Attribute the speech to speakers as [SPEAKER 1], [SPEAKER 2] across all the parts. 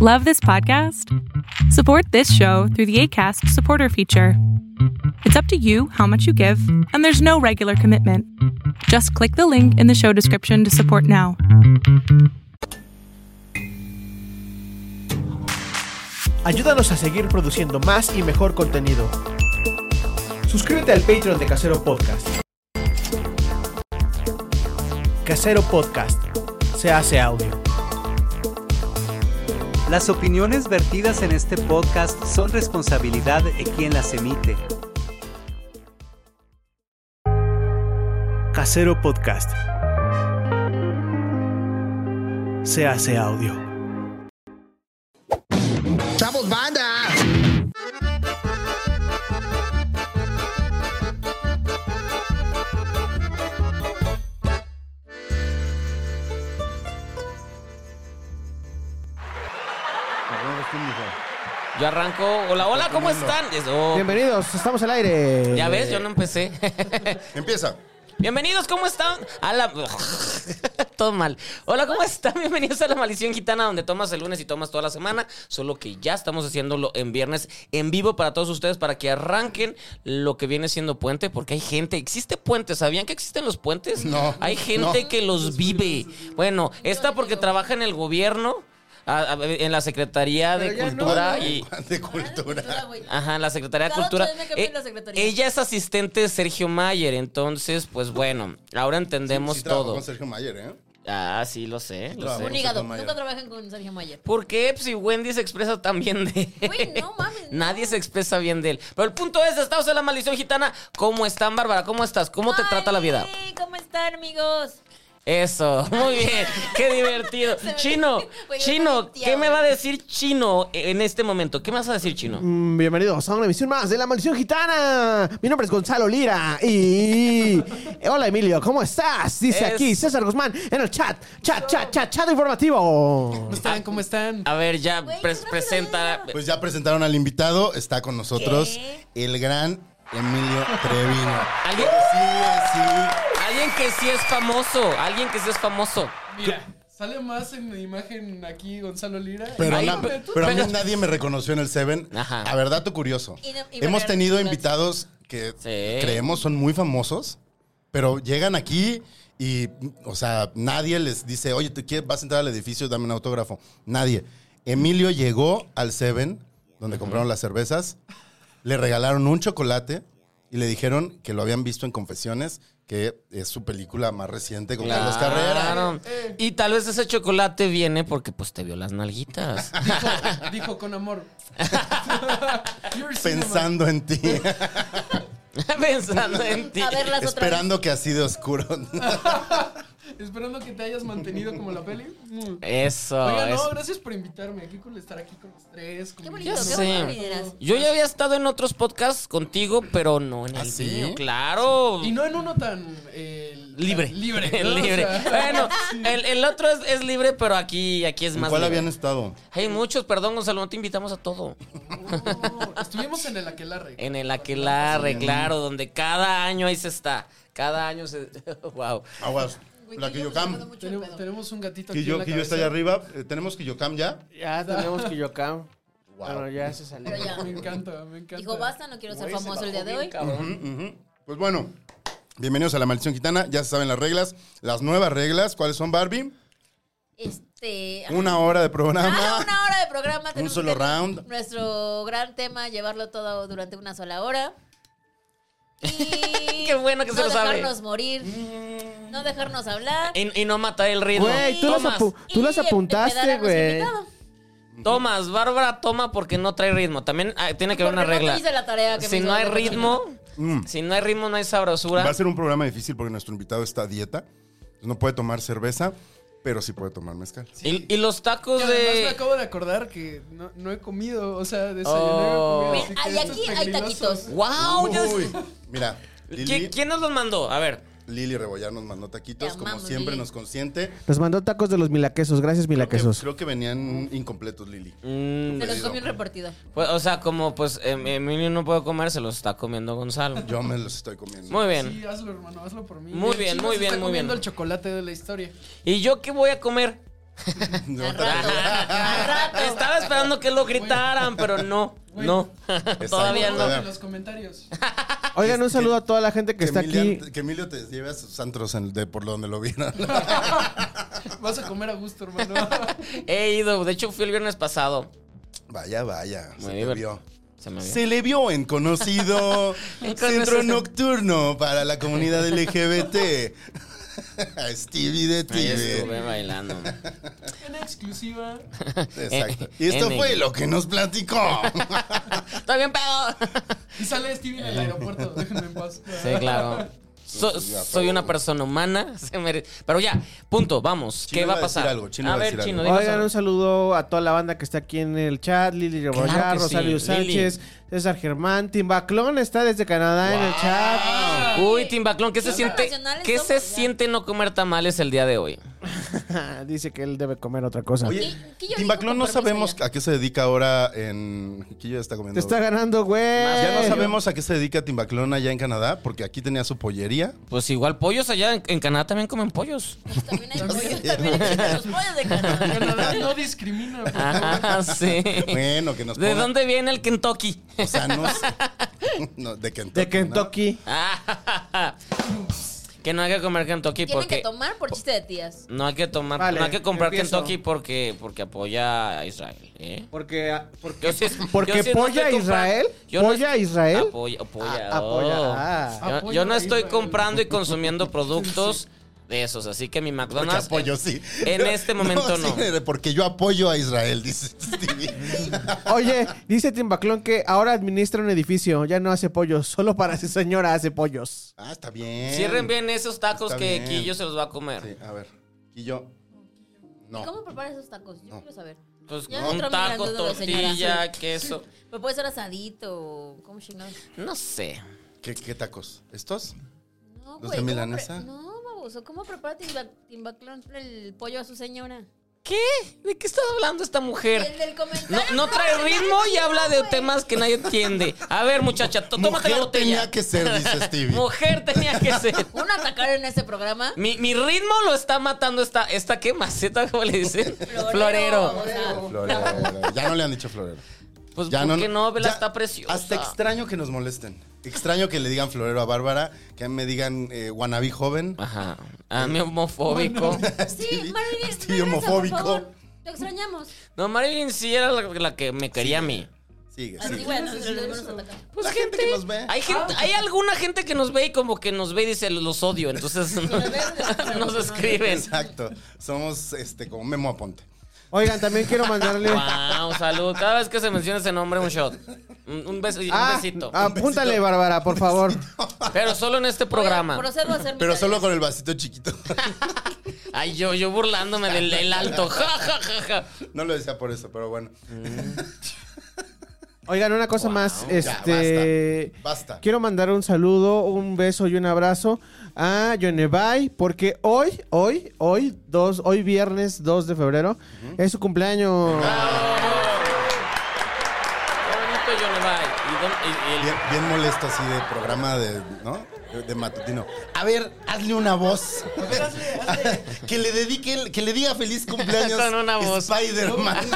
[SPEAKER 1] Love this podcast? Support this show through the ACAST supporter feature. It's up to you how much you give, and there's no regular commitment. Just click the link in the show description to support now.
[SPEAKER 2] Ayúdanos a seguir produciendo más y mejor contenido. Suscríbete al Patreon de Casero Podcast. Casero Podcast. Se hace audio.
[SPEAKER 3] Las opiniones vertidas en este podcast son responsabilidad de quien las emite.
[SPEAKER 2] Casero Podcast. Se hace audio.
[SPEAKER 4] ¡Chavos, banda!
[SPEAKER 5] Yo arranco. Hola, hola, ¿cómo están? Eso.
[SPEAKER 2] Bienvenidos, estamos al aire.
[SPEAKER 5] Ya ves, yo no empecé.
[SPEAKER 4] Empieza.
[SPEAKER 5] Bienvenidos, ¿cómo están? A la. Todo mal. Hola, ¿cómo están? Bienvenidos a La Maldición Gitana, donde tomas el lunes y tomas toda la semana. Solo que ya estamos haciéndolo en viernes en vivo para todos ustedes, para que arranquen lo que viene siendo puente, porque hay gente. ¿Existe puente? ¿Sabían que existen los puentes?
[SPEAKER 4] No,
[SPEAKER 5] Hay gente
[SPEAKER 4] no.
[SPEAKER 5] que los vive. Bueno, esta porque trabaja en el gobierno. a- a- en la Secretaría de
[SPEAKER 6] Pero ya no,
[SPEAKER 5] Cultura
[SPEAKER 6] ¿no?
[SPEAKER 5] y,
[SPEAKER 4] De cultura.
[SPEAKER 6] Ah, güey.
[SPEAKER 5] Ajá, la Secretaría de
[SPEAKER 6] Cada
[SPEAKER 5] Cultura.
[SPEAKER 6] ocho años me cambian
[SPEAKER 5] Eh,
[SPEAKER 6] la secretaría.
[SPEAKER 5] Ella es asistente de Sergio Mayer, entonces, pues bueno, ahora entendemos
[SPEAKER 4] Sí trabajó
[SPEAKER 5] todo.
[SPEAKER 4] con Sergio Mayer, ¿eh?
[SPEAKER 5] Ah, sí, lo sé, lo
[SPEAKER 4] trabajó.
[SPEAKER 5] sé.
[SPEAKER 6] Un hígado.
[SPEAKER 4] Sergio Mayer.
[SPEAKER 6] Nunca trabajan con Sergio Mayer.
[SPEAKER 5] ¿Por qué Pues, si Wendy se expresa tan bien de él?
[SPEAKER 6] Güey, no mames, no.
[SPEAKER 5] Nadie se expresa bien de él. Pero el punto es, estamos en la maldición gitana. ¿Cómo están, Bárbara? ¿Cómo estás? ¿Cómo te
[SPEAKER 6] Ay,
[SPEAKER 5] trata la vida?
[SPEAKER 6] ¿Cómo están, amigos?
[SPEAKER 5] Eso, muy bien. Qué divertido.
[SPEAKER 6] Se me-
[SPEAKER 5] Chino,
[SPEAKER 6] Güey, yo
[SPEAKER 5] Chino,
[SPEAKER 6] volteaba.
[SPEAKER 5] ¿qué me va a decir Chino en este momento? ¿Qué me vas a decir, Chino?
[SPEAKER 2] Mm, Bienvenidos a una emisión más de La Maldición Gitana. Mi nombre es Gonzalo Lira y... eh, Hola Emilio, ¿cómo estás? Dice
[SPEAKER 5] Es-
[SPEAKER 2] aquí César Guzmán en el chat. Chat, chat, chat, chat informativo.
[SPEAKER 7] ¿Cómo están? ¿Cómo están?
[SPEAKER 5] A ver, ya
[SPEAKER 6] Güey,
[SPEAKER 5] pres-
[SPEAKER 6] qué rápido,
[SPEAKER 5] presenta.
[SPEAKER 4] Pues ya presentaron al invitado. Está con nosotros el gran Emilio Trevino.
[SPEAKER 5] ¿Alguien?
[SPEAKER 4] Pues, Sí,
[SPEAKER 5] Alguien que sí es famoso, alguien que sí es famoso.
[SPEAKER 7] Mira, sale más en mi imagen aquí Gonzalo Lira.
[SPEAKER 4] Pero,
[SPEAKER 5] Ay,
[SPEAKER 4] na-
[SPEAKER 5] pero tú-
[SPEAKER 4] pero a mí
[SPEAKER 5] pero-
[SPEAKER 4] nadie me reconoció en el Seven.
[SPEAKER 5] Ajá.
[SPEAKER 4] A verdad, tú curioso.
[SPEAKER 6] Y no- y
[SPEAKER 4] Hemos
[SPEAKER 6] Valero
[SPEAKER 4] tenido
[SPEAKER 6] Gacho.
[SPEAKER 4] invitados que
[SPEAKER 5] Sí.
[SPEAKER 4] creemos son muy famosos, pero llegan aquí y, o sea, nadie les dice, oye, ¿tú quieres, vas a entrar al edificio? Dame un autógrafo. Nadie. Emilio llegó al Seven, donde compraron las cervezas, le regalaron un chocolate y le dijeron que lo habían visto en Confesiones, que es su película más reciente con Carlos Carrera.
[SPEAKER 5] Claro.
[SPEAKER 7] Eh.
[SPEAKER 5] Y tal vez ese chocolate viene porque pues te vio las nalguitas.
[SPEAKER 7] Dijo, dijo con amor. You're cinema.
[SPEAKER 4] Pensando en ti,
[SPEAKER 5] Pensando en ti.
[SPEAKER 6] A verlas otra vez.
[SPEAKER 4] esperando que así de oscuro.
[SPEAKER 7] Esperando que te hayas mantenido como la peli. Mm.
[SPEAKER 5] Eso.
[SPEAKER 7] Oiga, no,
[SPEAKER 5] eso.
[SPEAKER 7] gracias por invitarme. Qué cool estar aquí con los tres. con
[SPEAKER 6] Qué
[SPEAKER 7] mi-
[SPEAKER 6] bonito,
[SPEAKER 5] Ya
[SPEAKER 6] qué
[SPEAKER 5] sé.
[SPEAKER 6] bonito liderazgo.
[SPEAKER 5] Yo ya había estado en otros podcasts contigo, pero no en el
[SPEAKER 4] ¿Ah, sí?
[SPEAKER 5] mío, Claro.
[SPEAKER 7] Y no en uno tan... eh,
[SPEAKER 5] Libre.
[SPEAKER 7] tan Libre. ¿no? O
[SPEAKER 5] libre.
[SPEAKER 7] sea,
[SPEAKER 5] Bueno,
[SPEAKER 7] sí.
[SPEAKER 5] el, el otro es, es libre, pero aquí, aquí es más
[SPEAKER 4] ¿Cuál
[SPEAKER 5] libre.
[SPEAKER 4] habían estado?
[SPEAKER 5] Hay muchos, perdón, Gonzalo, no te invitamos a todo.
[SPEAKER 7] Oh, estuvimos en el aquelarre.
[SPEAKER 5] En el aquelarre, claro, donde cada año ahí se está. Cada año se. ¡Wow!
[SPEAKER 4] Aguas.
[SPEAKER 6] Güey,
[SPEAKER 4] La
[SPEAKER 6] que yo me acuerdo
[SPEAKER 4] Quillocam.
[SPEAKER 6] mucho del
[SPEAKER 7] Tenemos,
[SPEAKER 6] pedo.
[SPEAKER 7] tenemos un gatito aquí en
[SPEAKER 4] Quillo,
[SPEAKER 7] la
[SPEAKER 4] Quillo está allá
[SPEAKER 7] cabeza.
[SPEAKER 4] arriba. Eh, ¿Tenemos Quillocam ya?
[SPEAKER 5] Ah,
[SPEAKER 2] Ya tenemos Quillocam.
[SPEAKER 4] Wow.
[SPEAKER 2] Bueno, ya se salió.
[SPEAKER 6] Pero ya.
[SPEAKER 7] Me encanta, me encanta.
[SPEAKER 6] Dijo, basta, no quiero ser famoso el día de hoy.
[SPEAKER 4] Ujú. Pues bueno, bienvenidos a La Maldición Gitana. Ya se saben las reglas, las nuevas reglas. ¿Cuáles son, Barbie?
[SPEAKER 6] Este.
[SPEAKER 4] Una hora de
[SPEAKER 6] Ah,
[SPEAKER 4] programa.
[SPEAKER 6] una hora de programa. tenemos
[SPEAKER 4] solo
[SPEAKER 6] que-
[SPEAKER 4] round.
[SPEAKER 6] Nuestro gran tema, llevarlo todo durante una sola hora. Y
[SPEAKER 5] Qué bueno que
[SPEAKER 6] no
[SPEAKER 5] se lo sabe. Eh,
[SPEAKER 6] dejarnos morir.
[SPEAKER 4] Mm.
[SPEAKER 6] No dejarnos hablar.
[SPEAKER 5] Y, y no matar el ritmo.
[SPEAKER 2] Güey, tú las,
[SPEAKER 5] Tomas,
[SPEAKER 2] apu- tú las
[SPEAKER 6] Y empedar a
[SPEAKER 2] apuntaste,
[SPEAKER 6] nuestro
[SPEAKER 2] güey.
[SPEAKER 6] invitado.
[SPEAKER 5] tomas, Bárbara toma porque no trae ritmo. También ah, tiene que haber
[SPEAKER 6] Porque
[SPEAKER 5] una
[SPEAKER 6] no
[SPEAKER 5] regla.
[SPEAKER 6] hice la tarea que me
[SPEAKER 5] si
[SPEAKER 6] hizo
[SPEAKER 5] no hay
[SPEAKER 6] Bárbara
[SPEAKER 5] ritmo, si no hay ritmo, no hay sabrosura.
[SPEAKER 4] Mm. Va a ser un programa difícil porque nuestro invitado está a dieta. No puede tomar cerveza, pero sí puede tomar mezcal.
[SPEAKER 5] Y, y los tacos
[SPEAKER 7] Y además me
[SPEAKER 5] de.
[SPEAKER 7] acabo de acordar que no, no he comido, o sea, desayuné.
[SPEAKER 5] Oh.
[SPEAKER 7] no he comido,
[SPEAKER 6] Ven, hay
[SPEAKER 7] así que esto es
[SPEAKER 6] aquí hay
[SPEAKER 7] peligroso.
[SPEAKER 6] taquitos.
[SPEAKER 5] ¡Wow! ya-
[SPEAKER 4] Uy, mira, Lili,
[SPEAKER 5] ¿Qui- ¿Quién nos los mandó? A ver.
[SPEAKER 4] Lili Rebollar nos mandó taquitos,
[SPEAKER 6] Te
[SPEAKER 4] como
[SPEAKER 6] amamos,
[SPEAKER 4] siempre
[SPEAKER 6] Lili.
[SPEAKER 4] nos consiente.
[SPEAKER 2] Nos mandó tacos de los milaquesos. Gracias,
[SPEAKER 4] Creo que,
[SPEAKER 2] milaquesos.
[SPEAKER 4] creo que venían incompletos, Lili.
[SPEAKER 5] Mm,
[SPEAKER 6] Se los
[SPEAKER 4] Perdido.
[SPEAKER 6] comió un repartido.
[SPEAKER 5] pues, o sea, como pues em- Emilio no puede comer, se los está comiendo Gonzalo.
[SPEAKER 4] Yo me los estoy comiendo.
[SPEAKER 5] Muy bien.
[SPEAKER 7] Sí, hazlo, hermano, hazlo por mí.
[SPEAKER 5] Muy
[SPEAKER 7] El
[SPEAKER 5] bien,
[SPEAKER 7] chino
[SPEAKER 5] muy
[SPEAKER 7] se
[SPEAKER 5] bien,
[SPEAKER 7] está
[SPEAKER 5] muy bien.
[SPEAKER 7] comiendo el chocolate de la historia.
[SPEAKER 5] ¿Y yo qué voy a comer?
[SPEAKER 4] No,
[SPEAKER 6] Al rato.
[SPEAKER 4] taquitos.
[SPEAKER 6] Al rato.
[SPEAKER 5] Estaba esperando que lo gritaran, pero no,
[SPEAKER 7] Güey.
[SPEAKER 5] no. Todavía no.
[SPEAKER 7] En los comentarios.
[SPEAKER 5] Ah,
[SPEAKER 2] Oigan, un saludo a toda la gente que, está
[SPEAKER 4] Emilian-
[SPEAKER 2] aquí.
[SPEAKER 4] que Emilio te lleve a sus antros en- de por donde lo vieron.
[SPEAKER 7] Vas a comer a gusto, hermano.
[SPEAKER 5] He ido, de hecho fui el viernes pasado.
[SPEAKER 4] vaya, vaya.
[SPEAKER 5] Muy
[SPEAKER 4] se le
[SPEAKER 5] divertido.
[SPEAKER 4] vio.
[SPEAKER 5] Se me vio.
[SPEAKER 4] Se le vio en conocido
[SPEAKER 5] En
[SPEAKER 4] centro
[SPEAKER 5] conocido.
[SPEAKER 4] nocturno para la comunidad LGBT. A Stevie de
[SPEAKER 5] Ahí estuve
[SPEAKER 4] TV.
[SPEAKER 5] bailando.
[SPEAKER 7] En exclusiva.
[SPEAKER 4] Exacto. Y esto
[SPEAKER 5] N.
[SPEAKER 4] fue lo que nos platicó.
[SPEAKER 5] Está bien pedo.
[SPEAKER 7] Y sale Stevie en el aeropuerto. Déjenme en paz.
[SPEAKER 5] Sí, claro. So-
[SPEAKER 4] pues ya,
[SPEAKER 5] soy
[SPEAKER 4] pero-
[SPEAKER 5] una persona humana. se mere- Pero ya, punto, vamos.
[SPEAKER 4] Chino
[SPEAKER 5] ¿Qué va
[SPEAKER 4] iba
[SPEAKER 5] a
[SPEAKER 4] a decir
[SPEAKER 5] pasar?
[SPEAKER 4] algo, Chino
[SPEAKER 5] a
[SPEAKER 4] iba a
[SPEAKER 5] ver,
[SPEAKER 4] decir
[SPEAKER 5] Chino,
[SPEAKER 4] algo.
[SPEAKER 5] dinos
[SPEAKER 2] Oigan,
[SPEAKER 5] algo.
[SPEAKER 2] un saludo a toda la banda que está aquí en el chat. Lili Rebollar,
[SPEAKER 5] Claro que sí,
[SPEAKER 2] Rosario
[SPEAKER 5] Lili.
[SPEAKER 2] Sánchez, César Germán, Timbaclón está desde Canadá en el chat.
[SPEAKER 5] Uy, Timbaclón, ¿qué se siente,
[SPEAKER 6] internacionales
[SPEAKER 5] ¿qué se
[SPEAKER 6] somos, ya.
[SPEAKER 5] siente no comer tamales el día de hoy?
[SPEAKER 2] Ah, Dice que él debe comer otra cosa.
[SPEAKER 4] Oye,
[SPEAKER 6] ¿Qué- qué yo digo
[SPEAKER 4] Timbaclón
[SPEAKER 6] con
[SPEAKER 4] no
[SPEAKER 6] permiso
[SPEAKER 4] sabemos
[SPEAKER 6] ya?
[SPEAKER 4] a qué se dedica ahora en. Quillo ya está Eh. comiendo.
[SPEAKER 2] Te está ganando, güey.
[SPEAKER 4] ya no sabemos a qué se dedica Timbaclón allá en Canadá, porque aquí tenía su pollería.
[SPEAKER 5] Pues igual pollos allá en, en Canadá también comen pollos.
[SPEAKER 6] Pues También hay pollos, también existen los pollos de Canadá.
[SPEAKER 7] Canadá no discrimina. pues. por favor.
[SPEAKER 5] Ajá, Ah, sí.
[SPEAKER 4] Bueno, que nos
[SPEAKER 5] ¿De
[SPEAKER 4] ponga-
[SPEAKER 5] dónde viene el Kentucky?
[SPEAKER 4] O sea, no, sé. No, de Kentucky.
[SPEAKER 2] De Kentucky.
[SPEAKER 5] Ah, que no hay que comer Kentucky
[SPEAKER 6] Tienen
[SPEAKER 5] porque
[SPEAKER 6] que tomar por chiste de tías.
[SPEAKER 5] no hay que tomar,
[SPEAKER 2] Vale,
[SPEAKER 5] no hay que comprar
[SPEAKER 2] empiezo.
[SPEAKER 5] Kentucky porque porque apoya a Israel, ¿eh?
[SPEAKER 2] Porque,
[SPEAKER 5] Yo sí-
[SPEAKER 2] porque
[SPEAKER 5] yo sí no
[SPEAKER 2] polla a
[SPEAKER 5] estoy comprando-
[SPEAKER 2] Israel.
[SPEAKER 5] yo no
[SPEAKER 2] polla a Israel.
[SPEAKER 5] Apoya, apoya.
[SPEAKER 2] Ah, apoya,
[SPEAKER 5] oh.
[SPEAKER 2] ah.
[SPEAKER 5] Yo- yo,
[SPEAKER 7] Apoyo
[SPEAKER 5] no
[SPEAKER 7] a
[SPEAKER 5] estoy
[SPEAKER 7] Israel.
[SPEAKER 5] comprando y consumiendo productos de esos, así que mi
[SPEAKER 4] Porque
[SPEAKER 5] McDonald's.
[SPEAKER 4] apoyo, sí.
[SPEAKER 5] en este momento no.
[SPEAKER 4] sí, porque yo apoyo a Israel, dice Stevie.
[SPEAKER 2] Oye, dice Timbaclón que ahora administra un edificio. Ya no hace pollos. Solo para su señora hace pollos.
[SPEAKER 4] Ah, está bien.
[SPEAKER 5] Cierren bien esos tacos
[SPEAKER 4] Está
[SPEAKER 5] que
[SPEAKER 4] bien.
[SPEAKER 5] Quillo se los va a comer.
[SPEAKER 4] Sí, a ver. Y yo.
[SPEAKER 6] ¿Y
[SPEAKER 4] No.
[SPEAKER 6] cómo preparas esos tacos? Yo quiero saber.
[SPEAKER 5] Pues
[SPEAKER 6] Ya
[SPEAKER 5] un
[SPEAKER 6] entró mi gran
[SPEAKER 5] taco,
[SPEAKER 6] duda, señora.
[SPEAKER 5] tortilla, queso.
[SPEAKER 6] Pero puede ser asadito o... ¿Cómo chingados?
[SPEAKER 5] No sé.
[SPEAKER 4] ¿Qué, qué tacos? ¿Estos?
[SPEAKER 6] No,
[SPEAKER 4] ¿Los de
[SPEAKER 6] güey. ¿cómo
[SPEAKER 4] milanesa?
[SPEAKER 6] pre- No, baboso. ¿Cómo prepara Timba- Timbaclón el pollo a su señora?
[SPEAKER 5] ¿Qué? ¿De qué está hablando esta
[SPEAKER 6] El
[SPEAKER 5] mujer?
[SPEAKER 6] del comentario.
[SPEAKER 5] No, no trae ritmo y habla de temas que nadie entiende. A ver, muchacha, tó- tómate la
[SPEAKER 4] Mujer
[SPEAKER 5] botella.
[SPEAKER 4] tenía que ser, dice Stevie.
[SPEAKER 5] Mujer tenía que ser.
[SPEAKER 6] Uno atacar en este programa.
[SPEAKER 5] Mi, mi ritmo lo está matando esta, esta ¿qué? Maceta, ¿cómo le dicen? Florero.
[SPEAKER 6] o sea,
[SPEAKER 4] Florero. Ya no le han dicho florero.
[SPEAKER 5] Pues,
[SPEAKER 4] Ya
[SPEAKER 5] ¿por qué no? Vela
[SPEAKER 4] ya-
[SPEAKER 5] está preciosa.
[SPEAKER 4] Hasta extraño que nos molesten. Extraño que le digan florero a Bárbara, que me digan eh, wannabe joven.
[SPEAKER 5] Ajá. A mí homofóbico.
[SPEAKER 6] Sí, Marilyn,
[SPEAKER 4] Stevie
[SPEAKER 6] regresa, por
[SPEAKER 4] homofóbico.
[SPEAKER 6] favor. Te extrañamos.
[SPEAKER 5] No, Marilyn sí era la, la que me quería a mí.
[SPEAKER 4] Sigue,
[SPEAKER 6] Así,
[SPEAKER 4] sigue.
[SPEAKER 6] güey, nosotros lo debemos atacar.
[SPEAKER 5] Pues
[SPEAKER 4] La gente que nos ve.
[SPEAKER 5] Hay, gente, hay alguna gente que nos ve y como que nos ve y dice los odio. Entonces nos escriben.
[SPEAKER 4] Exacto. Somos este como Memo Aponte.
[SPEAKER 2] Oigan, también quiero mandarle.
[SPEAKER 5] Wow, salud. Cada vez que se menciona ese nombre, un shot. Un, un beso, un
[SPEAKER 2] Ah,
[SPEAKER 5] besito.
[SPEAKER 2] apúntale, Bárbara, por favor.
[SPEAKER 5] Pero solo en este
[SPEAKER 6] Oye,
[SPEAKER 5] programa.
[SPEAKER 6] Procedo a hacer mi
[SPEAKER 4] Pero
[SPEAKER 6] tarea.
[SPEAKER 4] solo con el vasito chiquito.
[SPEAKER 5] Ay, yo, yo burlándome del, del alto. Ja, ja, ja, ja.
[SPEAKER 4] No lo decía por eso, pero bueno.
[SPEAKER 2] Oigan, una cosa más. Este.
[SPEAKER 4] basta, basta.
[SPEAKER 2] Quiero mandar un saludo, un beso y un abrazo a Yonevay, porque hoy, hoy, hoy, dos, hoy viernes 2 de febrero, es su cumpleaños.
[SPEAKER 5] Ah, Qué bonito, Johnny Bay. Y don- y- y el-
[SPEAKER 4] Bien, bien molesto así de programa de, ¿no? De- De matutino. A ver, hazle una voz. que le dedique, el- que le diga feliz cumpleaños.
[SPEAKER 5] Con una voz.
[SPEAKER 4] Spider-Man.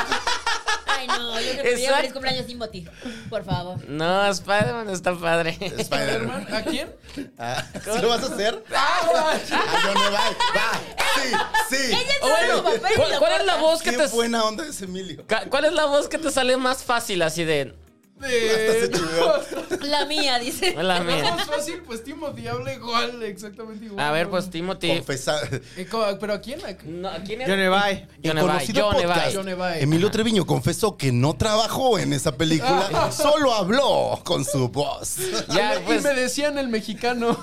[SPEAKER 6] Ay, no, yo le pedí
[SPEAKER 5] Exacto.
[SPEAKER 6] feliz cumpleaños sin botín. Por favor.
[SPEAKER 5] No, Spider-Man está padre.
[SPEAKER 4] Spider-Man.
[SPEAKER 7] ¿A quién?
[SPEAKER 4] Ah, ¿Sí lo vas a hacer? Ah, yo no, va, va. Sí, sí.
[SPEAKER 6] Ella
[SPEAKER 5] O
[SPEAKER 6] sabe
[SPEAKER 5] bueno,
[SPEAKER 6] su papel y
[SPEAKER 5] ¿cuál,
[SPEAKER 6] lo
[SPEAKER 5] cuál es la
[SPEAKER 6] corta.
[SPEAKER 5] voz que
[SPEAKER 4] Qué
[SPEAKER 5] te
[SPEAKER 4] buena onda es Emilio.
[SPEAKER 5] ca- cuál es la voz que te sale más fácil así de
[SPEAKER 4] Hasta se
[SPEAKER 7] De...
[SPEAKER 4] chiveó.
[SPEAKER 6] La mía, dice.
[SPEAKER 5] la mía?
[SPEAKER 7] Más fácil, pues Timothy habla igual, exactamente igual.
[SPEAKER 5] A ver, pues Timothy.
[SPEAKER 4] Confesa.
[SPEAKER 7] Eh, co- ¿Pero a quién? ¿A
[SPEAKER 5] No, ¿quién era?
[SPEAKER 2] Yonevay.
[SPEAKER 5] John
[SPEAKER 4] En
[SPEAKER 5] Evay,
[SPEAKER 4] conocido
[SPEAKER 5] John
[SPEAKER 4] podcast,
[SPEAKER 5] Evay.
[SPEAKER 7] John Evay.
[SPEAKER 4] Emilio Treviño confesó que no trabajó en esa
[SPEAKER 5] Ah.
[SPEAKER 4] película, solo habló con su voz.
[SPEAKER 5] Ya,
[SPEAKER 7] Y
[SPEAKER 5] pues,
[SPEAKER 7] me decían el mexicano.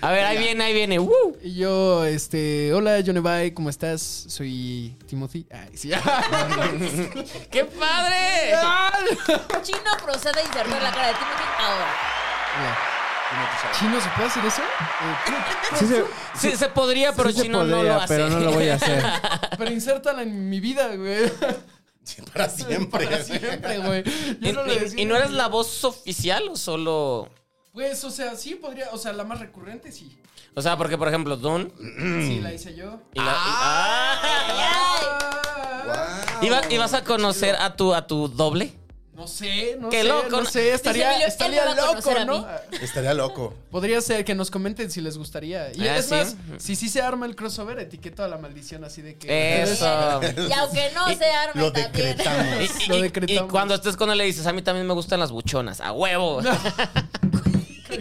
[SPEAKER 5] a ver, ahí viene, ahí viene. ¡Woo!
[SPEAKER 7] Y yo, este, hola John Evay, ¿cómo estás? Soy Timothy. Ay, sí.
[SPEAKER 5] ¡Qué padre!
[SPEAKER 6] Chino procede a insertar la cara de Timothy ahora.
[SPEAKER 7] Chino, ¿se puede hacer eso?
[SPEAKER 2] Sí, se-
[SPEAKER 5] Sí, se podría, pero
[SPEAKER 2] sí se
[SPEAKER 5] Chino no
[SPEAKER 2] podría,
[SPEAKER 5] lo hace.
[SPEAKER 2] pero no lo voy a hacer.
[SPEAKER 7] Pero insértala en mi vida, güey.
[SPEAKER 4] Sí, para siempre.
[SPEAKER 7] Para siempre, güey.
[SPEAKER 5] ¿Y,
[SPEAKER 7] Yo no le
[SPEAKER 5] y-
[SPEAKER 7] decía.
[SPEAKER 5] y no eres la voz oficial o solo...?
[SPEAKER 7] Pues, o sea, sí podría, o sea, la más recurrente sí.
[SPEAKER 5] O sea, porque, por ejemplo, Dune...
[SPEAKER 7] Sí, la hice yo.
[SPEAKER 5] Y la, y- ¡Ah!
[SPEAKER 6] Ay, ay.
[SPEAKER 7] Ah,
[SPEAKER 4] Wow.
[SPEAKER 5] ¿Y, va- y vas a conocer a tu, a tu doble?
[SPEAKER 7] No sé, no
[SPEAKER 5] Qué
[SPEAKER 7] sé.
[SPEAKER 5] loco,
[SPEAKER 7] No
[SPEAKER 5] ¿no?
[SPEAKER 7] sé,
[SPEAKER 6] Dice
[SPEAKER 7] estaría,
[SPEAKER 6] Emilio,
[SPEAKER 7] estaría
[SPEAKER 6] él me va a
[SPEAKER 7] loco,
[SPEAKER 6] conocer a
[SPEAKER 7] ¿no?
[SPEAKER 6] mí.
[SPEAKER 4] Estaría loco.
[SPEAKER 7] Podría ser que nos comenten si les gustaría. Y
[SPEAKER 5] Ah,
[SPEAKER 7] es
[SPEAKER 5] sí.
[SPEAKER 7] más, si sí se arma el crossover, etiqueta a la maldición así de que.
[SPEAKER 5] Eso.
[SPEAKER 6] Y aunque no se arme
[SPEAKER 4] Ah. Lo
[SPEAKER 6] también.
[SPEAKER 5] Y,
[SPEAKER 4] decretamos.
[SPEAKER 5] y-
[SPEAKER 7] Lo
[SPEAKER 5] y-
[SPEAKER 7] decretamos.
[SPEAKER 5] y cuando estés con él le dices, a mí también me gustan las buchonas, a huevo.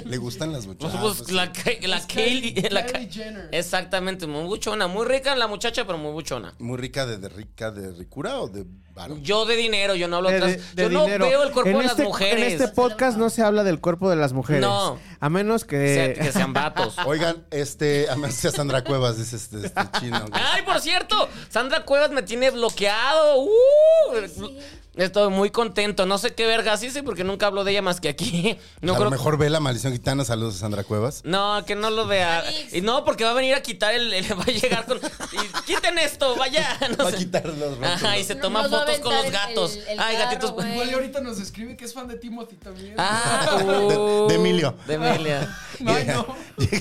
[SPEAKER 4] Le gustan las muchachas. Pues,
[SPEAKER 5] Nosotros, la, Ka- la
[SPEAKER 7] pues Es
[SPEAKER 5] Kylie.
[SPEAKER 7] Kylie-
[SPEAKER 5] la
[SPEAKER 7] Kylie
[SPEAKER 5] Ka-
[SPEAKER 7] Jenner.
[SPEAKER 5] Exactamente, muy buchona, muy rica la muchacha, pero muy buchona.
[SPEAKER 4] Muy rica de, de rica de ricura o de varón.
[SPEAKER 5] Yo de dinero, yo no hablo
[SPEAKER 2] De-
[SPEAKER 5] atrás.
[SPEAKER 2] de- de
[SPEAKER 5] yo no
[SPEAKER 2] dinero.
[SPEAKER 5] veo el cuerpo
[SPEAKER 2] En
[SPEAKER 5] de
[SPEAKER 2] este-
[SPEAKER 5] las mujeres.
[SPEAKER 2] En este podcast no se habla del cuerpo de las mujeres.
[SPEAKER 5] No.
[SPEAKER 2] A menos
[SPEAKER 5] Sea-
[SPEAKER 2] que.
[SPEAKER 5] que sean vatos.
[SPEAKER 4] Oigan, este, a mí sí a Sandra Cuevas, dice este, este chino.
[SPEAKER 5] Ay, por cierto, Sandra Cuevas me tiene bloqueado. ¡Uh! Estoy muy contento. No sé qué vergas hice porque nunca hablo de ella más que aquí. No
[SPEAKER 4] a
[SPEAKER 5] creo
[SPEAKER 4] lo mejor ve la maldición gitana. Saludos a Sandra Cuevas.
[SPEAKER 5] No, que no lo vea.
[SPEAKER 6] Alex.
[SPEAKER 5] Y no, porque va a venir a quitar el, el- va a llegar con y, quiten esto, vaya. No
[SPEAKER 4] Va a
[SPEAKER 5] sé.
[SPEAKER 4] quitar los rotos.
[SPEAKER 5] Ajá, y se
[SPEAKER 6] No,
[SPEAKER 5] toma
[SPEAKER 6] nos va a
[SPEAKER 5] fotos con los
[SPEAKER 6] aventar el-
[SPEAKER 5] gatos.
[SPEAKER 6] el- el
[SPEAKER 5] Ay,
[SPEAKER 6] carro,
[SPEAKER 5] gatitos.
[SPEAKER 6] güey.
[SPEAKER 7] Igual y ahorita nos escribe que es fan de Timothy también.
[SPEAKER 5] Ah,
[SPEAKER 4] De-
[SPEAKER 5] uh,
[SPEAKER 4] de Emilio.
[SPEAKER 5] De Emilio.
[SPEAKER 7] Ay, no.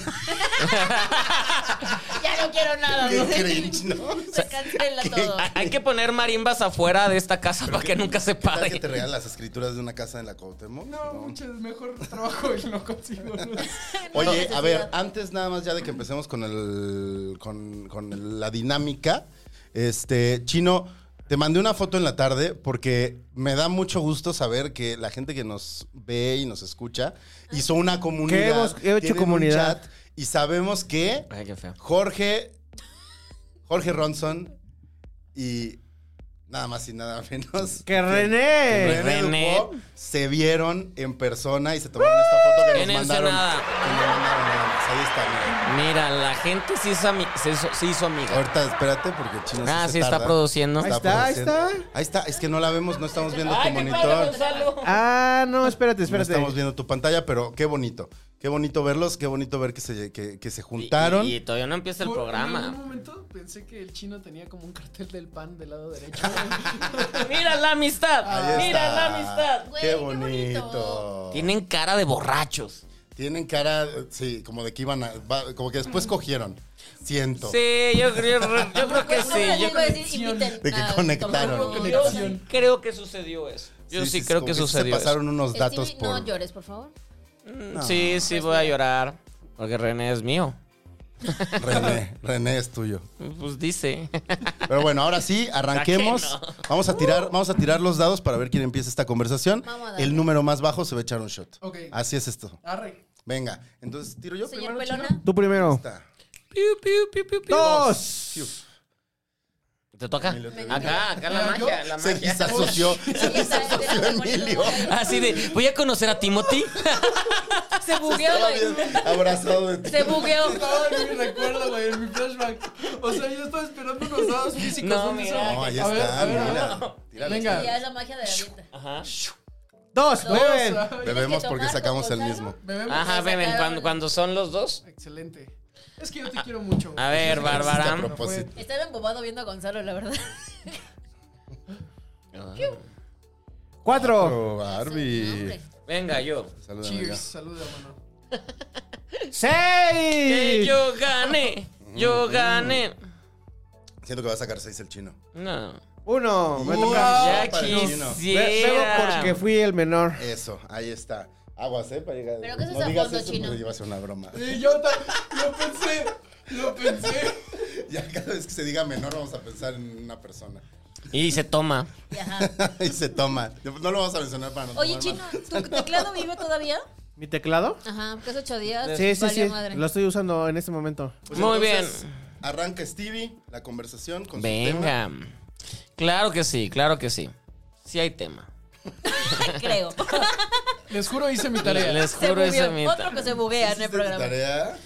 [SPEAKER 6] Ya no quiero nada.
[SPEAKER 4] Qué
[SPEAKER 6] dice.
[SPEAKER 4] cringe, ¿no?
[SPEAKER 6] Se cancela todo.
[SPEAKER 5] Hay- Hay que poner marimbas afuera de esta casa para que nunca se
[SPEAKER 4] ¿Qué tal que
[SPEAKER 5] pare.
[SPEAKER 4] te regalan las escrituras de una casa en la Cuauhtémoc?
[SPEAKER 7] No, mucho mejor trabajo y no consigo. ¿no?
[SPEAKER 4] Oye,
[SPEAKER 6] No,
[SPEAKER 4] a ver,
[SPEAKER 6] necesidad.
[SPEAKER 4] antes nada más ya de que empecemos con el con, con el- la dinámica, este chino, te mandé una foto en la tarde porque me da mucho gusto saber que la gente que nos ve y nos escucha hizo
[SPEAKER 5] Ah.
[SPEAKER 4] una comunidad,
[SPEAKER 2] Que hemos- he hecho
[SPEAKER 4] tienen un
[SPEAKER 2] comunidad.
[SPEAKER 4] chat, y sabemos que
[SPEAKER 5] Ay, qué feo.
[SPEAKER 4] Jorge Jorge Ronson y nada más y nada menos
[SPEAKER 2] ¡Que René!
[SPEAKER 4] que René,
[SPEAKER 5] René.
[SPEAKER 4] Dubois se vieron en persona y se tomaron esta foto que
[SPEAKER 5] En
[SPEAKER 4] nos mandaron.
[SPEAKER 5] Ensenada.
[SPEAKER 4] Que nos mandaron, nada más. Ahí está, mira.
[SPEAKER 5] Mira, la gente sí hizo, ami- se hizo, se hizo amiga.
[SPEAKER 4] Ahorita espérate porque el chino
[SPEAKER 5] Ah,
[SPEAKER 4] se
[SPEAKER 5] sí está
[SPEAKER 4] tarda.
[SPEAKER 5] produciendo.
[SPEAKER 2] Ahí está, ahí está.
[SPEAKER 4] produciendo. Ahí está, es que no la vemos, no estamos viendo tu
[SPEAKER 5] Ay, qué padre,
[SPEAKER 4] monitor.
[SPEAKER 5] Gonzalo.
[SPEAKER 2] Ah, no, espérate,
[SPEAKER 4] No
[SPEAKER 2] espérate.
[SPEAKER 4] estamos viendo tu pantalla, pero qué bonito. Qué bonito verlos, qué bonito ver que se, que, que se
[SPEAKER 5] Y-
[SPEAKER 4] juntaron.
[SPEAKER 5] Y, y todavía no empieza el
[SPEAKER 7] Por- En
[SPEAKER 5] programa.
[SPEAKER 7] algún momento pensé que el chino tenía como un cartel del pan del lado derecho.
[SPEAKER 5] Mira la amistad.
[SPEAKER 4] Ahí
[SPEAKER 5] Mira
[SPEAKER 4] está.
[SPEAKER 5] la amistad.
[SPEAKER 6] Güey,
[SPEAKER 4] Qué
[SPEAKER 6] qué
[SPEAKER 4] bonito.
[SPEAKER 6] bonito.
[SPEAKER 5] Tienen cara de borrachos.
[SPEAKER 4] Tienen cara, eh, sí, como de que iban a. va- como que después cogieron. Siento.
[SPEAKER 5] Sí, yo, creo- yo creo que sí.
[SPEAKER 6] pues, No,
[SPEAKER 5] Yo
[SPEAKER 6] yo iba a decir,
[SPEAKER 7] conexión.
[SPEAKER 6] inviten
[SPEAKER 4] De que
[SPEAKER 6] a-
[SPEAKER 4] conectaron.
[SPEAKER 6] tomar unos-
[SPEAKER 5] creo,
[SPEAKER 7] Conexión.
[SPEAKER 5] creo que sucedió eso. Yo sí,
[SPEAKER 4] es
[SPEAKER 5] creo
[SPEAKER 4] como
[SPEAKER 5] que
[SPEAKER 4] sí
[SPEAKER 5] sucedió
[SPEAKER 4] Se pasaron unos datos
[SPEAKER 6] Stevie,
[SPEAKER 4] por.
[SPEAKER 6] No llores, por favor.
[SPEAKER 5] eso. Sí, sí, voy a llorar. Porque René es mío.
[SPEAKER 4] René, René es tuyo.
[SPEAKER 5] Pues dice.
[SPEAKER 4] Pero bueno, ahora sí, arranquemos.
[SPEAKER 5] ¿A que no?
[SPEAKER 4] Vamos a tirar, vamos a tirar los dados para ver quién empieza esta conversación.
[SPEAKER 6] Vamos a darle.
[SPEAKER 4] El número más bajo se va a echar un shot.
[SPEAKER 7] Ok.
[SPEAKER 4] Así es esto.
[SPEAKER 7] Arre.
[SPEAKER 4] Venga, entonces tiro yo
[SPEAKER 6] Señor
[SPEAKER 4] primero.
[SPEAKER 6] Pelona.
[SPEAKER 2] Tú primero.
[SPEAKER 4] Está.
[SPEAKER 5] Piu, piu, piu, piu, piu.
[SPEAKER 2] ¡Dos!
[SPEAKER 5] ¿Te toca?
[SPEAKER 4] Emilio, te
[SPEAKER 5] Acá, acá la magia, la
[SPEAKER 4] Se
[SPEAKER 5] magia.
[SPEAKER 4] disasoció, se disasoció Emilio.
[SPEAKER 5] Así de, voy a conocer a Timothy.
[SPEAKER 6] Se bugueó,
[SPEAKER 4] Estaba
[SPEAKER 6] güey.
[SPEAKER 4] bien abrazado de ti.
[SPEAKER 6] Se bugueó.
[SPEAKER 7] Estaba en mi recuerdo, güey, en mi flashback. O sea, yo estaba esperando unos dados físicos.
[SPEAKER 5] No,
[SPEAKER 7] ¿dónde
[SPEAKER 5] mira.
[SPEAKER 7] son?
[SPEAKER 4] No, ahí
[SPEAKER 7] A ver,
[SPEAKER 4] está,
[SPEAKER 7] a ver, a ver.
[SPEAKER 4] mira. Tíralo.
[SPEAKER 7] Venga.
[SPEAKER 6] Ya es la magia de la vida.
[SPEAKER 5] Ajá.
[SPEAKER 2] ¡Dos!
[SPEAKER 6] Dos.
[SPEAKER 2] ¡Beben!
[SPEAKER 7] Ay,
[SPEAKER 4] Bebemos porque sacamos el mismo.
[SPEAKER 7] bebemos.
[SPEAKER 5] Ajá, ven, cuando, cuando son los dos.
[SPEAKER 7] Excelente. Es que yo te quiero mucho.
[SPEAKER 5] A ver,
[SPEAKER 4] Este, A
[SPEAKER 5] Bárbara.
[SPEAKER 4] propósito.
[SPEAKER 6] Estaba embobado viendo a Gonzalo, la verdad.
[SPEAKER 2] ¡Cuatro!
[SPEAKER 4] Oh, Barbie.
[SPEAKER 6] Hombre.
[SPEAKER 5] Venga, yo.
[SPEAKER 4] Saluda,
[SPEAKER 7] Cheers. Saluda, mano.
[SPEAKER 5] Que
[SPEAKER 2] ¡Seis!
[SPEAKER 5] yo gané. Yo gané.
[SPEAKER 4] amiga. Siento que va a sacar seis el chino.
[SPEAKER 5] No.
[SPEAKER 2] Uno. Me
[SPEAKER 4] Wow.
[SPEAKER 2] toca.
[SPEAKER 5] Ya
[SPEAKER 4] para el chino.
[SPEAKER 2] Be- Bebo
[SPEAKER 5] quisiera.
[SPEAKER 2] porque fui el menor.
[SPEAKER 4] Eso, ahí está. Aguas, ¿eh? Para llegar.
[SPEAKER 6] Pero que eso
[SPEAKER 4] no
[SPEAKER 6] es a
[SPEAKER 4] digas
[SPEAKER 6] fondo,
[SPEAKER 4] eso
[SPEAKER 6] chino.
[SPEAKER 4] porque iba a ser una broma.
[SPEAKER 7] Sí, yo ta- lo pensé. Lo pensé.
[SPEAKER 4] Ya cada vez que se diga menor vamos a pensar en una persona.
[SPEAKER 5] Y se toma.
[SPEAKER 6] Y ajá.
[SPEAKER 4] y se toma. No lo vamos a mencionar para no
[SPEAKER 6] Oye,
[SPEAKER 4] tomar
[SPEAKER 6] Chino,
[SPEAKER 4] más.
[SPEAKER 6] ¿tu teclado vive todavía?
[SPEAKER 2] ¿Mi teclado?
[SPEAKER 6] Ajá, que hace ocho días.
[SPEAKER 2] Sí, sí,
[SPEAKER 6] valió
[SPEAKER 2] sí.
[SPEAKER 6] madre.
[SPEAKER 2] Lo estoy usando en este momento.
[SPEAKER 4] Pues
[SPEAKER 5] Muy
[SPEAKER 4] entonces,
[SPEAKER 5] bien.
[SPEAKER 4] Arranca Stevie la conversación con su tema.
[SPEAKER 5] Venga. Claro que sí, claro que sí. Sí hay tema.
[SPEAKER 6] Creo.
[SPEAKER 7] Les juro, hice mi tarea.
[SPEAKER 5] Les
[SPEAKER 6] Se
[SPEAKER 5] juro esa
[SPEAKER 6] bugueó.
[SPEAKER 5] mita.
[SPEAKER 6] Otro que se buguea en el
[SPEAKER 4] ¿Hiciste tu
[SPEAKER 6] programa.
[SPEAKER 4] tarea?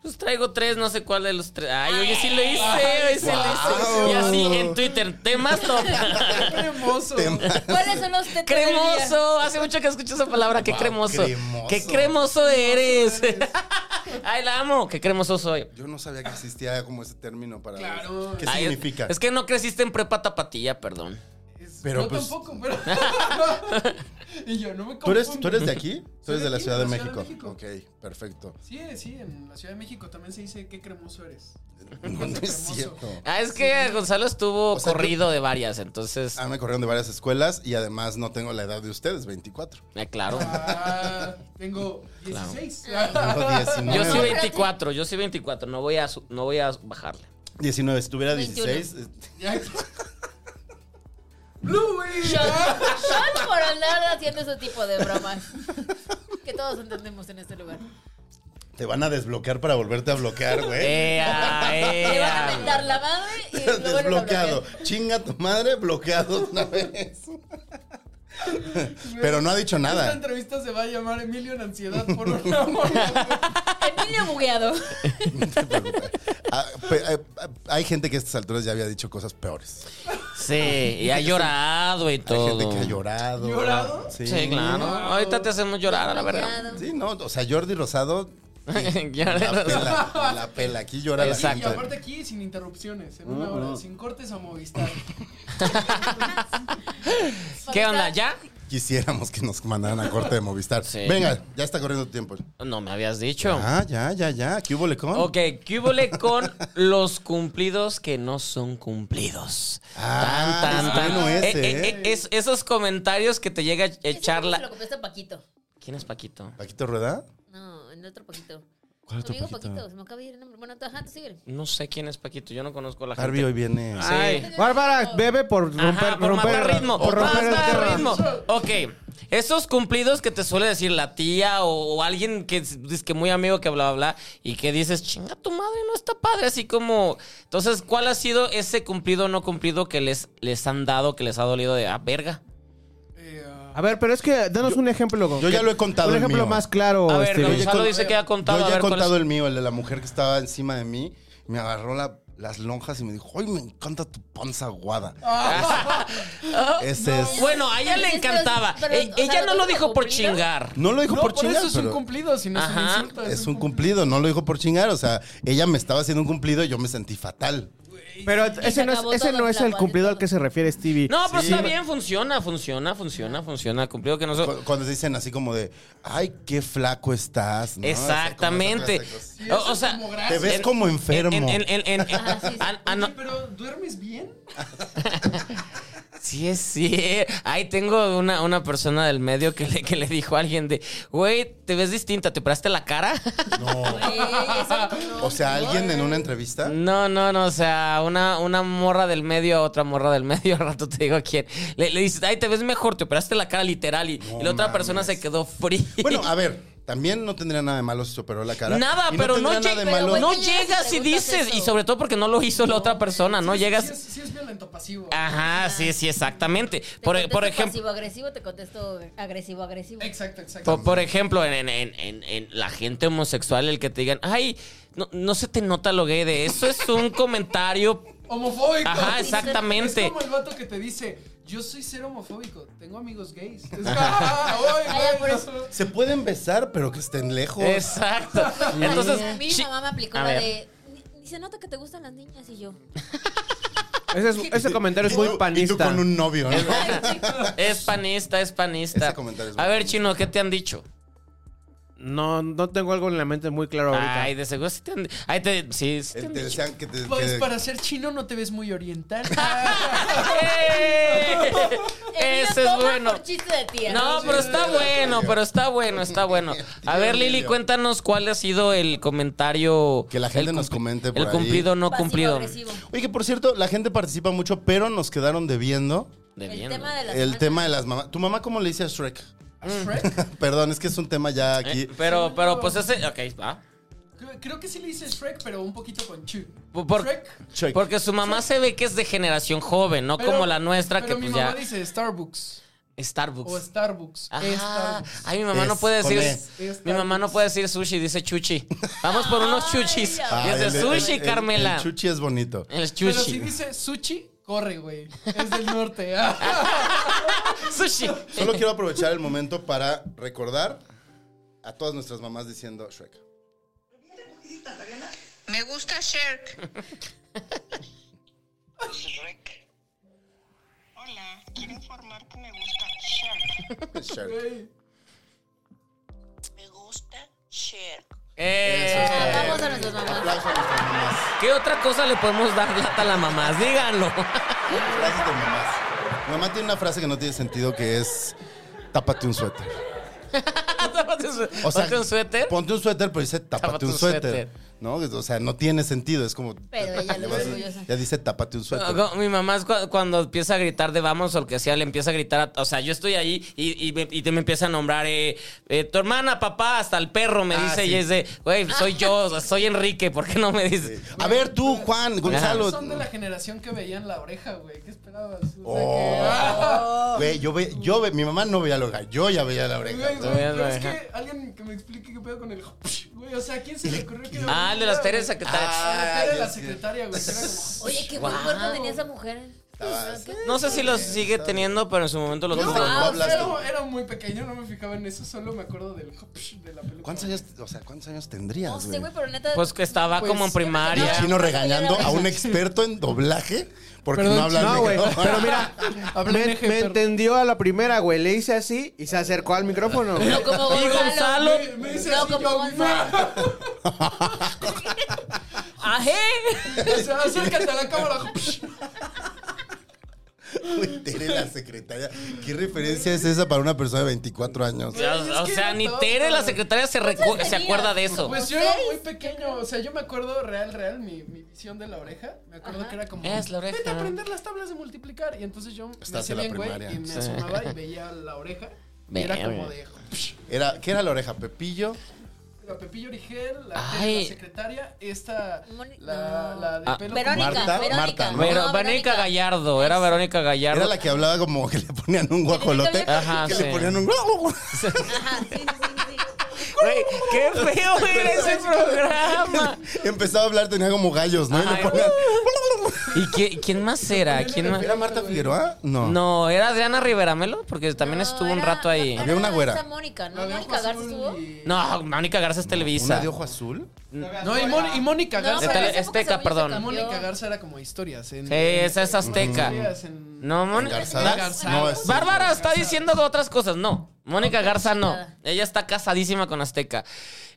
[SPEAKER 5] Pues traigo tres, no sé cuál de los tres. Ay, oye, sí lo hice, oye, sí lo
[SPEAKER 4] Wow.
[SPEAKER 5] hice. Y así en Twitter, temas top.
[SPEAKER 7] Qué cremoso.
[SPEAKER 6] ¿Cuáles son los tetas del día?
[SPEAKER 5] cremoso. Hace mucho que escucho esa palabra, qué
[SPEAKER 4] Wow,
[SPEAKER 5] cremoso.
[SPEAKER 4] cremoso.
[SPEAKER 5] Qué cremoso eres. Ay, la amo, qué cremoso soy.
[SPEAKER 4] Yo no sabía que existía como ese término para...
[SPEAKER 7] Claro.
[SPEAKER 4] ¿Qué
[SPEAKER 5] Ay,
[SPEAKER 4] significa?
[SPEAKER 5] Es que no creciste en prepa tapatilla, perdón.
[SPEAKER 7] Es-
[SPEAKER 4] Pero,
[SPEAKER 7] yo
[SPEAKER 4] pues-
[SPEAKER 7] tampoco, pero. y yo no me
[SPEAKER 4] ¿Tú eres,
[SPEAKER 7] confundo.
[SPEAKER 4] ¿Tú eres de aquí? ¿Tú
[SPEAKER 7] Soy
[SPEAKER 4] eres de la
[SPEAKER 7] aquí,
[SPEAKER 4] Ciudad de México?
[SPEAKER 7] Ciudad de
[SPEAKER 4] Ok, perfecto.
[SPEAKER 7] Sí, sí, en la Ciudad de México también se dice qué cremoso eres.
[SPEAKER 4] No, no es
[SPEAKER 7] Hermoso.
[SPEAKER 4] cierto.
[SPEAKER 5] Ah, es que Gonzalo estuvo
[SPEAKER 4] O sea,
[SPEAKER 5] corrido de varias, entonces.
[SPEAKER 4] Ah, me corrieron de varias escuelas y además no tengo la edad de ustedes, 24.
[SPEAKER 5] eh, claro.
[SPEAKER 7] Ah, tengo 16.
[SPEAKER 4] Tengo 19.
[SPEAKER 5] Yo soy 24, yo soy 24, no voy a, su- no voy a bajarle.
[SPEAKER 4] 19, si tuviera
[SPEAKER 6] 21.
[SPEAKER 4] 16. eh,
[SPEAKER 7] Ya. Bluey.
[SPEAKER 6] Shot por andar haciendo ese tipo de bromas. Que todos entendemos en este lugar.
[SPEAKER 4] Te van a desbloquear para volverte a bloquear, güey.
[SPEAKER 5] Eh. ¡Ea,
[SPEAKER 6] Le van a
[SPEAKER 5] ea!
[SPEAKER 6] mentar la madre y lo vuelven a
[SPEAKER 4] Eh, ah, Desbloqueado.
[SPEAKER 6] bloquear.
[SPEAKER 4] Chinga tu madre, bloqueado una vez. Pero no ha dicho
[SPEAKER 7] Esta
[SPEAKER 4] nada.
[SPEAKER 7] entrevista se va a llamar Emilio en ansiedad por una mona.
[SPEAKER 6] Emilio bugueado.
[SPEAKER 4] Ah, pe- eh, Hay gente que a estas alturas ya había dicho cosas peores.
[SPEAKER 5] Sí, y ha llorado y
[SPEAKER 4] Hay
[SPEAKER 5] todo.
[SPEAKER 4] gente que ha llorado.
[SPEAKER 7] ¿Llorado?
[SPEAKER 5] Sí, claro. Ahorita te hacemos llorar, a la verdad.
[SPEAKER 6] Bugueado.
[SPEAKER 4] Sí, no, o sea, Jordi Rosado
[SPEAKER 5] Ya-
[SPEAKER 4] la pela, la pela. Aquí llora la
[SPEAKER 7] Y
[SPEAKER 5] Exacto. Mm.
[SPEAKER 4] gente.
[SPEAKER 7] aparte aquí sin interrupciones, en una hora, sin cortes a Movistar.
[SPEAKER 5] ¿Qué onda? ¿Ya?
[SPEAKER 4] Quisiéramos que nos mandaran a corte de Movistar.
[SPEAKER 5] Sí.
[SPEAKER 4] Venga, ya está corriendo tu tiempo.
[SPEAKER 5] No me habías dicho.
[SPEAKER 4] Ah, ya, ya, ya. ¿Qué hubo, Lecón?
[SPEAKER 5] Ok, ¿qué hubole con los cumplidos que no son cumplidos?
[SPEAKER 4] Ah, es bueno ese,
[SPEAKER 5] Eh, eh,
[SPEAKER 4] ¿eh?
[SPEAKER 5] eh, es- esos comentarios que te llega a
[SPEAKER 6] Ese
[SPEAKER 5] echar
[SPEAKER 6] Se lo
[SPEAKER 5] la...
[SPEAKER 6] copiaste a Paquito.
[SPEAKER 5] ¿Quién es Paquito?
[SPEAKER 4] ¿Paquito Rueda?
[SPEAKER 6] No, en otro Paquito.
[SPEAKER 4] ¿Cuál es tu
[SPEAKER 6] Amigo
[SPEAKER 4] Paquito?
[SPEAKER 6] Paquito, se me acaba de ir el nombre. Bueno, tú, ajá, tú síguele.
[SPEAKER 5] No sé quién es Paquito, yo no conozco a la
[SPEAKER 4] Barbie hoy
[SPEAKER 5] gente.
[SPEAKER 4] viene.
[SPEAKER 5] Sí.
[SPEAKER 2] Bárbara, bebe por romper,
[SPEAKER 5] Ajá, por
[SPEAKER 2] romper-
[SPEAKER 5] matar ritmo.
[SPEAKER 2] por romper
[SPEAKER 4] este
[SPEAKER 2] el tema.
[SPEAKER 5] matar ritmo. Ok. Esos cumplidos que te suele decir la tía o, o alguien que es es que muy amigo que bla, bla, bla, y que dices, chinga tu madre, no está padre, así como... Entonces, ¿cuál ha sido ese cumplido o no cumplido que les, les han dado, que les ha dolido de, ah, verga?
[SPEAKER 7] Eh, ah,
[SPEAKER 2] A ver, pero es que danos un ejemplo.
[SPEAKER 4] yo ya lo he contado
[SPEAKER 2] Un
[SPEAKER 4] el
[SPEAKER 2] ejemplo
[SPEAKER 4] mío.
[SPEAKER 2] más claro.
[SPEAKER 4] Oh,
[SPEAKER 5] a ver,
[SPEAKER 2] este,
[SPEAKER 4] oye,
[SPEAKER 5] Gonzalo
[SPEAKER 4] con-
[SPEAKER 5] dice que ha contado,
[SPEAKER 4] Yo
[SPEAKER 5] a
[SPEAKER 4] ya he
[SPEAKER 5] ver, ¿cuál
[SPEAKER 4] contado
[SPEAKER 5] es?
[SPEAKER 4] el mío, el de la mujer que estaba encima de mí. Me agarró la- las lonjas y me dijo, ¡ay, me encanta tu panza aguada!
[SPEAKER 5] Ah.
[SPEAKER 4] Ese es...
[SPEAKER 5] Bueno, a ella le
[SPEAKER 6] Pero es-
[SPEAKER 5] encantaba.
[SPEAKER 6] pero,
[SPEAKER 5] E-
[SPEAKER 6] o sea,
[SPEAKER 5] ella no lo
[SPEAKER 6] ¿lo dijo
[SPEAKER 5] dijo por
[SPEAKER 6] cumplido?
[SPEAKER 5] chingar.
[SPEAKER 4] No lo dijo
[SPEAKER 7] no,
[SPEAKER 4] por
[SPEAKER 7] por,
[SPEAKER 4] chingar,
[SPEAKER 7] eso es un
[SPEAKER 4] pero
[SPEAKER 7] cumplido, si no es
[SPEAKER 5] Ajá.
[SPEAKER 7] un insulto.
[SPEAKER 4] es un cumplido. No lo dijo por chingar, o sea, ella me estaba haciendo un cumplido y yo me sentí fatal.
[SPEAKER 2] Pero
[SPEAKER 6] Y se
[SPEAKER 2] ese no es,
[SPEAKER 6] acabó
[SPEAKER 2] ese
[SPEAKER 6] todo
[SPEAKER 2] no
[SPEAKER 6] el
[SPEAKER 2] es el
[SPEAKER 6] agua,
[SPEAKER 2] cumplido
[SPEAKER 6] todo.
[SPEAKER 2] al que se refiere Stevie.
[SPEAKER 5] No, pero
[SPEAKER 4] Sí.
[SPEAKER 5] está bien, funciona, funciona, funciona, funciona. Cumplido que no so-
[SPEAKER 4] Cu- Cuando se dicen así como de, ¡ay, qué flaco estás! ¿no? O sea, como esa clase
[SPEAKER 5] Exactamente.
[SPEAKER 4] de cosas.
[SPEAKER 7] Sí,
[SPEAKER 5] O-
[SPEAKER 7] eso
[SPEAKER 5] o sea,
[SPEAKER 7] como gracia.
[SPEAKER 4] Te ves
[SPEAKER 5] En-
[SPEAKER 4] como enfermo.
[SPEAKER 5] En- en- en- en- en-
[SPEAKER 6] Ajá, sí, sí.
[SPEAKER 5] an-
[SPEAKER 7] Oye,
[SPEAKER 5] an-
[SPEAKER 7] pero ¿duermes bien?
[SPEAKER 5] Sí, es sí. Ahí tengo una, una persona del medio que le, que le dijo a alguien de, güey, te ves distinta, ¿te operaste la cara?
[SPEAKER 4] No.
[SPEAKER 6] Güey, eso no,
[SPEAKER 4] O sea,
[SPEAKER 6] no.
[SPEAKER 4] alguien en una entrevista.
[SPEAKER 5] No, no, no, o sea, una, una morra del medio a otra morra del medio, al rato te digo quién. Le, le dices, ay, te ves mejor, te operaste la cara literal y, y la otra
[SPEAKER 4] mames.
[SPEAKER 5] persona se quedó fría.
[SPEAKER 4] Bueno, a ver, también no tendría nada de malo si se operó la cara.
[SPEAKER 5] Nada,
[SPEAKER 4] Y
[SPEAKER 5] pero no,
[SPEAKER 4] tendría nada
[SPEAKER 5] lleg-
[SPEAKER 4] de malo.
[SPEAKER 6] Pero,
[SPEAKER 5] no
[SPEAKER 6] güey, llegas y
[SPEAKER 5] llegas y
[SPEAKER 6] preguntas
[SPEAKER 5] dices,
[SPEAKER 6] eso.
[SPEAKER 5] y sobre todo porque no lo hizo la otra persona, no
[SPEAKER 7] Sí,
[SPEAKER 5] llegas...
[SPEAKER 7] Sí, es, sí es violento pasivo.
[SPEAKER 5] Ajá, sí, sí, exactamente.
[SPEAKER 6] Te
[SPEAKER 5] Por, e-,
[SPEAKER 6] contesto
[SPEAKER 5] por ejemplo...
[SPEAKER 6] Pasivo agresivo, te contesto agresivo agresivo.
[SPEAKER 7] Exacto, exacto.
[SPEAKER 5] Por, por ejemplo, en, en- en- en- en la gente homosexual, el que te digan, ay, no, no se te nota lo gay de eso, es un comentario.
[SPEAKER 7] Homofóbico.
[SPEAKER 5] Ajá, exactamente.
[SPEAKER 7] Es como el vato que te dice, yo soy ser homofóbico, tengo amigos gays. Es ah, oye,
[SPEAKER 6] Ah, ya, por
[SPEAKER 7] no.
[SPEAKER 6] eso.
[SPEAKER 4] Se pueden besar, pero que estén lejos.
[SPEAKER 5] Exacto. Entonces,
[SPEAKER 6] mi
[SPEAKER 5] chi-
[SPEAKER 6] mamá me aplicó
[SPEAKER 5] A
[SPEAKER 6] la
[SPEAKER 5] ver.
[SPEAKER 6] de. "Ni- ni se nota que te gustan las niñas y yo.
[SPEAKER 2] Ese, es- ese comentario es
[SPEAKER 4] Y tú-
[SPEAKER 2] muy
[SPEAKER 4] Y tú
[SPEAKER 2] panista.
[SPEAKER 4] con un novio, ¿no?
[SPEAKER 5] es panista, es panista.
[SPEAKER 4] Ese comentario es
[SPEAKER 5] A
[SPEAKER 4] muy
[SPEAKER 5] ver,
[SPEAKER 4] bueno.
[SPEAKER 5] chino, ¿qué te han dicho?
[SPEAKER 2] No, no tengo algo en la mente muy claro ahorita.
[SPEAKER 5] Ay, de seguro sí te han Ay, te, sí, sí te
[SPEAKER 4] Te
[SPEAKER 5] han dicho.
[SPEAKER 4] desean que te-
[SPEAKER 7] Pues
[SPEAKER 4] que-
[SPEAKER 7] para ser chino no te ves muy oriental.
[SPEAKER 5] ¡Eh! Ese
[SPEAKER 6] Emilio
[SPEAKER 5] es
[SPEAKER 6] toma
[SPEAKER 5] bueno.
[SPEAKER 6] Por chiste de ¿eh? tía.
[SPEAKER 5] No, pero está bueno, pero está bueno, está bueno. A ver, Lili, cuéntanos cuál ha sido el comentario.
[SPEAKER 4] Que la gente
[SPEAKER 5] el
[SPEAKER 4] nos
[SPEAKER 5] cumpli-
[SPEAKER 4] comente por
[SPEAKER 5] El
[SPEAKER 4] ahí.
[SPEAKER 5] cumplido o no
[SPEAKER 6] Pasivo
[SPEAKER 5] cumplido.
[SPEAKER 6] agresivo.
[SPEAKER 4] Oye, que por cierto, la gente participa mucho, pero nos quedaron debiendo
[SPEAKER 5] De
[SPEAKER 6] El
[SPEAKER 5] bien,
[SPEAKER 6] tema
[SPEAKER 5] ¿no?
[SPEAKER 6] de las
[SPEAKER 4] el tema de las mamás. ¿Tu mamá cómo le dice a Shrek?
[SPEAKER 7] ¿A Shrek?
[SPEAKER 4] Perdón, es que es un tema ya aquí.
[SPEAKER 5] Eh, pero, pero, pues ese. Ok, va.
[SPEAKER 7] Creo- Creo que sí le dice Shrek, pero un poquito con chu.
[SPEAKER 5] Por- por-
[SPEAKER 7] Shrek.
[SPEAKER 4] Shrek.
[SPEAKER 5] Porque su mamá se ve que es de generación joven, no
[SPEAKER 7] pero-
[SPEAKER 5] como la nuestra que
[SPEAKER 7] pero mi
[SPEAKER 5] pues
[SPEAKER 7] mamá
[SPEAKER 5] ya.
[SPEAKER 7] dice Starbucks. O
[SPEAKER 5] Starbucks.
[SPEAKER 7] Starbucks.
[SPEAKER 5] Ajá.
[SPEAKER 7] Starbucks.
[SPEAKER 5] Ay, mi mamá no
[SPEAKER 4] Es
[SPEAKER 5] puede
[SPEAKER 4] con
[SPEAKER 5] decir.
[SPEAKER 4] E.
[SPEAKER 7] Es
[SPEAKER 5] Mi mamá no puede decir sushi, dice chuchi. Vamos por unos
[SPEAKER 6] Ay,
[SPEAKER 5] chuchis.
[SPEAKER 6] ya.
[SPEAKER 4] Ah, el-
[SPEAKER 5] Dice
[SPEAKER 4] el-
[SPEAKER 5] sushi,
[SPEAKER 4] el- el-
[SPEAKER 5] Carmela. Eh,
[SPEAKER 4] El chuchi es bonito.
[SPEAKER 5] El
[SPEAKER 7] Pero si
[SPEAKER 5] chuchi.
[SPEAKER 7] dice sushi, corre, güey. Es del norte.
[SPEAKER 5] Sushi.
[SPEAKER 4] Solo quiero aprovechar el momento para recordar a todas nuestras mamás diciendo Shrek.
[SPEAKER 8] Me gusta Shrek. Hola, quiero informar que me gusta Shark.
[SPEAKER 4] Shark.
[SPEAKER 7] Güey.
[SPEAKER 8] Me gusta Shark.
[SPEAKER 5] Eh,
[SPEAKER 6] Vamos a nuestras mamás.
[SPEAKER 4] Aplausos a nuestras mamás.
[SPEAKER 5] ¿Qué otra cosa le podemos dar lata a la mamá? Díganlo.
[SPEAKER 4] Frases de mamás. Mi mamá tiene una frase que no tiene sentido que es tápate un suéter.
[SPEAKER 5] Tápate un sué- ponte un suéter.
[SPEAKER 4] Ponte un suéter, pero dice tápate,
[SPEAKER 5] Tápate
[SPEAKER 4] un
[SPEAKER 5] un
[SPEAKER 4] suéter.
[SPEAKER 5] suéter.
[SPEAKER 4] ¿No? O sea, no tiene sentido. Es como.
[SPEAKER 6] Pero ella
[SPEAKER 4] le
[SPEAKER 6] lo
[SPEAKER 4] vas a-
[SPEAKER 6] orgullosa.
[SPEAKER 4] Ya dice tápate un suéter.
[SPEAKER 5] No, no, Ah, Mi mamá es cu- cuando empieza a gritar de vamos o lo que sea, le empieza a gritar. a- o sea, yo estoy ahí y, y me, y te me empieza a nombrar eh, eh, tu hermana, papá, hasta el perro me
[SPEAKER 4] Ah,
[SPEAKER 5] dice.
[SPEAKER 4] sí.
[SPEAKER 5] Y es de, güey, soy yo, o sea, soy Enrique, ¿por qué no me dices?
[SPEAKER 4] A ver, tú, Juan, Gonzalo.
[SPEAKER 7] Son de la generación que veían la oreja, güey. ¿Qué esperabas? O sea, que- ah.
[SPEAKER 4] Oh. Güey, yo ve, yo ve, mi mamá no veía la oreja, yo ya veía la oreja.
[SPEAKER 7] Güey, güey,
[SPEAKER 5] Todavía no
[SPEAKER 7] pero es
[SPEAKER 5] deja.
[SPEAKER 7] que alguien que me explique qué pedo con el güey, o sea, ¿a quién se le ocurrió que
[SPEAKER 5] Ah, el de las Teres
[SPEAKER 4] Ah.
[SPEAKER 5] secretarias.
[SPEAKER 7] Ah, la
[SPEAKER 4] Ay, sí.
[SPEAKER 7] secretaria, güey. que era como-
[SPEAKER 6] Oye, qué buen cuerpo tenía esa mujer.
[SPEAKER 5] No sé si los sigue teniendo, pero en su momento lo
[SPEAKER 4] ¿Cuántos
[SPEAKER 5] tuvo.
[SPEAKER 4] años-
[SPEAKER 6] Ah,
[SPEAKER 4] no
[SPEAKER 7] O sea,
[SPEAKER 4] hablaste?
[SPEAKER 7] era, era muy pequeño, no me fijaba en eso, solo me acuerdo del de la peluca.
[SPEAKER 4] ¿Cuántos años, o sea, cuántos años
[SPEAKER 6] No
[SPEAKER 4] tendrías,
[SPEAKER 6] sé,
[SPEAKER 4] güey?
[SPEAKER 6] güey, pero neta.
[SPEAKER 5] Pues que estaba
[SPEAKER 7] Pues,
[SPEAKER 5] como en
[SPEAKER 4] Y
[SPEAKER 5] primaria.
[SPEAKER 4] el chino
[SPEAKER 6] Ya.
[SPEAKER 4] regañando a un experto en doblaje porque
[SPEAKER 7] Perdón,
[SPEAKER 4] no habla al
[SPEAKER 2] No, güey,
[SPEAKER 4] micrófono.
[SPEAKER 2] pero mira,
[SPEAKER 7] Habla
[SPEAKER 2] me,
[SPEAKER 7] un eje,
[SPEAKER 2] me
[SPEAKER 7] pero-
[SPEAKER 2] entendió a la primera, güey. Le hice así y se acercó al micrófono. güey.
[SPEAKER 6] No como
[SPEAKER 5] Y Gonzalo.
[SPEAKER 7] Me- me dice
[SPEAKER 6] No
[SPEAKER 7] así,
[SPEAKER 6] como
[SPEAKER 7] yo,
[SPEAKER 6] Gonzalo.
[SPEAKER 5] ¡Ajé!
[SPEAKER 7] O sea, acércate a la cámara.
[SPEAKER 4] Güey, Tere, la secretaria. ¿Qué referencia es esa para una persona de 24 años?
[SPEAKER 5] O sea,
[SPEAKER 7] Güey, Pues es
[SPEAKER 5] o
[SPEAKER 7] que
[SPEAKER 5] sea,
[SPEAKER 7] era
[SPEAKER 5] ni
[SPEAKER 7] todo,
[SPEAKER 5] Tere, la
[SPEAKER 7] güey.
[SPEAKER 5] secretaria, se, recu- se
[SPEAKER 6] tenías?
[SPEAKER 5] acuerda de eso.
[SPEAKER 7] Pues yo era muy
[SPEAKER 6] Seis.
[SPEAKER 7] pequeño, o sea, yo me acuerdo real, real, mi, mi visión de la oreja. Me acuerdo que era como.
[SPEAKER 5] Es la oreja.
[SPEAKER 7] Vete a aprender las tablas de multiplicar. Y entonces yo me
[SPEAKER 4] Estás
[SPEAKER 7] hacía
[SPEAKER 4] en la
[SPEAKER 7] bien, güey,
[SPEAKER 4] primaria.
[SPEAKER 7] y me
[SPEAKER 4] Sí.
[SPEAKER 7] asomaba y veía la oreja. Y era
[SPEAKER 5] Verga.
[SPEAKER 7] como de.
[SPEAKER 4] Era, ¿Qué era la oreja? ¿Pepillo?
[SPEAKER 7] La Pepillo Origel, la,
[SPEAKER 5] Ay.
[SPEAKER 7] la secretaria, esta.
[SPEAKER 6] Moni-
[SPEAKER 7] La,
[SPEAKER 6] no.
[SPEAKER 7] la de
[SPEAKER 5] Ah.
[SPEAKER 7] pelo.
[SPEAKER 6] Verónica,
[SPEAKER 4] Marta,
[SPEAKER 6] Verónica.
[SPEAKER 4] Marta, ¿no?
[SPEAKER 5] Pero
[SPEAKER 6] No,
[SPEAKER 5] Verónica Gallardo,
[SPEAKER 7] Pues,
[SPEAKER 5] era Verónica Gallardo.
[SPEAKER 4] Era la que hablaba como que le ponían un guajolote.
[SPEAKER 5] Ajá,
[SPEAKER 4] que
[SPEAKER 5] sí.
[SPEAKER 4] le ponían un
[SPEAKER 6] Ajá, sí, sí, sí, sí.
[SPEAKER 5] Güey, qué feo era ese programa.
[SPEAKER 4] Empezaba a hablar, tenía como gallos, ¿no? Y le
[SPEAKER 5] Ajá.
[SPEAKER 4] ponían-
[SPEAKER 5] ¿Y qué- quién más era? ¿Quién más?
[SPEAKER 4] ¿Era Marta Figueroa? No.
[SPEAKER 5] No, era Adriana Riveramelo, porque también
[SPEAKER 6] No,
[SPEAKER 5] estuvo un
[SPEAKER 6] era-
[SPEAKER 5] rato ahí.
[SPEAKER 6] era
[SPEAKER 4] Había una güera.
[SPEAKER 6] esa Mónica, ¿no?
[SPEAKER 7] La de
[SPEAKER 6] Mónica
[SPEAKER 7] ojos
[SPEAKER 6] Garza
[SPEAKER 7] azul
[SPEAKER 6] estuvo.
[SPEAKER 7] y-
[SPEAKER 5] No, Mónica Garza es
[SPEAKER 4] ¿Una
[SPEAKER 5] Televisa.
[SPEAKER 4] de ojo azul?
[SPEAKER 7] No, y, Mon- y Mónica
[SPEAKER 6] No,
[SPEAKER 7] Garza.
[SPEAKER 5] Esta-
[SPEAKER 6] pero en esa época
[SPEAKER 5] Azteca,
[SPEAKER 6] según yo
[SPEAKER 5] perdón.
[SPEAKER 6] se cambió.
[SPEAKER 7] Mónica Garza era como historias. En,
[SPEAKER 5] Sí, esa es azteca.
[SPEAKER 7] Historias en-
[SPEAKER 5] No, Mónica.
[SPEAKER 4] ¿Engarzadas?
[SPEAKER 7] Engarzadas.
[SPEAKER 4] No, es.
[SPEAKER 5] Bárbara está diciendo otras cosas. No, Mónica Garza no. Ella está casadísima con Azteca.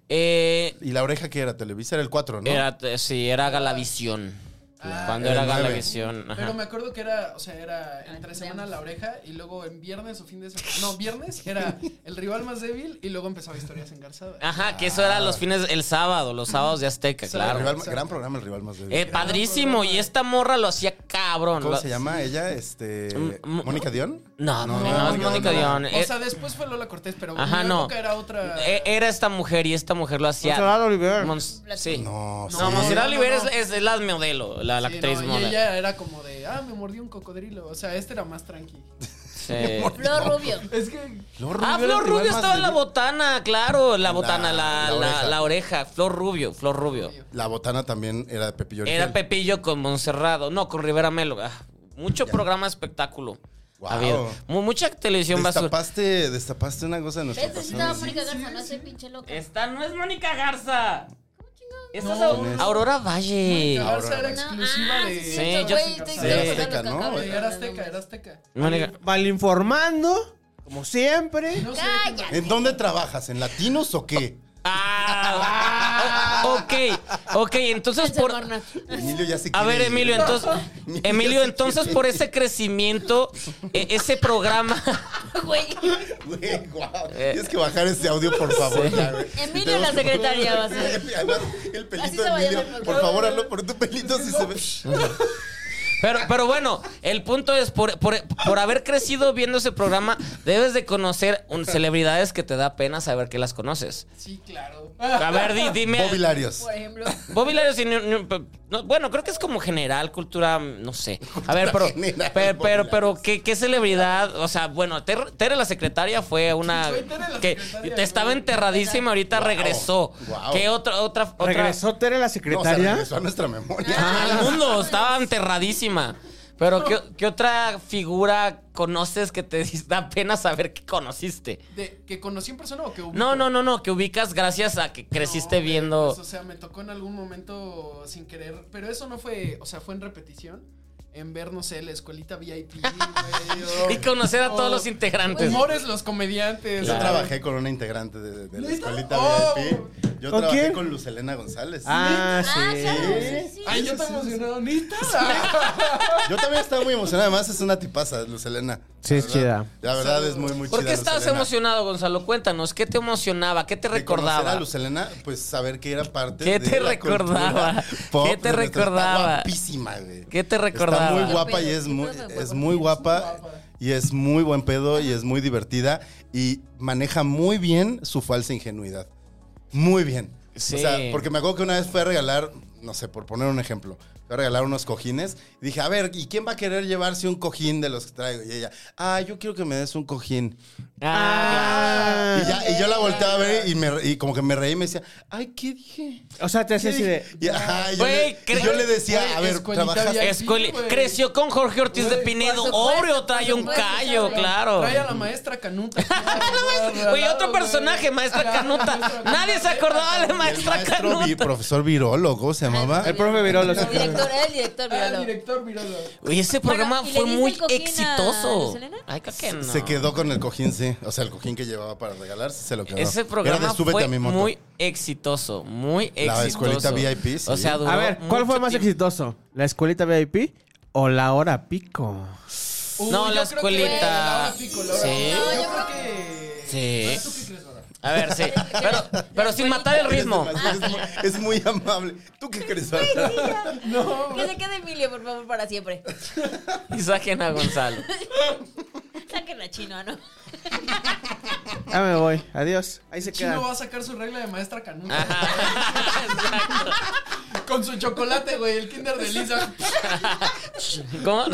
[SPEAKER 5] Eh,
[SPEAKER 4] ¿Y la oreja que era? Televisa era el 4, ¿no?
[SPEAKER 5] era, sí, era Galavisión. Cuando
[SPEAKER 4] era
[SPEAKER 5] era
[SPEAKER 4] el nueve.
[SPEAKER 5] Galavisión. ajá.
[SPEAKER 7] Pero me acuerdo que era, o sea, era entre semana la oreja y luego en viernes o fin de semana. No, viernes era el rival más débil y luego empezaba historias engarzadas.
[SPEAKER 5] Ajá, que eso era los fines, el sábado, los sábados de Azteca,
[SPEAKER 7] Sí.
[SPEAKER 4] El
[SPEAKER 5] claro.
[SPEAKER 4] rival- gran programa, el rival más débil.
[SPEAKER 5] Eh, padrísimo, y esta morra lo hacía cabrón.
[SPEAKER 4] ¿Cómo
[SPEAKER 5] lo-
[SPEAKER 4] se llama ella? Este,
[SPEAKER 5] Mm, mm,
[SPEAKER 4] ¿Mónica Dion?
[SPEAKER 5] No, no, no, es Mónica Dion. eh,
[SPEAKER 7] O sea, después fue Lola Cortés, pero
[SPEAKER 5] Ajá,
[SPEAKER 7] mi
[SPEAKER 5] no.
[SPEAKER 7] época era otra.
[SPEAKER 5] Eh, Era esta mujer y esta mujer lo hacía.
[SPEAKER 2] Montserrat Oliver.
[SPEAKER 5] Mons- sí. No,
[SPEAKER 4] No, sí.
[SPEAKER 5] no Montserrat
[SPEAKER 7] no, no,
[SPEAKER 5] Oliver
[SPEAKER 7] no.
[SPEAKER 5] Es, es la modelo, la, la
[SPEAKER 7] Sí,
[SPEAKER 5] actriz
[SPEAKER 7] no, y
[SPEAKER 5] modelo.
[SPEAKER 7] ella era como de, ah, me mordió un cocodrilo. O sea, este era más tranqui.
[SPEAKER 5] Sí.
[SPEAKER 6] Flor Rubio.
[SPEAKER 7] Es que
[SPEAKER 4] Flor
[SPEAKER 5] Ah,
[SPEAKER 4] era el
[SPEAKER 5] Flor
[SPEAKER 4] rival
[SPEAKER 5] Rubio
[SPEAKER 4] más
[SPEAKER 5] estaba en la
[SPEAKER 4] débil.
[SPEAKER 5] botana, claro, la botana, la,
[SPEAKER 4] la
[SPEAKER 5] la- la oreja.
[SPEAKER 4] oreja.
[SPEAKER 5] Flor Rubio, Flor Rubio.
[SPEAKER 4] La botana también era de Pepillo Origel.
[SPEAKER 5] Era Pepillo con Monserrado, no, con Rivera Melo. ah, mucho programa espectáculo.
[SPEAKER 4] Wow.
[SPEAKER 5] Ha habido. Mu- mucha televisión basura.
[SPEAKER 4] Destapaste, destapaste una cosa de nuestro
[SPEAKER 6] ¿Ves? Necesitaba
[SPEAKER 4] pasado.
[SPEAKER 6] Mónica Garza, no soy pinche loca.
[SPEAKER 5] Esta no es Mónica Garza. Esta es
[SPEAKER 7] No,
[SPEAKER 5] Au- Aurora Valle.
[SPEAKER 7] la Garza
[SPEAKER 4] Aurora,
[SPEAKER 7] era
[SPEAKER 4] güey.
[SPEAKER 7] exclusiva
[SPEAKER 6] ah,
[SPEAKER 7] de.
[SPEAKER 6] sí,
[SPEAKER 5] Sí,
[SPEAKER 6] sí,
[SPEAKER 5] yo-
[SPEAKER 6] güey, estoy
[SPEAKER 5] sí.
[SPEAKER 6] segura que
[SPEAKER 4] Azteca,
[SPEAKER 6] loca,
[SPEAKER 4] ¿no?
[SPEAKER 6] cabrón.
[SPEAKER 7] de- Era azteca, era azteca.
[SPEAKER 5] Mónica-
[SPEAKER 2] Malinformando, como siempre.
[SPEAKER 7] No sé.
[SPEAKER 6] Cállate.
[SPEAKER 4] ¿En dónde trabajas? ¿En latinos o qué?
[SPEAKER 5] Ah, ok, ok, entonces
[SPEAKER 6] Piensa,
[SPEAKER 5] por...
[SPEAKER 6] Marna.
[SPEAKER 4] Emilio ya se
[SPEAKER 5] A
[SPEAKER 4] quiere
[SPEAKER 5] ver,
[SPEAKER 4] ir.
[SPEAKER 5] Emilio, entonces, Emilio, entonces por ese crecimiento, e- ese programa,
[SPEAKER 6] Güey,
[SPEAKER 4] Güey, guau.
[SPEAKER 5] Eh.
[SPEAKER 4] Tienes que bajar ese audio, por favor. ya, güey.
[SPEAKER 6] Emilio la secretaria va a ser.
[SPEAKER 4] Además, el pelito
[SPEAKER 6] se
[SPEAKER 4] de
[SPEAKER 6] va a
[SPEAKER 4] Emilio.
[SPEAKER 6] llamar, por
[SPEAKER 4] Por
[SPEAKER 6] favor.
[SPEAKER 4] favor, hazlo por tu pelito si se ve.
[SPEAKER 5] pero, pero bueno, el punto es, por, por, por haber crecido viendo ese programa, debes de conocer un- celebridades que te da pena saber que las conoces.
[SPEAKER 7] Sí, claro.
[SPEAKER 5] A ver, di- dime...
[SPEAKER 4] Mobilarios.
[SPEAKER 6] por ejemplo.
[SPEAKER 5] Bobby Larios y ni- ni- no, bueno, creo que es como general, cultura, no sé. A ver, pero,
[SPEAKER 4] general,
[SPEAKER 5] pero,
[SPEAKER 4] Bobby
[SPEAKER 5] pero,
[SPEAKER 4] Larios.
[SPEAKER 5] pero, ¿qué, qué celebridad, o sea, bueno, Ter- Tere la secretaria fue una
[SPEAKER 7] Güey, Tere la
[SPEAKER 5] que
[SPEAKER 7] secretaria,
[SPEAKER 5] te estaba
[SPEAKER 7] güey.
[SPEAKER 5] enterradísima, ahorita
[SPEAKER 4] Wow,
[SPEAKER 5] regresó.
[SPEAKER 4] wow.
[SPEAKER 5] ¿Qué otra, otra, otra?
[SPEAKER 2] ¿Regresó Tere la
[SPEAKER 4] No, o sea,
[SPEAKER 2] secretaria?
[SPEAKER 4] regresó a nuestra memoria.
[SPEAKER 5] Ah, al mundo, estaba enterradísima. Pero, ¿qué, qué otra figura conoces que te da pena saber que conociste?
[SPEAKER 7] De, ¿Que conocí en persona o que hubo?
[SPEAKER 5] No, no, no, no, que ubicas gracias a que creciste
[SPEAKER 7] No, güey,
[SPEAKER 5] viendo.
[SPEAKER 7] pues, o sea, me tocó en algún momento sin querer, pero eso no fue, o sea, fue en repetición. en ver, no sé, la escuelita VIP, güey, o-
[SPEAKER 5] Y conocer a todos
[SPEAKER 7] o
[SPEAKER 5] los integrantes.
[SPEAKER 7] Humores los comediantes.
[SPEAKER 4] Yo trabajé con una integrante de, de la
[SPEAKER 7] ¿Neta?
[SPEAKER 4] escuelita
[SPEAKER 7] Oh.
[SPEAKER 4] VIP. Yo
[SPEAKER 2] ¿Con
[SPEAKER 4] trabajé
[SPEAKER 2] quién?
[SPEAKER 4] con Luz Helena González.
[SPEAKER 2] Ah,
[SPEAKER 6] Ah,
[SPEAKER 2] sí.
[SPEAKER 6] claro, sí, sí.
[SPEAKER 7] Ay, yo estoy emocionado, ¿neta? Ay,
[SPEAKER 4] Yo también estaba muy emocionada. Además, es una tipaza, Luz Helena.
[SPEAKER 2] Sí,
[SPEAKER 4] La
[SPEAKER 2] es
[SPEAKER 4] verdad-
[SPEAKER 2] chida.
[SPEAKER 4] La verdad es muy, muy chida.
[SPEAKER 5] ¿Por qué
[SPEAKER 4] Luz
[SPEAKER 5] estabas
[SPEAKER 4] Helena.
[SPEAKER 5] emocionado, Gonzalo? Cuéntanos, ¿qué te emocionaba? ¿Qué te
[SPEAKER 4] De conocer
[SPEAKER 5] recordaba?
[SPEAKER 4] a Luz Helena, pues saber que era parte
[SPEAKER 5] ¿Qué
[SPEAKER 4] de
[SPEAKER 5] te
[SPEAKER 4] la
[SPEAKER 5] recordaba?
[SPEAKER 4] cultura pop
[SPEAKER 5] ¿Qué te
[SPEAKER 4] de nuestra-
[SPEAKER 5] recordaba?
[SPEAKER 4] Está guapísima, güey.
[SPEAKER 5] ¿Qué te
[SPEAKER 4] Está
[SPEAKER 5] recordaba?
[SPEAKER 4] muy guapa y
[SPEAKER 6] Qué
[SPEAKER 4] es
[SPEAKER 6] pedo,
[SPEAKER 4] muy,
[SPEAKER 6] qué pedo,
[SPEAKER 4] es
[SPEAKER 6] guapa,
[SPEAKER 4] muy
[SPEAKER 6] es
[SPEAKER 4] guapa
[SPEAKER 7] guapa.
[SPEAKER 4] y es muy buen pedo y es muy divertida y maneja muy bien su falsa ingenuidad. Muy bien.
[SPEAKER 5] Sí.
[SPEAKER 4] O sea, porque me acuerdo que una vez fue a regalar, no sé, por poner un ejemplo, fue a regalar unos cojines y dije, a ver, ¿y quién va a querer llevarse un cojín de los que traigo? Y ella, ah, yo quiero que me des un cojín.
[SPEAKER 5] Ah,
[SPEAKER 4] Y, ya- y yo la volteaba a ver y, me- y como que me reí y me decía, ay, ¿qué dije?
[SPEAKER 2] O sea, te
[SPEAKER 4] ¿Qué
[SPEAKER 2] hacía así de.
[SPEAKER 4] dije? Y, ajá, y yo,
[SPEAKER 5] Güey,
[SPEAKER 4] le,
[SPEAKER 5] cre-
[SPEAKER 4] y yo le decía,
[SPEAKER 7] güey,
[SPEAKER 4] a ver,
[SPEAKER 7] escuelita
[SPEAKER 4] trabajas.
[SPEAKER 7] VIP,
[SPEAKER 5] escueli-
[SPEAKER 7] güey.
[SPEAKER 5] creció con Jorge Ortiz de Pinedo.
[SPEAKER 6] por supuesto,
[SPEAKER 5] Oreo trae
[SPEAKER 6] por
[SPEAKER 5] un
[SPEAKER 6] supuesto,
[SPEAKER 5] callo,
[SPEAKER 6] Oreo.
[SPEAKER 5] claro.
[SPEAKER 7] Trae a la maestra Canuta.
[SPEAKER 5] Güey, otro personaje, maestra Canuta. Nadie se acordaba de
[SPEAKER 4] Y el
[SPEAKER 5] maestra
[SPEAKER 4] maestro, vi-
[SPEAKER 5] Canuta.
[SPEAKER 4] profesor Virolo, ¿cómo se llamaba?
[SPEAKER 2] El profe Virolo. sí.
[SPEAKER 6] El director, era el director,
[SPEAKER 7] Ah, El
[SPEAKER 6] míralo.
[SPEAKER 7] director Virolo.
[SPEAKER 5] Oye, ese programa
[SPEAKER 6] Bueno, ¿y le
[SPEAKER 5] fue
[SPEAKER 6] diste
[SPEAKER 5] muy
[SPEAKER 6] el cojín a
[SPEAKER 5] exitoso.
[SPEAKER 6] Lucelena?
[SPEAKER 5] Ay, creo que no.
[SPEAKER 4] Se quedó con el cojín, sí. O sea, el cojín que llevaba para regalar, sí se lo quedó.
[SPEAKER 5] Ese
[SPEAKER 4] Era
[SPEAKER 5] programa
[SPEAKER 4] de súbete
[SPEAKER 5] fue
[SPEAKER 4] a mi moto.
[SPEAKER 5] muy exitoso, muy exitoso.
[SPEAKER 4] La escuelita VIP, sí.
[SPEAKER 5] O sea, duró
[SPEAKER 2] A ver, ¿cuál
[SPEAKER 5] mucho
[SPEAKER 2] fue más
[SPEAKER 5] tiempo.
[SPEAKER 2] exitoso? ¿La escuelita VIP o la hora pico?
[SPEAKER 7] Uy,
[SPEAKER 5] No,
[SPEAKER 7] yo
[SPEAKER 5] la
[SPEAKER 7] creo que
[SPEAKER 5] escuelita.
[SPEAKER 7] la hora pico, la hora
[SPEAKER 5] Sí.
[SPEAKER 7] pico.
[SPEAKER 5] No,
[SPEAKER 7] Yo creo que.
[SPEAKER 5] Sí.
[SPEAKER 7] ¿Tú qué crees, Dora?
[SPEAKER 5] A ver, sí. Pero, pero sin matar el ritmo.
[SPEAKER 4] Es, muy, es muy amable. ¿Tú qué crees? Bárbara?
[SPEAKER 6] Que se quede Emilio, por favor, para siempre.
[SPEAKER 5] Y saquen a Gonzalo.
[SPEAKER 6] Saquen a Chino, ¿no?
[SPEAKER 2] Ya me voy. Adiós. Ahí se
[SPEAKER 7] Chino va
[SPEAKER 2] queda.
[SPEAKER 7] a sacar su regla de maestra Canuta.
[SPEAKER 5] Ajá. Exacto.
[SPEAKER 7] Con su chocolate, güey, el Kinder de Lisa.
[SPEAKER 5] ¿Cómo?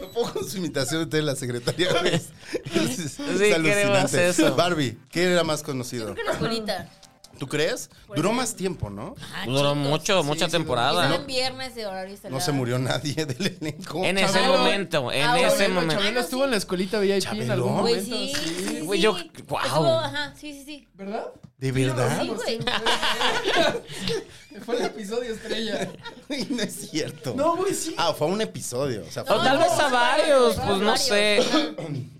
[SPEAKER 4] No puedo con su imitación de la secretaria. güey. Es, es
[SPEAKER 5] queremos
[SPEAKER 4] alucinante.
[SPEAKER 5] eso.
[SPEAKER 4] Barbie, ¿qué era más conocido?
[SPEAKER 6] Creo que Pues la escuelita.
[SPEAKER 4] ¿Tú crees? Duró más tiempo, ¿no?
[SPEAKER 5] Pues Duró mucho, mucha temporada.
[SPEAKER 6] Estaba en viernes de horario
[SPEAKER 4] No
[SPEAKER 6] estelar.
[SPEAKER 4] se murió nadie del elenco.
[SPEAKER 5] En ese
[SPEAKER 7] Chabelo.
[SPEAKER 5] momento, en
[SPEAKER 6] Ah,
[SPEAKER 5] ese
[SPEAKER 6] bueno,
[SPEAKER 7] Chabelo,
[SPEAKER 5] momento. Pues
[SPEAKER 7] Chabelo estuvo en la escolita VIP en
[SPEAKER 4] Chabelo.
[SPEAKER 7] algún
[SPEAKER 6] Güey,
[SPEAKER 7] momento.
[SPEAKER 6] sí, sí, sí,
[SPEAKER 5] Güey,
[SPEAKER 6] sí.
[SPEAKER 5] yo- guau.
[SPEAKER 6] Estuvo, ajá, sí, sí, sí.
[SPEAKER 7] ¿Verdad?
[SPEAKER 4] ¿De verdad?
[SPEAKER 6] Sí, güey.
[SPEAKER 7] Fue el episodio estrella.
[SPEAKER 4] Ay, no es cierto.
[SPEAKER 7] No, güey, sí.
[SPEAKER 4] Ah, fue un episodio. O sea, fue-
[SPEAKER 5] O tal vez a varios, pues no sé.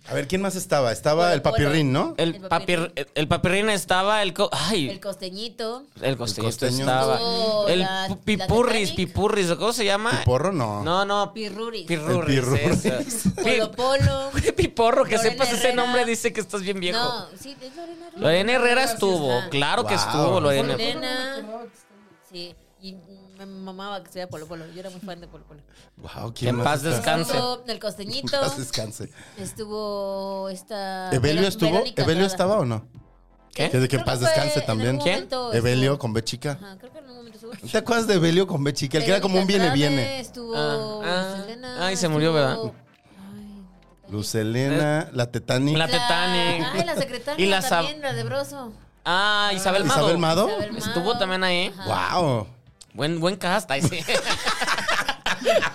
[SPEAKER 4] A ver, ¿quién más estaba? Estaba el papirrín, ¿no?
[SPEAKER 5] El, papir, el papirrín estaba, el... co-
[SPEAKER 6] El
[SPEAKER 5] ay,
[SPEAKER 6] costeñito.
[SPEAKER 5] el costeño,
[SPEAKER 4] El costeño.
[SPEAKER 5] estaba.
[SPEAKER 6] Oh,
[SPEAKER 5] el
[SPEAKER 6] la-
[SPEAKER 5] pu-
[SPEAKER 6] la
[SPEAKER 5] pipurris,
[SPEAKER 6] Titanic.
[SPEAKER 5] pipurris, ¿cómo se llama?
[SPEAKER 4] ¿Porro? No.
[SPEAKER 5] No, no,
[SPEAKER 6] Pirruris.
[SPEAKER 5] pirurris.
[SPEAKER 4] pirurris.
[SPEAKER 5] eso.
[SPEAKER 6] Polo Polo.
[SPEAKER 5] Pi- Piporro, que
[SPEAKER 6] Lorena
[SPEAKER 5] sepas ese
[SPEAKER 6] Herrera.
[SPEAKER 5] nombre dice que estás bien viejo.
[SPEAKER 6] No, sí, es Lorena Herrera.
[SPEAKER 5] Lorena Herrera estuvo,
[SPEAKER 6] Ajá.
[SPEAKER 5] claro que
[SPEAKER 4] Wow.
[SPEAKER 5] estuvo Lorena.
[SPEAKER 6] Lorena. Sí. Y me mamaba que sea Polo Polo. Yo era muy fan de Polo Polo.
[SPEAKER 4] Wow,
[SPEAKER 5] Que
[SPEAKER 4] ¿quién
[SPEAKER 5] en
[SPEAKER 4] más
[SPEAKER 5] paz
[SPEAKER 4] está?
[SPEAKER 5] descanse.
[SPEAKER 6] Estuvo el
[SPEAKER 4] En
[SPEAKER 6] costeñito.
[SPEAKER 4] paz descanse.
[SPEAKER 6] Estuvo esta.
[SPEAKER 4] ¿Evelio
[SPEAKER 6] Vero-
[SPEAKER 4] estuvo?
[SPEAKER 6] Verónica
[SPEAKER 4] ¿Evelio
[SPEAKER 6] Estrada.
[SPEAKER 4] estaba o no?
[SPEAKER 5] ¿Qué?
[SPEAKER 4] Que de que en
[SPEAKER 6] Creo
[SPEAKER 4] paz
[SPEAKER 6] que fue
[SPEAKER 4] descanse
[SPEAKER 6] en
[SPEAKER 4] también.
[SPEAKER 6] algún momento
[SPEAKER 4] Evelio
[SPEAKER 6] estuvo-
[SPEAKER 4] con B chica.
[SPEAKER 6] Ajá, creo que en un momento estuvo.
[SPEAKER 4] ¿Te acuerdas de Evelio con B chica? El que era como un
[SPEAKER 6] Verónica
[SPEAKER 4] viene-viene.
[SPEAKER 6] Andrade, Estuvo.
[SPEAKER 5] Ah, ah.
[SPEAKER 6] Selena,
[SPEAKER 5] Ay, se murió, ¿verdad?
[SPEAKER 6] Ay,
[SPEAKER 4] Luz Helena, la Tetani.
[SPEAKER 5] La Titanic.
[SPEAKER 6] Ay, la secretaria
[SPEAKER 5] Y la sab-
[SPEAKER 6] también, la de Broso.
[SPEAKER 5] Ah, Isabel Mado.
[SPEAKER 4] Isabel Mado.
[SPEAKER 6] Isabel Mado.
[SPEAKER 5] Estuvo también ahí.
[SPEAKER 6] Ajá.
[SPEAKER 4] Wow.
[SPEAKER 5] Buen, buen cast. ahí sí.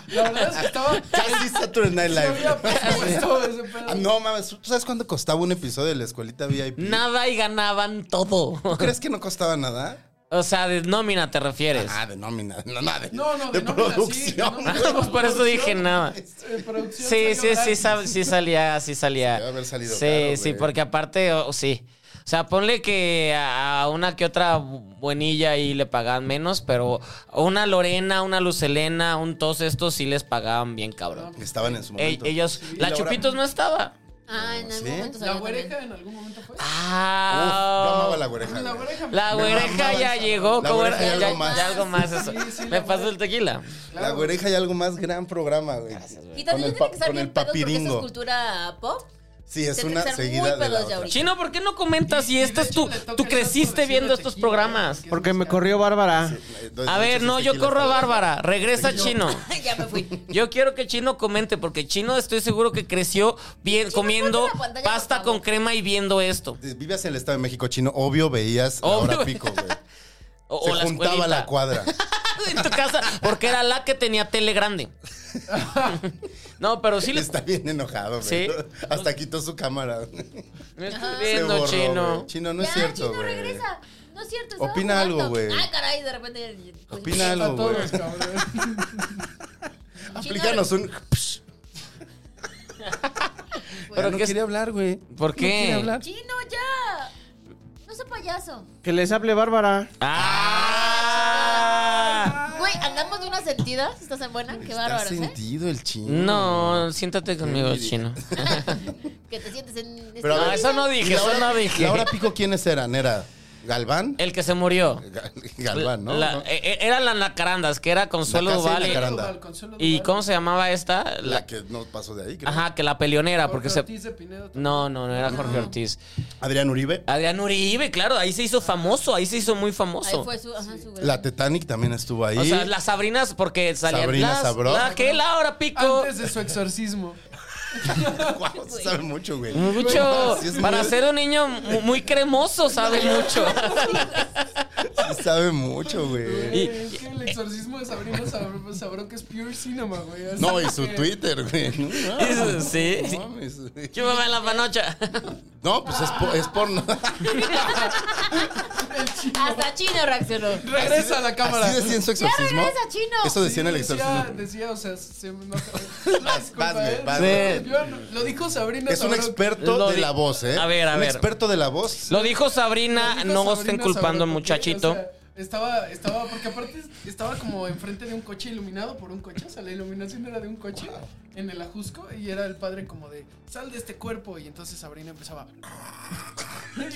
[SPEAKER 7] La verdad es que estaba.
[SPEAKER 4] Casi Saturday Night Live.
[SPEAKER 7] Había presupuesto ese pedo.
[SPEAKER 4] Ah, No mames, ¿tú sabes cuánto costaba un episodio de la escuelita VIP?
[SPEAKER 5] Nada y ganaban todo.
[SPEAKER 4] ¿Tú crees que no costaba nada?
[SPEAKER 5] O sea, de nómina te refieres.
[SPEAKER 4] Ah, de nómina, no, nada, de,
[SPEAKER 7] No, no,
[SPEAKER 4] de,
[SPEAKER 7] de nómina, sí, de
[SPEAKER 4] producción.
[SPEAKER 7] nómina.
[SPEAKER 4] güey.
[SPEAKER 5] Pues por eso dije nada.
[SPEAKER 7] Eh, producción
[SPEAKER 5] Sí, sí,
[SPEAKER 7] salió
[SPEAKER 5] sí,
[SPEAKER 7] gratis.
[SPEAKER 5] sab- sí salía, sí salía.
[SPEAKER 4] Sí, debe haber salido
[SPEAKER 5] Sí,
[SPEAKER 4] caro,
[SPEAKER 5] sí,
[SPEAKER 4] güey.
[SPEAKER 5] porque aparte, o- sí. O sea, ponle que a a una que otra bu- buenilla y le pagaban menos, pero a una Lorena, una Lucelena, un todos estos sí les pagaban bien cabrón.
[SPEAKER 4] Estaban en su
[SPEAKER 5] Ey,
[SPEAKER 4] momento.
[SPEAKER 5] ellos, la
[SPEAKER 4] Laura-
[SPEAKER 5] Chupitos no estaba.
[SPEAKER 6] Ah, en algún
[SPEAKER 4] ¿Sí?
[SPEAKER 6] momento
[SPEAKER 7] La
[SPEAKER 6] salió
[SPEAKER 7] güereja
[SPEAKER 6] también.
[SPEAKER 7] en algún momento fue.
[SPEAKER 4] Uf, yo
[SPEAKER 5] Ah,
[SPEAKER 4] amaba la güereja.
[SPEAKER 7] La
[SPEAKER 4] güey.
[SPEAKER 7] güereja.
[SPEAKER 5] la
[SPEAKER 4] Me
[SPEAKER 5] güereja
[SPEAKER 4] mamaba
[SPEAKER 5] ya
[SPEAKER 4] esa-
[SPEAKER 5] llegó.
[SPEAKER 4] La
[SPEAKER 5] ¿cómo
[SPEAKER 4] güereja
[SPEAKER 5] era?
[SPEAKER 4] y
[SPEAKER 5] Ya-
[SPEAKER 4] algo más.
[SPEAKER 5] ya algo más eso.
[SPEAKER 7] Sí, sí,
[SPEAKER 5] Me
[SPEAKER 7] la
[SPEAKER 5] pasó el tequila.
[SPEAKER 7] Claro.
[SPEAKER 4] La güereja y algo más, gran programa, güey.
[SPEAKER 6] Y también
[SPEAKER 4] el
[SPEAKER 6] tiene
[SPEAKER 4] pa-
[SPEAKER 6] que estar
[SPEAKER 4] con el
[SPEAKER 6] bien pedos porque esa es
[SPEAKER 4] papiringo.
[SPEAKER 6] cultura pop.
[SPEAKER 4] Sí, es
[SPEAKER 6] Tendría
[SPEAKER 4] una
[SPEAKER 6] que estar muy
[SPEAKER 4] seguida de la
[SPEAKER 6] pedos ya
[SPEAKER 4] otra.
[SPEAKER 6] ahorita.
[SPEAKER 5] Chino, ¿por qué no comentas
[SPEAKER 7] Y
[SPEAKER 5] si
[SPEAKER 7] de
[SPEAKER 5] este es
[SPEAKER 7] hecho
[SPEAKER 5] tu.
[SPEAKER 7] le toca
[SPEAKER 5] Tú
[SPEAKER 7] el otro
[SPEAKER 5] creciste
[SPEAKER 7] vecino
[SPEAKER 5] viendo estos
[SPEAKER 7] tequila,
[SPEAKER 5] programas.
[SPEAKER 7] que es
[SPEAKER 2] Porque me
[SPEAKER 7] música.
[SPEAKER 2] corrió Bárbara.
[SPEAKER 4] Entonces,
[SPEAKER 5] A ver,
[SPEAKER 4] muchos
[SPEAKER 5] no, yo
[SPEAKER 4] tequilas
[SPEAKER 5] corro a
[SPEAKER 4] para-
[SPEAKER 5] Bárbara. Regresa Chino.
[SPEAKER 6] ya me fui.
[SPEAKER 5] Yo quiero que Chino comente, porque Chino estoy seguro que creció bien
[SPEAKER 6] Chino,
[SPEAKER 5] comiendo
[SPEAKER 6] ponte la pantalla,
[SPEAKER 5] pasta
[SPEAKER 6] por favor.
[SPEAKER 5] con crema y viendo esto.
[SPEAKER 4] Eh, Vivías en el Estado de México chino, obvio veías
[SPEAKER 5] Obvio.
[SPEAKER 4] la hora pico, güey.
[SPEAKER 5] O,
[SPEAKER 4] Se
[SPEAKER 5] o la
[SPEAKER 4] juntaba
[SPEAKER 5] escuelita.
[SPEAKER 4] la cuadra.
[SPEAKER 5] en tu casa, porque era la que tenía tele grande. no, pero sí
[SPEAKER 4] Él
[SPEAKER 5] le
[SPEAKER 4] Está bien enojado, güey.
[SPEAKER 5] Sí.
[SPEAKER 4] Hasta quitó su cámara.
[SPEAKER 5] No estoy
[SPEAKER 4] Se
[SPEAKER 5] viendo,
[SPEAKER 4] borró,
[SPEAKER 5] Chino.
[SPEAKER 4] güey. Chino, no es
[SPEAKER 6] Ya,
[SPEAKER 4] cierto,
[SPEAKER 6] Chino,
[SPEAKER 4] güey.
[SPEAKER 6] regresa. No es cierto, estaba
[SPEAKER 4] Opina
[SPEAKER 6] jugando.
[SPEAKER 4] algo, güey.
[SPEAKER 6] Ah, caray, de repente.
[SPEAKER 4] Opina
[SPEAKER 7] A
[SPEAKER 4] algo, güey.
[SPEAKER 7] todos, cabrón.
[SPEAKER 4] Aplícanos un.
[SPEAKER 5] Pero
[SPEAKER 4] no
[SPEAKER 5] que es-
[SPEAKER 4] quería hablar, güey.
[SPEAKER 5] ¿Por qué?
[SPEAKER 4] No quería hablar.
[SPEAKER 6] ¡Chino, ya! No seas payaso.
[SPEAKER 2] Que les hable Bárbara.
[SPEAKER 5] ¡Ah!
[SPEAKER 6] Güey, andamos de unas sentidas. Estás en buena. Qué
[SPEAKER 4] Está
[SPEAKER 6] bárbaros, ¿eh?
[SPEAKER 4] sentido el chino.
[SPEAKER 5] No, siéntate conmigo,
[SPEAKER 4] envidia.
[SPEAKER 5] chino.
[SPEAKER 6] Que te sientes en.
[SPEAKER 4] Pero a
[SPEAKER 5] No,
[SPEAKER 4] ver,
[SPEAKER 5] eso no dije,
[SPEAKER 4] ¿Y
[SPEAKER 5] eso
[SPEAKER 4] Laura-
[SPEAKER 5] no dije.
[SPEAKER 4] Laura Pico, ¿quiénes eran? ¿Era Galván?
[SPEAKER 5] El que se murió.
[SPEAKER 4] Ga- Galván, ¿no?
[SPEAKER 5] Eh, La-
[SPEAKER 4] ¿No?
[SPEAKER 5] e- e- eran las nacarandas, que era Consuelo
[SPEAKER 4] La casa de
[SPEAKER 5] Duval. y-
[SPEAKER 4] Nacarandas.
[SPEAKER 7] Consuelo Duval, Consuelo
[SPEAKER 5] ¿Y
[SPEAKER 7] Duval.
[SPEAKER 5] cómo se llamaba esta?
[SPEAKER 4] La
[SPEAKER 5] La-
[SPEAKER 4] que no pasó de ahí, creo.
[SPEAKER 5] ajá, que la peleonera, porque
[SPEAKER 7] Jorge
[SPEAKER 5] se...
[SPEAKER 7] Ortiz de Pinedo también.
[SPEAKER 5] No, no, no era Jorge Ortiz.
[SPEAKER 4] Adrián Uribe.
[SPEAKER 5] Adrián Uribe, claro, ahí se hizo famoso, ahí se hizo muy famoso.
[SPEAKER 6] Ahí fue su. Ajá, su güey.
[SPEAKER 4] La Titanic también estuvo ahí.
[SPEAKER 5] O sea, las Sabrinas, porque salían
[SPEAKER 4] Sabrina
[SPEAKER 5] las...
[SPEAKER 4] Sabró.
[SPEAKER 5] La que Laura Pico...
[SPEAKER 7] Antes de su exorcismo.
[SPEAKER 4] Guau, se sabe mucho, güey.
[SPEAKER 5] Mucho,
[SPEAKER 4] Sí, es muy-
[SPEAKER 5] para ser un niño mu- muy cremoso, sabe mucho.
[SPEAKER 4] sí sabe mucho, güey.
[SPEAKER 5] Y-
[SPEAKER 7] Es que el exorcismo de Sabrina Sabr- Sabrón que es pure cinema, güey. Así
[SPEAKER 4] No, y su
[SPEAKER 7] que-
[SPEAKER 4] Twitter, güey. No,
[SPEAKER 5] Y su- sí.
[SPEAKER 4] No, mames, güey.
[SPEAKER 5] ¿Qué mamá en la panocha?
[SPEAKER 4] No, pues es, po- es porno.
[SPEAKER 6] Hasta Chino reaccionó.
[SPEAKER 7] Regresa a la cámara.
[SPEAKER 4] ¿Así decían su exorcismo?
[SPEAKER 6] regresa, chino.
[SPEAKER 4] Eso decía en el
[SPEAKER 7] decía-
[SPEAKER 4] exorcismo.
[SPEAKER 7] Decía, o sea, se me enoja.
[SPEAKER 4] vas, güey, vas,
[SPEAKER 5] güey.
[SPEAKER 7] ¿eh? Yo no- lo dijo Sabrina
[SPEAKER 4] Es un
[SPEAKER 7] Sabrón.
[SPEAKER 4] experto
[SPEAKER 5] Lo
[SPEAKER 4] de
[SPEAKER 5] di-
[SPEAKER 4] la voz, ¿eh?
[SPEAKER 5] A ver, a
[SPEAKER 4] Un
[SPEAKER 5] ver.
[SPEAKER 4] experto de la voz.
[SPEAKER 5] Lo dijo
[SPEAKER 7] Lo
[SPEAKER 5] Sabrina,
[SPEAKER 7] dijo
[SPEAKER 5] no
[SPEAKER 7] Sabrina
[SPEAKER 5] estén culpando al
[SPEAKER 7] Sabrón, porque,
[SPEAKER 5] muchachito.
[SPEAKER 7] o sea, Estaba, estaba, porque aparte estaba como enfrente de un coche iluminado por un coche, o sea, la iluminación era de un coche en el ajusco y era el padre como de, sal de este cuerpo y entonces Sabrina empezaba.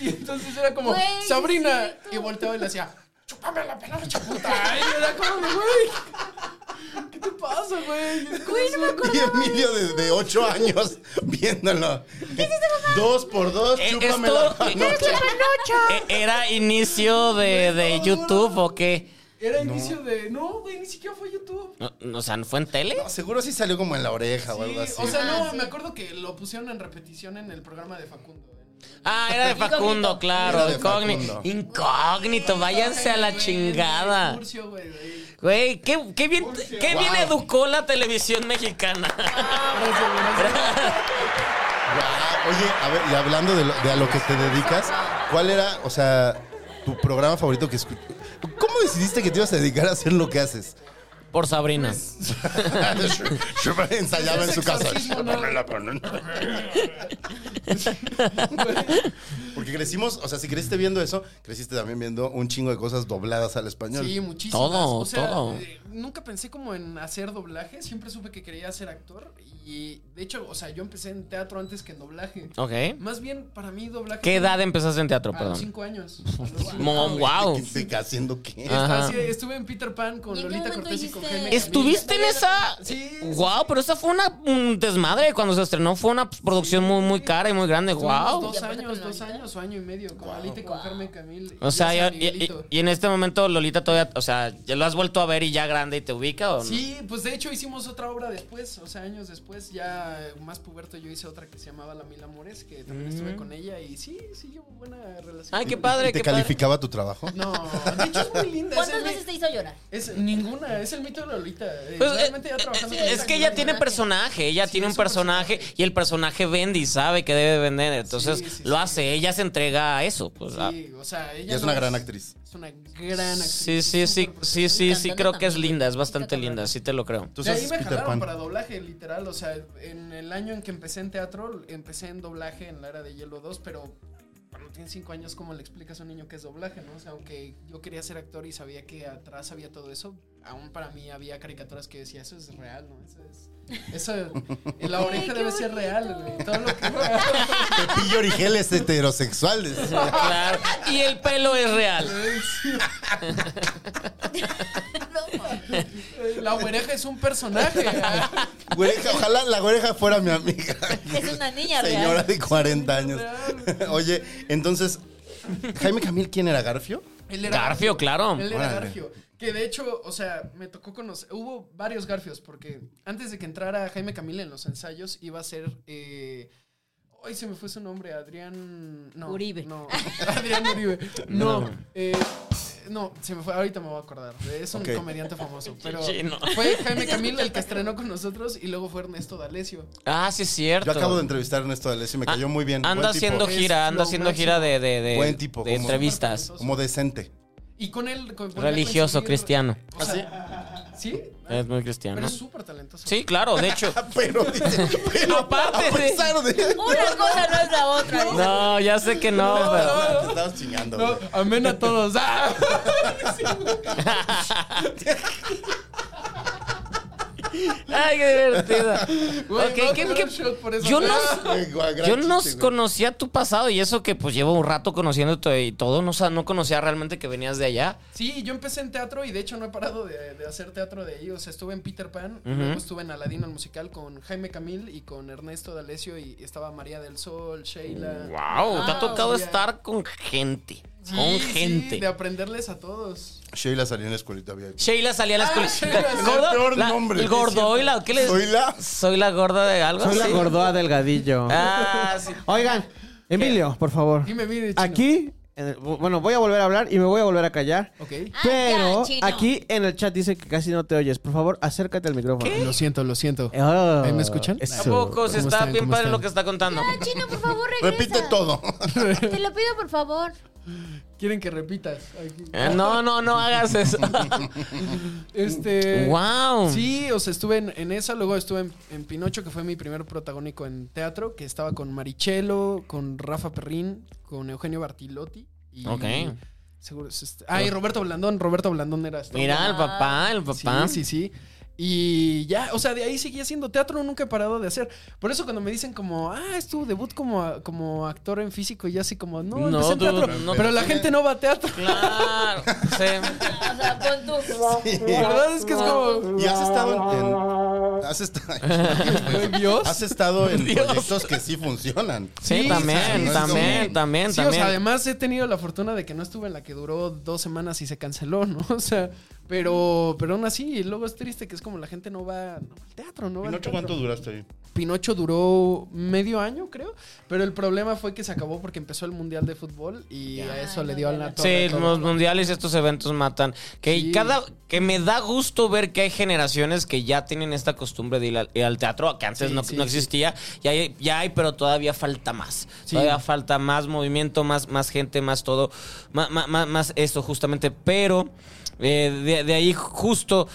[SPEAKER 7] Y entonces era como,
[SPEAKER 6] Güey,
[SPEAKER 7] Sabrina,
[SPEAKER 6] sí, tú.
[SPEAKER 7] y volteaba y le hacía, chúpame la pelota, puta. Y era como, güey, ¿qué te pasa, güey?
[SPEAKER 6] Güey, no me acuerdo.
[SPEAKER 4] Y Emilio de, de 8 años viéndolo. Dos por dos,
[SPEAKER 5] Eh,
[SPEAKER 4] chúpame
[SPEAKER 5] esto-
[SPEAKER 4] la mano.
[SPEAKER 5] Eh, ¿Era inicio de, de YouTube o qué?
[SPEAKER 7] Era inicio de, no, güey, ni siquiera fue YouTube.
[SPEAKER 5] No, no, o sea, ¿fue en tele?
[SPEAKER 4] No, seguro sí salió como en la oreja o algo
[SPEAKER 7] Sí,
[SPEAKER 4] así.
[SPEAKER 7] o sea,
[SPEAKER 6] Ah,
[SPEAKER 7] no,
[SPEAKER 6] sí.
[SPEAKER 7] me acuerdo que lo pusieron en repetición en el programa de Facundo. en-
[SPEAKER 5] Ah, era de Facundo,
[SPEAKER 6] Incógnito.
[SPEAKER 5] claro,
[SPEAKER 4] Era de
[SPEAKER 5] incógnito.
[SPEAKER 4] Facundo.
[SPEAKER 5] Incógnito, váyanse a la
[SPEAKER 7] Güey,
[SPEAKER 5] chingada.
[SPEAKER 7] Curcio, güey, güey.
[SPEAKER 5] Güey, qué, qué bien, qué bien
[SPEAKER 4] Wow.
[SPEAKER 5] educó la televisión mexicana.
[SPEAKER 7] Gracias, gracias.
[SPEAKER 4] Guau. Oye, a ver, y hablando de, lo- de a lo que te dedicas, ¿cuál era, o sea, tu programa favorito que escuchas? ¿Cómo decidiste que te ibas a dedicar a hacer lo que haces?
[SPEAKER 5] Por Sabrina.
[SPEAKER 4] Yo ensayaba en su casa.
[SPEAKER 7] Exorcismo, ¿no?
[SPEAKER 4] Porque crecimos, o sea, si creciste viendo eso, creciste también viendo un chingo de cosas dobladas al español.
[SPEAKER 7] Sí, muchísimas.
[SPEAKER 5] Todo,
[SPEAKER 7] O sea,
[SPEAKER 5] todo.
[SPEAKER 7] eh, nunca pensé como en hacer doblaje. Siempre supe que quería ser actor. Y de hecho, o sea, yo empecé en teatro antes que en doblaje.
[SPEAKER 5] Ok.
[SPEAKER 7] Más bien, para mí, doblaje.
[SPEAKER 5] ¿Qué edad empezaste en teatro,
[SPEAKER 7] A los
[SPEAKER 5] perdón?
[SPEAKER 7] Ah, cinco años. A los cinco.
[SPEAKER 5] Mom,
[SPEAKER 4] ¿Qué
[SPEAKER 5] wow.
[SPEAKER 4] te- haciendo qué?
[SPEAKER 5] Ah. Ajá.
[SPEAKER 7] Así, estuve en Peter Pan con
[SPEAKER 6] ¿Y en qué
[SPEAKER 7] Lolita
[SPEAKER 6] momento
[SPEAKER 7] Cortés y con
[SPEAKER 6] hiciste-
[SPEAKER 7] Jaime.
[SPEAKER 5] ¿Estuviste en esa?
[SPEAKER 7] Sí, sí,
[SPEAKER 5] Wow, pero esa fue una un desmadre. Cuando se estrenó fue una producción muy, muy cara y muy grande.
[SPEAKER 7] Tuvimos
[SPEAKER 5] Wow.
[SPEAKER 7] Dos
[SPEAKER 6] Y aparte
[SPEAKER 7] años,
[SPEAKER 6] con
[SPEAKER 7] dos
[SPEAKER 6] Lolita.
[SPEAKER 7] años o año y medio con Lolita y con Carmen Camil.
[SPEAKER 5] O sea,
[SPEAKER 7] ya
[SPEAKER 5] y, y- y en este momento Lolita todavía, o sea, ¿ya lo has vuelto a ver y ya grande y te ubica o no?
[SPEAKER 7] Sí, pues de hecho hicimos otra obra después, o sea, años después, ya eh, más puberto yo hice otra que se llamaba La Mil Amores, que también estuve con ella y sí, sí, llevo buena relación.
[SPEAKER 5] Mm. Ay, qué padre,
[SPEAKER 4] ¿Y ¿Te
[SPEAKER 5] qué padre.
[SPEAKER 4] calificaba tu trabajo?
[SPEAKER 7] No, de hecho es muy linda. es
[SPEAKER 6] ¿Cuántas
[SPEAKER 7] el mi-
[SPEAKER 6] veces te hizo llorar?
[SPEAKER 7] Es ninguna, es el mito de Lolita. eh,
[SPEAKER 5] Pues,
[SPEAKER 7] realmente ya
[SPEAKER 5] eh,
[SPEAKER 7] trabajando
[SPEAKER 5] eh,
[SPEAKER 7] con
[SPEAKER 5] es
[SPEAKER 7] esa
[SPEAKER 5] que
[SPEAKER 7] niña,
[SPEAKER 5] ella tiene personaje, ella
[SPEAKER 7] Sí,
[SPEAKER 5] tiene
[SPEAKER 7] es
[SPEAKER 5] un
[SPEAKER 7] un
[SPEAKER 5] personaje y el personaje vende y sabe que debe vender, entonces
[SPEAKER 7] Sí, sí,
[SPEAKER 5] lo
[SPEAKER 7] sí.
[SPEAKER 5] hace, ella se entrega a eso. Pues, a-
[SPEAKER 7] Sí, o sea, ella
[SPEAKER 4] Y es
[SPEAKER 7] no
[SPEAKER 4] una gran actriz.
[SPEAKER 7] Es una gran actriz.
[SPEAKER 5] sí, sí, sí,
[SPEAKER 7] súper
[SPEAKER 5] sí, sí, sí,
[SPEAKER 6] Cantando
[SPEAKER 5] creo que es
[SPEAKER 6] también,
[SPEAKER 5] linda, es
[SPEAKER 6] está
[SPEAKER 5] bastante
[SPEAKER 6] cabrona.
[SPEAKER 5] linda, sí te lo creo.
[SPEAKER 4] Tú
[SPEAKER 7] De ahí
[SPEAKER 4] haces
[SPEAKER 7] me
[SPEAKER 4] Peter
[SPEAKER 7] jalaron
[SPEAKER 4] Pan.
[SPEAKER 7] para doblaje, literal. O sea, en el año en que empecé en teatro, empecé en doblaje en la era de Hielo 2, pero cuando tienes 5 años, ¿cómo le explicas a un niño que es doblaje, no? O sea, aunque yo quería ser actor y sabía que atrás había todo eso, aún para mí había caricaturas que decía, eso es real, ¿no? Eso es... Eso, en la oreja
[SPEAKER 6] qué
[SPEAKER 7] debe ser
[SPEAKER 6] bonito.
[SPEAKER 7] real, güey. Todo lo que...
[SPEAKER 4] Pepillo Origel es heterosexual. decía.
[SPEAKER 5] Claro, y el pelo es real.
[SPEAKER 6] No, mames.
[SPEAKER 7] la oreja es un personaje.
[SPEAKER 4] Güereja, ojalá la oreja fuera mi amiga.
[SPEAKER 6] Es una niña real.
[SPEAKER 4] Señora de 40 años. Oye, entonces, Jaime Camil, ¿quién era Garfio?
[SPEAKER 7] Él era-
[SPEAKER 5] Garfio, claro.
[SPEAKER 7] Él era
[SPEAKER 4] Órale.
[SPEAKER 7] Garfio. Que de hecho, o sea, me tocó conocer. Hubo varios Garfios, porque antes de que entrara Jaime Camil en los ensayos, iba a ser. Eh, Hoy se me fue su nombre, Adrián. No,
[SPEAKER 6] Uribe.
[SPEAKER 7] No, Adrián Uribe. No, eh, No, se me fue. Ahorita me voy a acordar. Es un
[SPEAKER 4] Ok.
[SPEAKER 7] comediante famoso. Pero
[SPEAKER 5] Chino.
[SPEAKER 7] fue Jaime Camil el que estrenó con nosotros y luego fue Ernesto D'Alessio.
[SPEAKER 5] Ah, sí es cierto.
[SPEAKER 4] Yo acabo de entrevistar a Ernesto D'Alessio y me
[SPEAKER 5] Ah,
[SPEAKER 4] cayó muy bien.
[SPEAKER 5] Anda
[SPEAKER 4] Buen tipo.
[SPEAKER 5] haciendo
[SPEAKER 7] Es
[SPEAKER 5] gira, anda
[SPEAKER 7] lo
[SPEAKER 5] haciendo
[SPEAKER 7] máximo.
[SPEAKER 5] gira de, de, de-
[SPEAKER 4] Buen tipo,
[SPEAKER 5] de
[SPEAKER 4] como-
[SPEAKER 5] entrevistas.
[SPEAKER 4] Como decente.
[SPEAKER 7] Y con él. con- con él
[SPEAKER 5] Religioso,
[SPEAKER 7] coincidí-
[SPEAKER 5] cristiano.
[SPEAKER 7] O sea, ¿Sí?
[SPEAKER 5] Es muy
[SPEAKER 7] Pero
[SPEAKER 5] cristiano.
[SPEAKER 7] es súper talentoso.
[SPEAKER 5] Sí, claro, de hecho.
[SPEAKER 4] Pero, dice, pero
[SPEAKER 5] Aparte
[SPEAKER 4] a
[SPEAKER 5] de-
[SPEAKER 4] pesar de...
[SPEAKER 6] Una cosa no es la otra. dice.
[SPEAKER 5] No, ya sé que no, pero.
[SPEAKER 4] Te estabas chingando,
[SPEAKER 7] No,
[SPEAKER 4] güey.
[SPEAKER 7] amén a todos. ¡Ah!
[SPEAKER 5] Ay, qué divertida.
[SPEAKER 7] Güey,
[SPEAKER 5] Ok,
[SPEAKER 7] me voy a
[SPEAKER 5] ¿qué-
[SPEAKER 7] poner
[SPEAKER 5] qué-
[SPEAKER 7] un shot por eso.
[SPEAKER 5] Yo no,
[SPEAKER 4] Güey, guau, gran
[SPEAKER 5] yo
[SPEAKER 4] chiste,
[SPEAKER 5] no
[SPEAKER 4] güey.
[SPEAKER 5] conocía tu pasado y eso que pues llevo un rato conociéndote y todo, no, o sea, no conocía realmente que venías de allá.
[SPEAKER 7] Sí, yo empecé en teatro y de hecho no he parado de, de hacer teatro de ahí. O sea, estuve en Peter Pan,
[SPEAKER 5] Ujú.
[SPEAKER 7] luego estuve en Aladino el musical con Jaime Camil y con Ernesto D'Alessio y estaba María del Sol, Sheila.
[SPEAKER 5] Wow, te ha
[SPEAKER 6] Ah,
[SPEAKER 5] tocado
[SPEAKER 7] sí,
[SPEAKER 5] estar con gente,
[SPEAKER 7] Sí,
[SPEAKER 5] con
[SPEAKER 7] sí,
[SPEAKER 5] gente.
[SPEAKER 7] de aprenderles a todos.
[SPEAKER 4] Sheila salió en la escuelita VIP.
[SPEAKER 5] Sheila salía a la
[SPEAKER 7] Ah,
[SPEAKER 5] escuela.
[SPEAKER 7] Sheila, es el
[SPEAKER 5] gordo,
[SPEAKER 4] peor
[SPEAKER 5] la-
[SPEAKER 4] nombre,
[SPEAKER 5] el
[SPEAKER 4] sí, es
[SPEAKER 5] gordoila, ¿qué le
[SPEAKER 4] Soy la...
[SPEAKER 5] Soy la gorda de algo
[SPEAKER 2] Soy la
[SPEAKER 5] así.
[SPEAKER 2] gordoa delgadillo.
[SPEAKER 5] Ah, sí.
[SPEAKER 2] Oigan, Emilio, por favor.
[SPEAKER 7] Dime, mire, chino.
[SPEAKER 2] Aquí, en el- bueno, voy a volver a hablar y me voy a volver a callar.
[SPEAKER 7] Ok.
[SPEAKER 6] Ah,
[SPEAKER 2] Pero
[SPEAKER 6] ya, chino.
[SPEAKER 2] aquí en el chat dice que casi no te oyes. Por favor, acércate al micrófono.
[SPEAKER 7] Lo siento, lo siento.
[SPEAKER 2] Oh,
[SPEAKER 7] ¿Ahí me escuchan?
[SPEAKER 2] eso.
[SPEAKER 5] ¿A poco? Se
[SPEAKER 7] ¿Cómo
[SPEAKER 5] está
[SPEAKER 7] están?
[SPEAKER 5] bien
[SPEAKER 7] ¿Cómo
[SPEAKER 5] padre
[SPEAKER 7] están?
[SPEAKER 5] lo que está contando.
[SPEAKER 6] Ya, Ah, chino, por favor, regresa.
[SPEAKER 4] Repite todo.
[SPEAKER 6] Te lo pido, por favor.
[SPEAKER 7] Quieren que repitas. Aquí.
[SPEAKER 5] Eh, No, no, no hagas eso.
[SPEAKER 7] Este.
[SPEAKER 5] wow.
[SPEAKER 7] Sí, o sea, estuve en, en esa, luego estuve en, en Pinocho, que fue mi primer protagónico en teatro, que estaba con Marichelo, con Rafa Perrín, con Eugenio Bartilotti. Y
[SPEAKER 5] Ok.
[SPEAKER 7] Seguro es este- Ah, y Roberto Blandón, Roberto Blandón era hasta-
[SPEAKER 5] Mira, el papá, el papá.
[SPEAKER 7] Sí, sí, sí. Y ya, o sea, de ahí seguí haciendo teatro, nunca he parado de hacer. Por eso cuando me dicen como, ah, es tu debut como, como actor en físico, y así como, no,
[SPEAKER 5] No,
[SPEAKER 7] empecé en
[SPEAKER 5] tú-
[SPEAKER 7] teatro.
[SPEAKER 5] no,
[SPEAKER 7] pero la
[SPEAKER 4] pero-
[SPEAKER 7] gente no va a teatro.
[SPEAKER 5] Claro. Sí.
[SPEAKER 6] Ah, O sea, pon tú.
[SPEAKER 7] La verdad es que es como,
[SPEAKER 4] Y has estado en... en- has, estado,
[SPEAKER 7] "Ay, Dios.
[SPEAKER 4] has estado en proyectos que sí funcionan.
[SPEAKER 5] Sí,
[SPEAKER 7] Sí,
[SPEAKER 5] también,
[SPEAKER 4] sí,
[SPEAKER 5] también,
[SPEAKER 4] sí.
[SPEAKER 5] también,
[SPEAKER 7] Sí, o
[SPEAKER 5] también.
[SPEAKER 7] sea, además he tenido la fortuna de que no estuve en la que duró dos semanas y se canceló, ¿no? O sea, pero, pero aún así, luego es triste que es como la gente no va, no va al teatro, ¿no? va al
[SPEAKER 4] ¿Pinocho
[SPEAKER 7] teatro.
[SPEAKER 4] cuánto duraste ahí?
[SPEAKER 7] Pinocho duró medio año, creo, pero el problema fue que se acabó porque empezó el Mundial de Fútbol y a eso le dio a la
[SPEAKER 5] Sí,
[SPEAKER 7] torre. todo.
[SPEAKER 5] los mundiales y estos eventos matan. Que
[SPEAKER 7] Sí.
[SPEAKER 5] cada que me da gusto ver que hay generaciones que ya tienen esta costumbre de ir al, ir al teatro, que antes
[SPEAKER 7] Sí,
[SPEAKER 5] no,
[SPEAKER 7] sí,
[SPEAKER 5] no
[SPEAKER 7] sí.
[SPEAKER 5] existía. Ya hay, ya hay, pero todavía falta más.
[SPEAKER 7] Sí.
[SPEAKER 5] Todavía falta más movimiento, más, más gente, más todo, más, más, esto justamente. Pero eh, de, de ahí justo...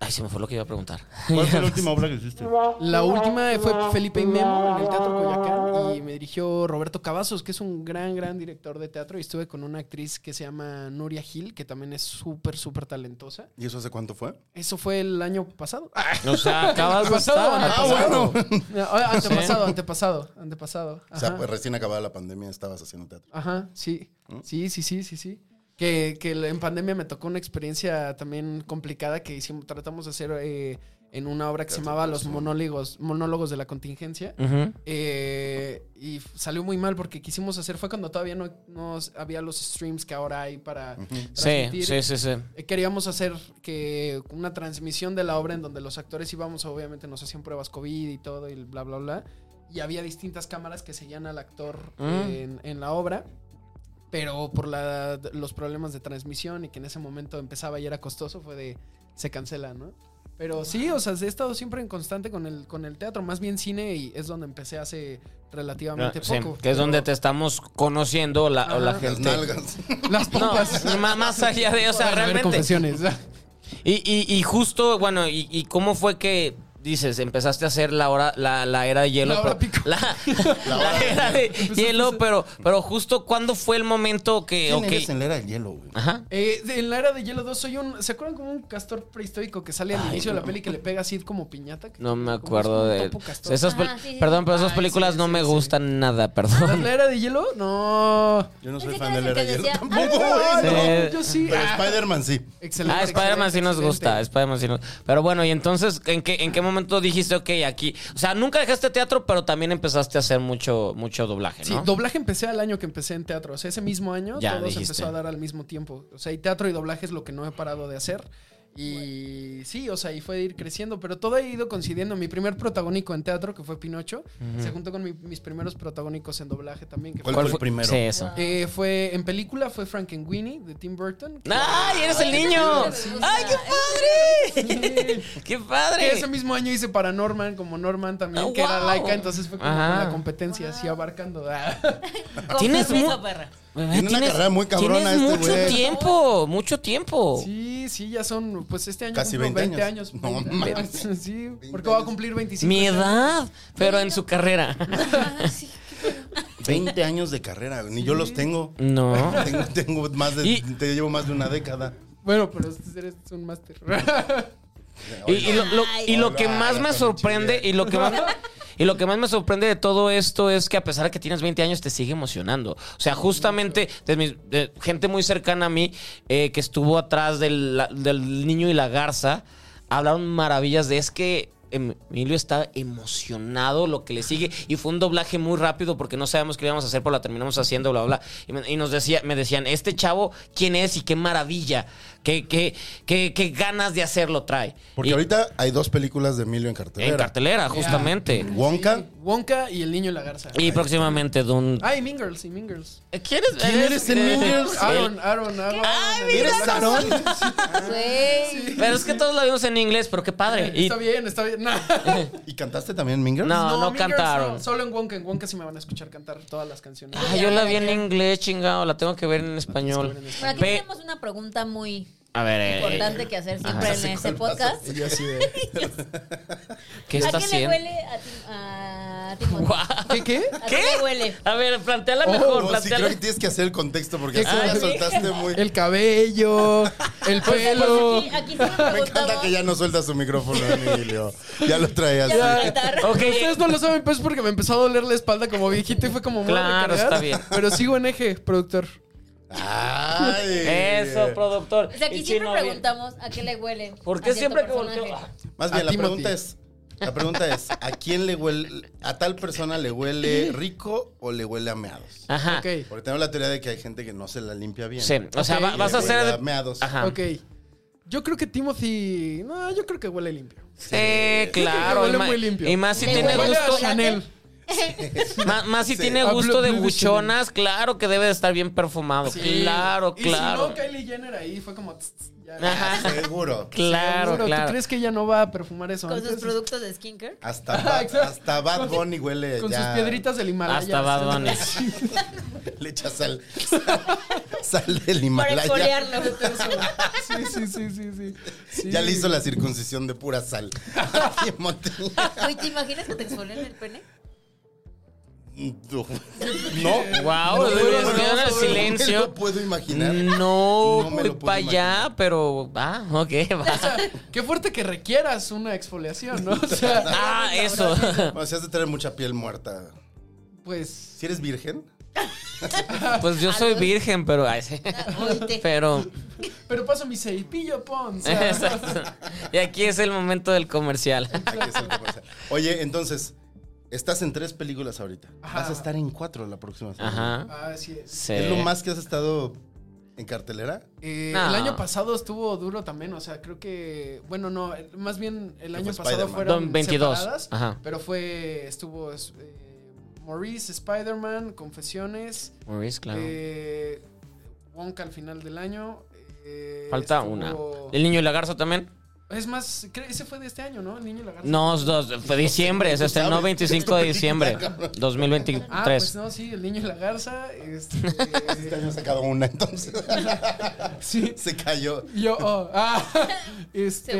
[SPEAKER 5] Ay, se me fue lo que iba a preguntar.
[SPEAKER 7] Ah,
[SPEAKER 4] ¿Cuál fue la última obra que hiciste?
[SPEAKER 7] La última fue Felipe y Memo en el Teatro Coyacán y me dirigió Roberto Cavazos, que es un gran, gran director de teatro. Y estuve con una actriz que se llama Nuria Gil, que también es súper, súper talentosa.
[SPEAKER 4] ¿Y eso hace cuánto fue?
[SPEAKER 7] Eso fue el año pasado.
[SPEAKER 5] O sea, acabas de
[SPEAKER 7] Pasado,
[SPEAKER 5] estar.
[SPEAKER 7] antepasado. Ah, Antepasado, antepasado, antepasado.
[SPEAKER 4] O sea,
[SPEAKER 7] Ajá.
[SPEAKER 4] pues recién acabada la pandemia estabas haciendo teatro.
[SPEAKER 7] Ajá, sí. Sí, sí, sí, sí, sí. Que, que la- en pandemia me tocó una experiencia también complicada que hicimos, tratamos de hacer eh, en una obra que se llamaba
[SPEAKER 4] pues,
[SPEAKER 7] Los monólogos, monólogos de la contingencia.
[SPEAKER 4] Mm.
[SPEAKER 5] Ujú.
[SPEAKER 7] Eh, y f- salió muy mal porque quisimos hacer, fue cuando todavía no, no s- había los streams que ahora hay para
[SPEAKER 5] Sí,
[SPEAKER 7] transmitir.
[SPEAKER 5] sí, sí, sí.
[SPEAKER 7] Eh, Queríamos hacer que una transmisión de la obra en donde los actores íbamos, obviamente nos hacían pruebas COVID y todo y bla, bla, bla. Y había distintas cámaras que seguían al actor
[SPEAKER 5] Mm.
[SPEAKER 7] en, en la obra. Pero por la- los problemas de transmisión y que en ese momento empezaba y era costoso, fue de se cancela, ¿no? Pero sí, o sea, he estado siempre en constante con el, con el teatro, más bien cine, y es donde empecé hace relativamente
[SPEAKER 5] Ah, Sí,
[SPEAKER 7] poco.
[SPEAKER 5] que es donde te
[SPEAKER 7] pero-
[SPEAKER 5] estamos conociendo la, o la
[SPEAKER 4] Las
[SPEAKER 7] Ajá.
[SPEAKER 5] gente.
[SPEAKER 4] nalgas.
[SPEAKER 7] Las
[SPEAKER 5] No,
[SPEAKER 7] pompas.
[SPEAKER 5] ma- más allá de, o sea,
[SPEAKER 7] Para ver
[SPEAKER 5] realmente.
[SPEAKER 7] confesiones.
[SPEAKER 5] Y, y, y justo, bueno, y, y cómo fue que dices, empezaste a hacer la hora, la, la era de hielo.
[SPEAKER 7] La hora
[SPEAKER 5] pero-
[SPEAKER 7] pico.
[SPEAKER 5] la- la era de hielo, pero, pero justo cuándo fue el momento que,
[SPEAKER 4] ¿Quién
[SPEAKER 5] ok.
[SPEAKER 4] eres en la era del hielo, güey?
[SPEAKER 5] Ajá.
[SPEAKER 7] Eh, de- en la era de Hielo 2 soy un... ¿Se acuerdan como un castor prehistórico que sale al inicio de la peli que le pega así como piñata? Que-
[SPEAKER 5] No me
[SPEAKER 7] como
[SPEAKER 5] acuerdo
[SPEAKER 7] es
[SPEAKER 5] de.
[SPEAKER 7] un topo castor.
[SPEAKER 5] esas pel-
[SPEAKER 6] Ah, sí, sí, sí.
[SPEAKER 5] Perdón, pero esas
[SPEAKER 7] Ay,
[SPEAKER 5] películas
[SPEAKER 7] sí,
[SPEAKER 5] no
[SPEAKER 7] sí,
[SPEAKER 5] me
[SPEAKER 7] sí.
[SPEAKER 5] gustan nada,
[SPEAKER 7] ¿La-
[SPEAKER 5] perdón.
[SPEAKER 7] ¿La era de hielo? No.
[SPEAKER 4] Yo no soy
[SPEAKER 6] Pensé
[SPEAKER 4] fan
[SPEAKER 6] que
[SPEAKER 4] de la era
[SPEAKER 6] eras
[SPEAKER 4] del
[SPEAKER 6] el que
[SPEAKER 4] hielo
[SPEAKER 6] decía,
[SPEAKER 4] tampoco,
[SPEAKER 6] "Ah".
[SPEAKER 4] güey.
[SPEAKER 5] Sí.
[SPEAKER 7] No, yo sí.
[SPEAKER 4] Pero
[SPEAKER 7] Ah,
[SPEAKER 4] Spider-Man sí.
[SPEAKER 7] excelente,
[SPEAKER 5] Ah, Spider-Man sí nos
[SPEAKER 7] excelente,
[SPEAKER 5] gusta,
[SPEAKER 7] excelente.
[SPEAKER 5] Spider-Man sí nos... Pero bueno, y entonces, ¿en qué, ¿en qué momento dijiste, ok, aquí... O sea, nunca dejaste teatro, pero también empezaste a hacer mucho, mucho doblaje,
[SPEAKER 7] Sí,
[SPEAKER 5] ¿no?
[SPEAKER 7] doblaje empecé al año que empecé en teatro. O sea, ese mismo año
[SPEAKER 5] Ya,
[SPEAKER 7] todo se
[SPEAKER 5] dijiste.
[SPEAKER 7] empezó a dar al mismo tiempo. O sea, y teatro y doblaje es lo que no he parado de hacer. Y sí, o sea, y fue ir creciendo, pero todo ha ido coincidiendo. Mi primer protagónico en teatro, que fue Pinocho, se juntó con mi- mis primeros protagónicos en doblaje también. Que
[SPEAKER 4] ¿Cuál
[SPEAKER 7] fue,
[SPEAKER 4] fue el primero?
[SPEAKER 5] Sí, eso.
[SPEAKER 7] Eh, fue en película, fue Frankenweenie de Tim Burton. que-
[SPEAKER 5] ¡Ay, eres el
[SPEAKER 6] Ay,
[SPEAKER 5] niño!
[SPEAKER 6] sí.
[SPEAKER 5] ¡Ay, qué padre! ¡Qué
[SPEAKER 7] que ese
[SPEAKER 5] padre!
[SPEAKER 7] mismo año hice para Norman, como Norman también,
[SPEAKER 5] Oh,
[SPEAKER 7] que era
[SPEAKER 5] wow.
[SPEAKER 7] laica, entonces fue como
[SPEAKER 5] Ajá.
[SPEAKER 7] la competencia, así abarcando. ah.
[SPEAKER 5] Tienes
[SPEAKER 6] Confirme
[SPEAKER 5] mu-
[SPEAKER 6] esa perra.
[SPEAKER 4] Tiene una carrera muy cabrona
[SPEAKER 5] tienes
[SPEAKER 4] este
[SPEAKER 5] mucho
[SPEAKER 4] güey.
[SPEAKER 5] tiempo, mucho tiempo.
[SPEAKER 7] Sí, sí, ya son, pues este año
[SPEAKER 4] Casi
[SPEAKER 7] cumplo
[SPEAKER 4] 20 años.
[SPEAKER 7] años.
[SPEAKER 4] No
[SPEAKER 7] 20
[SPEAKER 4] mames.
[SPEAKER 7] años, Sí,
[SPEAKER 4] 20
[SPEAKER 7] porque va a
[SPEAKER 4] años.
[SPEAKER 7] cumplir 25.
[SPEAKER 5] Mi
[SPEAKER 7] años.
[SPEAKER 5] edad, pero en su carrera.
[SPEAKER 4] 20 años de carrera, ni yo los tengo.
[SPEAKER 5] No.
[SPEAKER 4] Tengo, tengo más de.
[SPEAKER 5] Y-
[SPEAKER 4] Te llevo más de una década.
[SPEAKER 7] Bueno, pero este eres un máster.
[SPEAKER 5] Y, y lo, lo- y lo que más me sorprende, y lo que más, y lo que más me sorprende de todo esto es que a pesar de que tienes 20 años, te sigue emocionando. O sea, justamente de mis- de gente muy cercana a mí eh, que estuvo atrás del, la- del niño y la garza, hablaron maravillas de es que. em, Emilio está emocionado lo que le sigue y fue un doblaje muy rápido porque no sabíamos qué íbamos a hacer, pero la terminamos haciendo, bla, bla. bla. Y, me- y nos decía, me decían, este chavo, ¿quién es y qué maravilla? ¿Qué, qué, qué, qué ganas de hacerlo trae?
[SPEAKER 4] Porque
[SPEAKER 5] Y-
[SPEAKER 4] ahorita hay dos películas de Emilio en cartelera.
[SPEAKER 5] en cartelera, justamente.
[SPEAKER 4] Wonka.
[SPEAKER 7] Wonka y el niño y la garza.
[SPEAKER 5] Y próximamente Don.
[SPEAKER 7] Ah, y Mingirls, y Mingirls.
[SPEAKER 5] ¿Quién es?
[SPEAKER 4] ¿Quién eres en Minions?
[SPEAKER 7] Aaron, Aaron, Aaron.
[SPEAKER 4] ¿Eres Aarón?
[SPEAKER 6] Güey.
[SPEAKER 5] Pero es que todos la vimos en inglés, pero qué padre. Y-
[SPEAKER 7] Está bien, está bien. No,
[SPEAKER 4] ¿Y cantaste también Mingers?
[SPEAKER 5] No.
[SPEAKER 7] Mean Girls
[SPEAKER 5] cantaron.
[SPEAKER 7] no, solo en Wonka, en Wonka sí me van a escuchar cantar todas las canciones.
[SPEAKER 5] Ah, yo la vi en inglés, chingado. La tengo que ver en español.
[SPEAKER 6] Bueno, aquí
[SPEAKER 5] Pe-
[SPEAKER 6] tenemos una pregunta muy
[SPEAKER 5] A ver, eh,
[SPEAKER 6] importante que hacer siempre
[SPEAKER 5] Ajá.
[SPEAKER 6] en este podcast.
[SPEAKER 4] Y así de-
[SPEAKER 5] ¿qué
[SPEAKER 6] ¿A
[SPEAKER 5] está
[SPEAKER 6] quién le
[SPEAKER 5] haciendo?
[SPEAKER 6] huele a ti? A Timothy?
[SPEAKER 5] Guau. Pues,
[SPEAKER 7] ¿Qué, qué?
[SPEAKER 6] ¿A quién le huele?
[SPEAKER 5] A ver, planteala mejor. Ah,
[SPEAKER 4] No, Oh, sí,
[SPEAKER 5] planteala.
[SPEAKER 4] creo que tienes que hacer el contexto porque
[SPEAKER 7] ¿Qué
[SPEAKER 4] así
[SPEAKER 7] cosa?
[SPEAKER 4] la soltaste muy.
[SPEAKER 7] El cabello, el pelo.
[SPEAKER 6] Pues Aquí, aquí sí me
[SPEAKER 4] Me encanta
[SPEAKER 6] preguntaba.
[SPEAKER 4] que ya no suelta su micrófono, Emilio. Ya lo trae así.
[SPEAKER 6] Ya me mataron.
[SPEAKER 5] Ok,
[SPEAKER 7] Ustedes no lo saben, pues, porque me empezó a doler la espalda como viejito y fue como... "Me voy a
[SPEAKER 5] Claro,
[SPEAKER 7] recargar".
[SPEAKER 5] está bien.
[SPEAKER 7] Pero sigo en eje, productor.
[SPEAKER 4] Ay.
[SPEAKER 5] Eso, productor.
[SPEAKER 6] O sea, aquí
[SPEAKER 5] Y
[SPEAKER 6] siempre
[SPEAKER 5] Chino bien.
[SPEAKER 6] preguntamos a qué le huele.
[SPEAKER 5] ¿Por
[SPEAKER 6] a
[SPEAKER 5] qué
[SPEAKER 6] cierto
[SPEAKER 5] siempre que
[SPEAKER 6] personaje.
[SPEAKER 5] volteo? Ah,
[SPEAKER 4] Más
[SPEAKER 7] A
[SPEAKER 4] bien, la
[SPEAKER 7] Timothy.
[SPEAKER 4] pregunta es. La pregunta es, ¿a quién le huele, a tal persona le huele rico o le huele a meados?
[SPEAKER 5] Ajá.
[SPEAKER 7] Ok,
[SPEAKER 4] Porque tengo la teoría de que hay gente que no se la limpia bien.
[SPEAKER 5] Ah. Sí, o sea,
[SPEAKER 7] Ok.
[SPEAKER 5] va- vas a
[SPEAKER 4] Le huele
[SPEAKER 5] hacer.
[SPEAKER 4] meados.
[SPEAKER 5] Ajá.
[SPEAKER 7] ok. Yo creo que Timothy... No, yo creo que huele limpio.
[SPEAKER 5] Sí,
[SPEAKER 7] Que
[SPEAKER 5] claro.
[SPEAKER 7] huele
[SPEAKER 5] y ma-
[SPEAKER 7] muy limpio.
[SPEAKER 5] Y más si
[SPEAKER 6] Le
[SPEAKER 5] tiene
[SPEAKER 7] huele a
[SPEAKER 5] gusto.
[SPEAKER 7] Chanel.
[SPEAKER 5] Má- más si tiene
[SPEAKER 7] Ah,
[SPEAKER 5] gusto
[SPEAKER 7] Blue-
[SPEAKER 5] de
[SPEAKER 7] Blue de
[SPEAKER 5] buchonas, claro que debe de estar bien perfumado.
[SPEAKER 7] Sí.
[SPEAKER 5] Claro, claro.
[SPEAKER 7] Y si no, Kylie Jenner ahí fue como... "Tss, tss, ya".
[SPEAKER 5] Ajá.
[SPEAKER 4] Seguro.
[SPEAKER 5] Claro,
[SPEAKER 7] Seguro, ¿Tú
[SPEAKER 5] claro.
[SPEAKER 7] crees que ella no va a perfumar eso?
[SPEAKER 6] Con sus
[SPEAKER 7] Antes-
[SPEAKER 6] productos de skincare.
[SPEAKER 4] Hasta, Bad-
[SPEAKER 7] exacto.
[SPEAKER 4] hasta Bad Bunny huele
[SPEAKER 7] Con
[SPEAKER 4] ya-
[SPEAKER 7] sus piedritas del Himalaya.
[SPEAKER 5] Hasta Bad Bunny.
[SPEAKER 4] Le echa sal. Sal, sal del
[SPEAKER 6] Para
[SPEAKER 4] Himalaya.
[SPEAKER 6] exfoliarlo.
[SPEAKER 7] Sí, sí, sí, sí, sí. Sí.
[SPEAKER 4] Ya le hizo la circuncisión de pura sal. Aquí en Monterrey.
[SPEAKER 6] Uy, ¿te imaginas que te exfolien el pene?
[SPEAKER 4] No.
[SPEAKER 5] Wow,
[SPEAKER 4] No puedo, no,
[SPEAKER 5] el
[SPEAKER 4] no, No me
[SPEAKER 5] silencio.
[SPEAKER 4] lo puedo imaginar.
[SPEAKER 5] No,
[SPEAKER 4] No me
[SPEAKER 5] voy
[SPEAKER 4] lo puedo
[SPEAKER 5] para allá, pero ah, ok, va.
[SPEAKER 7] Qué fuerte que requieras una exfoliación, ¿no? O sea,
[SPEAKER 5] Ah, eso.
[SPEAKER 4] O sea, has de tener mucha piel muerta.
[SPEAKER 7] pues.
[SPEAKER 4] Si eres virgen,
[SPEAKER 5] Pues yo soy virgen, pero ay, sí.
[SPEAKER 6] Oíste.
[SPEAKER 5] Pero
[SPEAKER 7] Pero paso mi cepillo, pon. o sea,
[SPEAKER 5] exacto. Y aquí es el momento del comercial.
[SPEAKER 4] hay que ser comercial. Oye, entonces, estás en tres películas ahorita.
[SPEAKER 7] Ajá.
[SPEAKER 4] Vas a estar en cuatro la próxima semana.
[SPEAKER 5] Ajá.
[SPEAKER 7] ah, así es.
[SPEAKER 5] Sí.
[SPEAKER 4] ¿Es lo más que has estado en cartelera?
[SPEAKER 7] Eh,
[SPEAKER 5] No.
[SPEAKER 7] El año pasado estuvo duro también, o sea, creo que. Bueno, no, el- más bien el año
[SPEAKER 4] fue
[SPEAKER 7] pasado
[SPEAKER 4] Spider-Man.
[SPEAKER 7] fueron
[SPEAKER 5] Don 22,
[SPEAKER 7] separadas,
[SPEAKER 5] ajá.
[SPEAKER 7] pero fue. Estuvo es- eh, Maurice, Spider-Man, Confesiones,
[SPEAKER 5] Maurice, claro.
[SPEAKER 7] eh, Wonka al final del año. eh,
[SPEAKER 5] Falta
[SPEAKER 7] estuvo-
[SPEAKER 5] una. ¿El niño y la garza también?
[SPEAKER 7] Es más, cre- ese fue de este año, ¿no? El niño y la garza.
[SPEAKER 5] No, es dos, fue diciembre, se estrenó 25 de diciembre
[SPEAKER 7] Ah,
[SPEAKER 5] 2023.
[SPEAKER 7] pues no, sí, el niño y la garza. Este,
[SPEAKER 4] Este año he sacado una, entonces.
[SPEAKER 7] sí.
[SPEAKER 4] Se cayó.
[SPEAKER 7] Yo, oh, ah,
[SPEAKER 6] Se
[SPEAKER 7] este.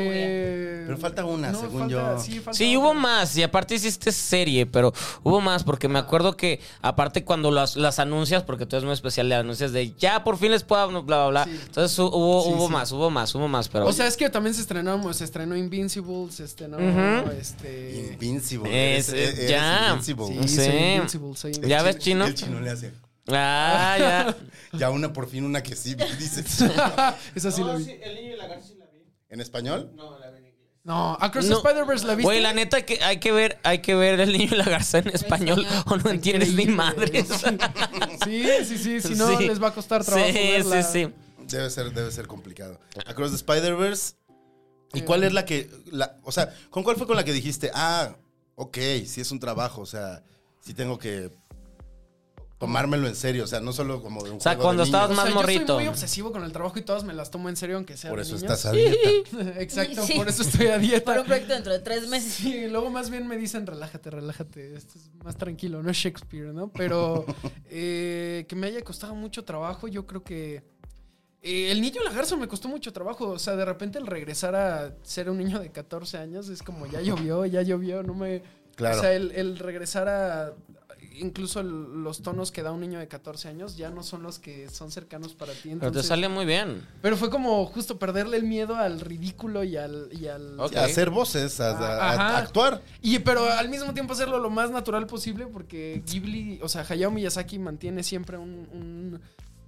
[SPEAKER 4] Pero falta una, según
[SPEAKER 7] falta-
[SPEAKER 4] yo.
[SPEAKER 7] Sí, falta
[SPEAKER 5] Sí,
[SPEAKER 7] otra.
[SPEAKER 5] hubo más, y aparte hiciste serie, pero hubo más, porque me acuerdo que, aparte cuando las, las anuncias, porque tú eres muy especial, le anuncias de ya por fin les puedo, bla, bla, bla.
[SPEAKER 7] Sí.
[SPEAKER 5] Entonces hu- hubo,
[SPEAKER 7] Sí,
[SPEAKER 5] hubo
[SPEAKER 7] sí.
[SPEAKER 5] más, hubo más, hubo más, pero.
[SPEAKER 7] O sea, es que también se estrenó, se estrenó Invincible, se estrenó
[SPEAKER 5] Ujú.
[SPEAKER 7] este.
[SPEAKER 4] Invincible.
[SPEAKER 5] Es-
[SPEAKER 4] Eres- eres
[SPEAKER 5] Eh, ya.
[SPEAKER 4] Invincible.
[SPEAKER 7] Sí,
[SPEAKER 5] No
[SPEAKER 7] soy
[SPEAKER 5] sé.
[SPEAKER 7] Invincible, soy Invincible.
[SPEAKER 5] ¿Ya ves chino?
[SPEAKER 4] El chino le hace.
[SPEAKER 5] Ah, ya.
[SPEAKER 4] Ya una, por fin una que sí, dice.
[SPEAKER 7] Esa sí la vi.
[SPEAKER 4] ¿En español?
[SPEAKER 7] No, Across the
[SPEAKER 5] No.
[SPEAKER 7] Spider-Verse la vi.
[SPEAKER 5] Güey, la neta que hay que ver, hay que ver el niño y la garza en español, o no entiendes ni madres.
[SPEAKER 7] Sí, sí, sí, si no
[SPEAKER 5] Sí.
[SPEAKER 7] les va a costar trabajo.
[SPEAKER 5] Sí,
[SPEAKER 7] verla.
[SPEAKER 5] sí, sí.
[SPEAKER 4] Debe ser, debe ser complicado. Across the Spider-Verse, ¿Y cuál es la que, la- o sea, con cuál fue con la que dijiste, ah, ok, sí es un trabajo, o sea, sí tengo que tomármelo en serio, o sea, no solo como de un
[SPEAKER 5] O sea,
[SPEAKER 4] juego de
[SPEAKER 5] cuando
[SPEAKER 4] niños.
[SPEAKER 5] estabas más
[SPEAKER 7] Yo
[SPEAKER 5] morrito.
[SPEAKER 7] soy muy obsesivo con el trabajo y todas me las tomo en serio, aunque sea.
[SPEAKER 4] Por
[SPEAKER 7] de
[SPEAKER 4] eso
[SPEAKER 7] niños.
[SPEAKER 4] estás abierta.
[SPEAKER 7] Exacto,
[SPEAKER 6] Sí.
[SPEAKER 7] por eso estoy a
[SPEAKER 6] Por
[SPEAKER 7] dieta.
[SPEAKER 6] un proyecto dentro de tres meses.
[SPEAKER 7] Sí, luego más bien me dicen, relájate, relájate, esto es más tranquilo, no es Shakespeare, ¿no? Pero eh, que me haya costado mucho trabajo, yo creo que... eh, el niño lagarto me costó mucho trabajo, o sea, de repente el regresar a ser un niño de 14 años es como, ya llovió, ya llovió, no me...
[SPEAKER 4] Claro.
[SPEAKER 7] O sea, el, el regresar a... Incluso el- los tonos que da un niño de 14 años ya no son los que son cercanos para ti.
[SPEAKER 5] Pero te
[SPEAKER 7] entonces-
[SPEAKER 5] sale muy bien.
[SPEAKER 7] pero fue como justo perderle el miedo al ridículo y al. Y, al-
[SPEAKER 5] Ok.
[SPEAKER 4] A hacer voces, a, a- a
[SPEAKER 7] Ah, Ajá.
[SPEAKER 4] actuar.
[SPEAKER 7] y- pero al mismo tiempo hacerlo lo más natural posible porque Ghibli, o sea, Hayao Miyazaki mantiene siempre un, un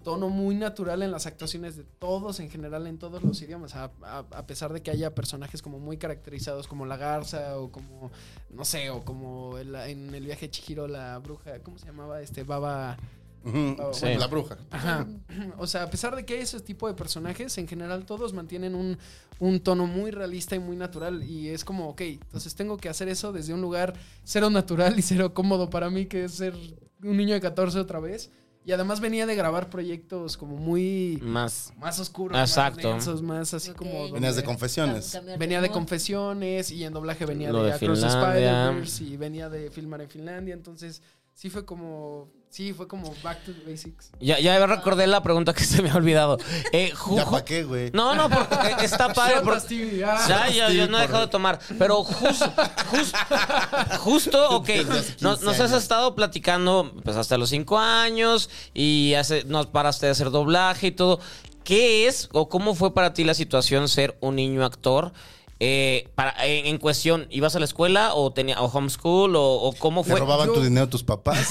[SPEAKER 7] tono muy natural en las actuaciones de todos, en general, en todos los idiomas. A, a- a pesar de que haya personajes como muy caracterizados, como la garza o como. No sé, o como en la- en el viaje de Chihiro, la bruja. ¿Cómo se llamaba? Este, Baba.
[SPEAKER 4] Ujú,
[SPEAKER 7] Ah,
[SPEAKER 4] como
[SPEAKER 5] bueno.
[SPEAKER 4] La bruja.
[SPEAKER 7] Ajá. O sea, a pesar de que hay ese tipo de personajes, en general todos mantienen un, un tono muy realista y muy natural. Y es como, ok, entonces tengo que hacer eso desde un lugar cero natural y cero cómodo para mí, que es ser un niño de 14 otra vez. Y además venía de grabar proyectos como muy
[SPEAKER 5] Más.
[SPEAKER 7] más oscuros,
[SPEAKER 5] Exacto.
[SPEAKER 7] más densos, más así
[SPEAKER 6] Ok.
[SPEAKER 7] como... donde-
[SPEAKER 4] Venías de confesiones.
[SPEAKER 6] Cambiar
[SPEAKER 7] venía de
[SPEAKER 6] mood.
[SPEAKER 7] confesiones y en doblaje venía
[SPEAKER 5] Lo
[SPEAKER 7] de,
[SPEAKER 5] de
[SPEAKER 7] Across the
[SPEAKER 5] Finlandia.
[SPEAKER 7] Spider-Verse y venía de filmar en Finlandia. Entonces, sí fue como... Sí, fue como back to the basics.
[SPEAKER 5] Ya, ya recordé la pregunta que se me ha olvidado. Eh, ju-
[SPEAKER 4] Ya
[SPEAKER 5] ju-
[SPEAKER 4] pa' qué, güey.
[SPEAKER 5] No, no, porque está padre.
[SPEAKER 7] Shotas,
[SPEAKER 5] porque-
[SPEAKER 7] Stevie, ah.
[SPEAKER 5] Ya, yo, yo no he dejado de tomar. Pero justo, justo, justo, ok. Nos, nos has estado platicando, empezaste a los cinco años y hace, nos paraste de hacer doblaje y todo. ¿Qué es o cómo fue para ti la situación ser un niño actor? Eh, para, en, en cuestión, ¿ibas a la escuela o tenía o homeschool o, o cómo
[SPEAKER 4] Te
[SPEAKER 5] fue?
[SPEAKER 4] robaban
[SPEAKER 7] yo-
[SPEAKER 4] tu dinero tus papás.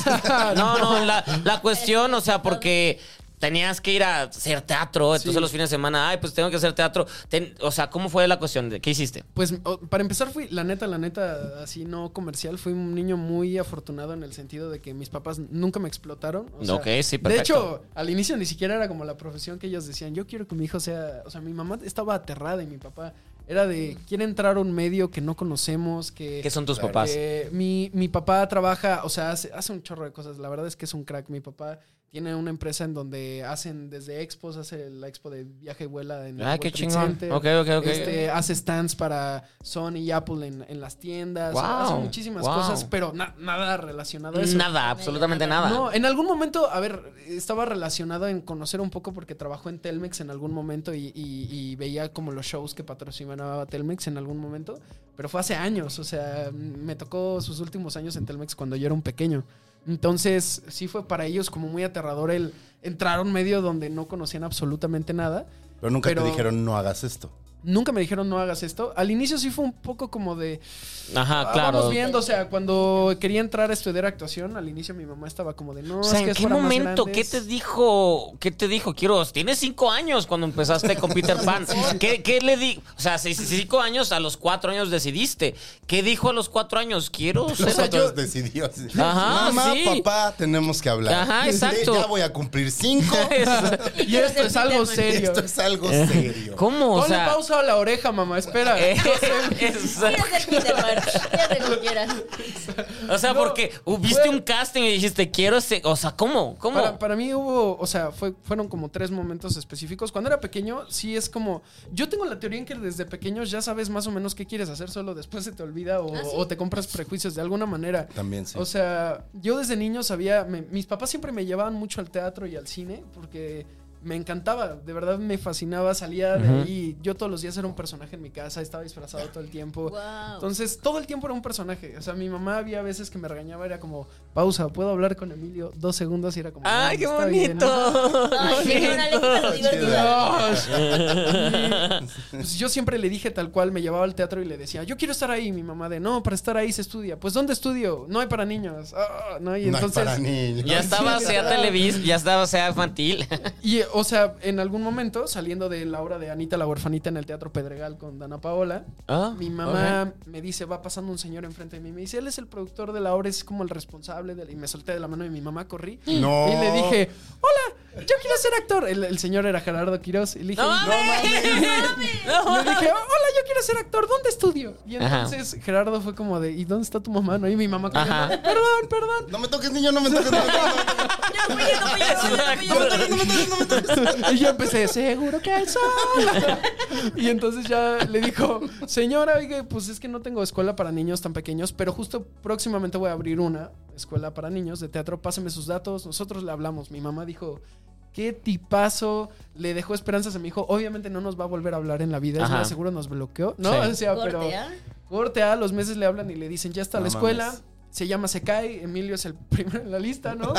[SPEAKER 5] No, no, la, la cuestión, o sea, porque tenías que ir a hacer teatro, entonces los fines de semana, ay, pues tengo que hacer teatro. Ten- o sea, ¿cómo fue la cuestión? de- ¿Qué hiciste?
[SPEAKER 7] Pues o- para empezar fui, la neta, la neta, así no comercial, fui un niño muy afortunado en el sentido de que mis papás nunca me explotaron. o sea,
[SPEAKER 5] Ok, sí, perfecto.
[SPEAKER 7] De hecho, al inicio ni siquiera era como la profesión que ellos decían, yo quiero que mi hijo sea, o sea, mi mamá estaba aterrada y mi papá era de, quiere entrar a un medio que no conocemos, que...
[SPEAKER 5] ¿Qué son tus
[SPEAKER 7] Claro.
[SPEAKER 5] papás?
[SPEAKER 7] Eh, mi, mi papá trabaja, o sea, hace, hace un chorro de cosas. La verdad es que es un crack. Mi papá tiene una empresa en donde hacen desde expos, hace la expo de viaje y vuela en el
[SPEAKER 5] Ay,
[SPEAKER 7] World
[SPEAKER 5] Ah, qué
[SPEAKER 7] Trade
[SPEAKER 5] chingón.
[SPEAKER 7] Center.
[SPEAKER 5] Ok, ok, ok.
[SPEAKER 7] Este, hace stands para Sony y Apple en, en las tiendas.
[SPEAKER 5] Wow,
[SPEAKER 7] hace muchísimas
[SPEAKER 5] wow.
[SPEAKER 7] cosas, pero na- nada relacionado a eso.
[SPEAKER 5] Este, Nada, absolutamente nada.
[SPEAKER 7] No, eh, en algún momento, a ver, estaba relacionado en conocer un poco porque trabajó en Telmex en algún momento y, y- y veía como los shows que patrocinaba Telmex en algún momento, pero fue hace años, o sea, me tocó sus últimos años en Telmex cuando yo era un pequeño. Entonces, sí fue para ellos como muy aterrador el entrar a un medio donde no conocían absolutamente nada.
[SPEAKER 4] Pero nunca
[SPEAKER 7] Pero-
[SPEAKER 4] te dijeron, no hagas esto.
[SPEAKER 7] Nunca me dijeron no hagas esto. Al inicio sí fue un poco como de,
[SPEAKER 5] Ajá,
[SPEAKER 7] Ah,
[SPEAKER 5] claro.
[SPEAKER 7] Vamos viendo, o sea, cuando quería entrar a estudiar actuación, al inicio mi mamá estaba como de no.
[SPEAKER 5] O sea,
[SPEAKER 7] es que
[SPEAKER 5] ¿en
[SPEAKER 7] es
[SPEAKER 5] qué
[SPEAKER 7] para más
[SPEAKER 5] momento? ¿Qué
[SPEAKER 7] grandes".
[SPEAKER 5] te dijo? ¿Qué te dijo, Quiroz? Tienes cinco años cuando empezaste con Peter Pan. ¿Qué, qué le di? O sea, si- si cinco años, a los cuatro años decidiste. ¿Qué dijo a los cuatro años? Quiero
[SPEAKER 4] Los
[SPEAKER 5] ser-
[SPEAKER 4] otros decidió. así,
[SPEAKER 5] Ajá,
[SPEAKER 4] Mamá,
[SPEAKER 5] sí.
[SPEAKER 4] papá, tenemos que hablar.
[SPEAKER 5] Ajá, exacto.
[SPEAKER 4] Ya voy a cumplir cinco.
[SPEAKER 7] Y esto es algo serio.
[SPEAKER 4] Esto es algo serio.
[SPEAKER 5] ¿Cómo? O
[SPEAKER 7] Ponle
[SPEAKER 5] sea, Eh,
[SPEAKER 7] pausa a la oreja, mamá, espera.
[SPEAKER 5] es-
[SPEAKER 6] Quieres ser Peter Pan, quieres lo que quieras.
[SPEAKER 5] o sea,
[SPEAKER 7] No,
[SPEAKER 5] porque hubiste
[SPEAKER 7] fue-
[SPEAKER 5] un casting y dijiste, quiero ser. O sea, ¿cómo? ¿Cómo?
[SPEAKER 7] Para, para mí hubo, o sea, fue, fueron como tres momentos específicos. Cuando era pequeño, sí es como. Yo tengo la teoría en que desde pequeños ya sabes más o menos qué quieres hacer, solo después se te olvida o,
[SPEAKER 6] Ah, sí.
[SPEAKER 7] o te compras prejuicios de alguna manera.
[SPEAKER 4] También sí.
[SPEAKER 7] O sea, yo desde niño sabía, me- mis papás siempre me llevaban mucho al teatro y al cine porque me encantaba, de verdad me fascinaba, salía de ahí, yo todos los días era un personaje en mi casa, estaba disfrazado todo el tiempo.
[SPEAKER 6] Wow.
[SPEAKER 7] Entonces, todo el tiempo era un personaje. O sea, mi mamá había veces que me regañaba, era como, pausa, ¿puedo hablar con Emilio dos segundos? Y era como,
[SPEAKER 5] ¡Ay,
[SPEAKER 7] "No,
[SPEAKER 5] qué
[SPEAKER 7] está bien".
[SPEAKER 5] bonito!
[SPEAKER 6] Ay, sí, órale, quítalo, divertido.
[SPEAKER 7] Dios. Y, pues, yo siempre le dije tal cual, me llevaba al teatro y le decía, yo quiero estar ahí. Mi mamá de, no, para estar ahí se estudia. Pues, ¿dónde estudio? No hay para niños. Ah, no,
[SPEAKER 4] no hay
[SPEAKER 7] y entonces...
[SPEAKER 4] para niños.
[SPEAKER 5] Ya estaba sea televis, ya estaba sea infantil.
[SPEAKER 7] Y, o sea, en algún momento, saliendo de la obra de Anita la huerfanita en el Teatro Pedregal con Dana Paola,
[SPEAKER 5] Ah,
[SPEAKER 7] mi mamá me dice, va pasando un señor enfrente de mí, me dice, él es el productor de la obra, es como el responsable, de la-". y me solté de la mano de mi mamá, corrí,
[SPEAKER 4] No.
[SPEAKER 7] y le dije, hola, yo quiero ser actor. El, el señor era Gerardo Quiroz. Y le dije,
[SPEAKER 5] ¡No
[SPEAKER 7] "No,
[SPEAKER 5] mames! ¡No
[SPEAKER 7] le
[SPEAKER 5] mames!
[SPEAKER 7] dije, hola, yo quiero ser actor, ¿dónde estudio? Y
[SPEAKER 5] Ajá.
[SPEAKER 7] entonces Gerardo fue como de, ¿y dónde está tu mamá? No, y mi mamá como,
[SPEAKER 5] Ajá.
[SPEAKER 7] perdón, perdón.
[SPEAKER 4] No me toques, niño, no me toques. No me toques,
[SPEAKER 6] No, oye, no,
[SPEAKER 4] no
[SPEAKER 6] oye, no, oye,
[SPEAKER 4] me toques, no me toques, no me toques.
[SPEAKER 7] Y yo empecé, seguro que hay sol. Y entonces ya le dijo, señora, oiga, pues es que no tengo escuela para niños tan pequeños, pero justo próximamente voy a abrir una escuela para niños de teatro. Pásame sus datos, nosotros le hablamos. Mi mamá dijo, qué tipazo, le dejó esperanzas a mi hijo. Obviamente no nos va a volver a hablar en la vida, es
[SPEAKER 5] Ajá.
[SPEAKER 7] más, seguro nos bloqueó, ¿no?
[SPEAKER 5] Sí.
[SPEAKER 7] O sea, pero...
[SPEAKER 6] Corte, ¿ah?
[SPEAKER 7] Corte A, los meses le hablan y le dicen, ya está
[SPEAKER 4] No
[SPEAKER 7] la escuela.
[SPEAKER 4] mames.
[SPEAKER 7] Se llama Sekai, Emilio es el primero en la lista, ¿no?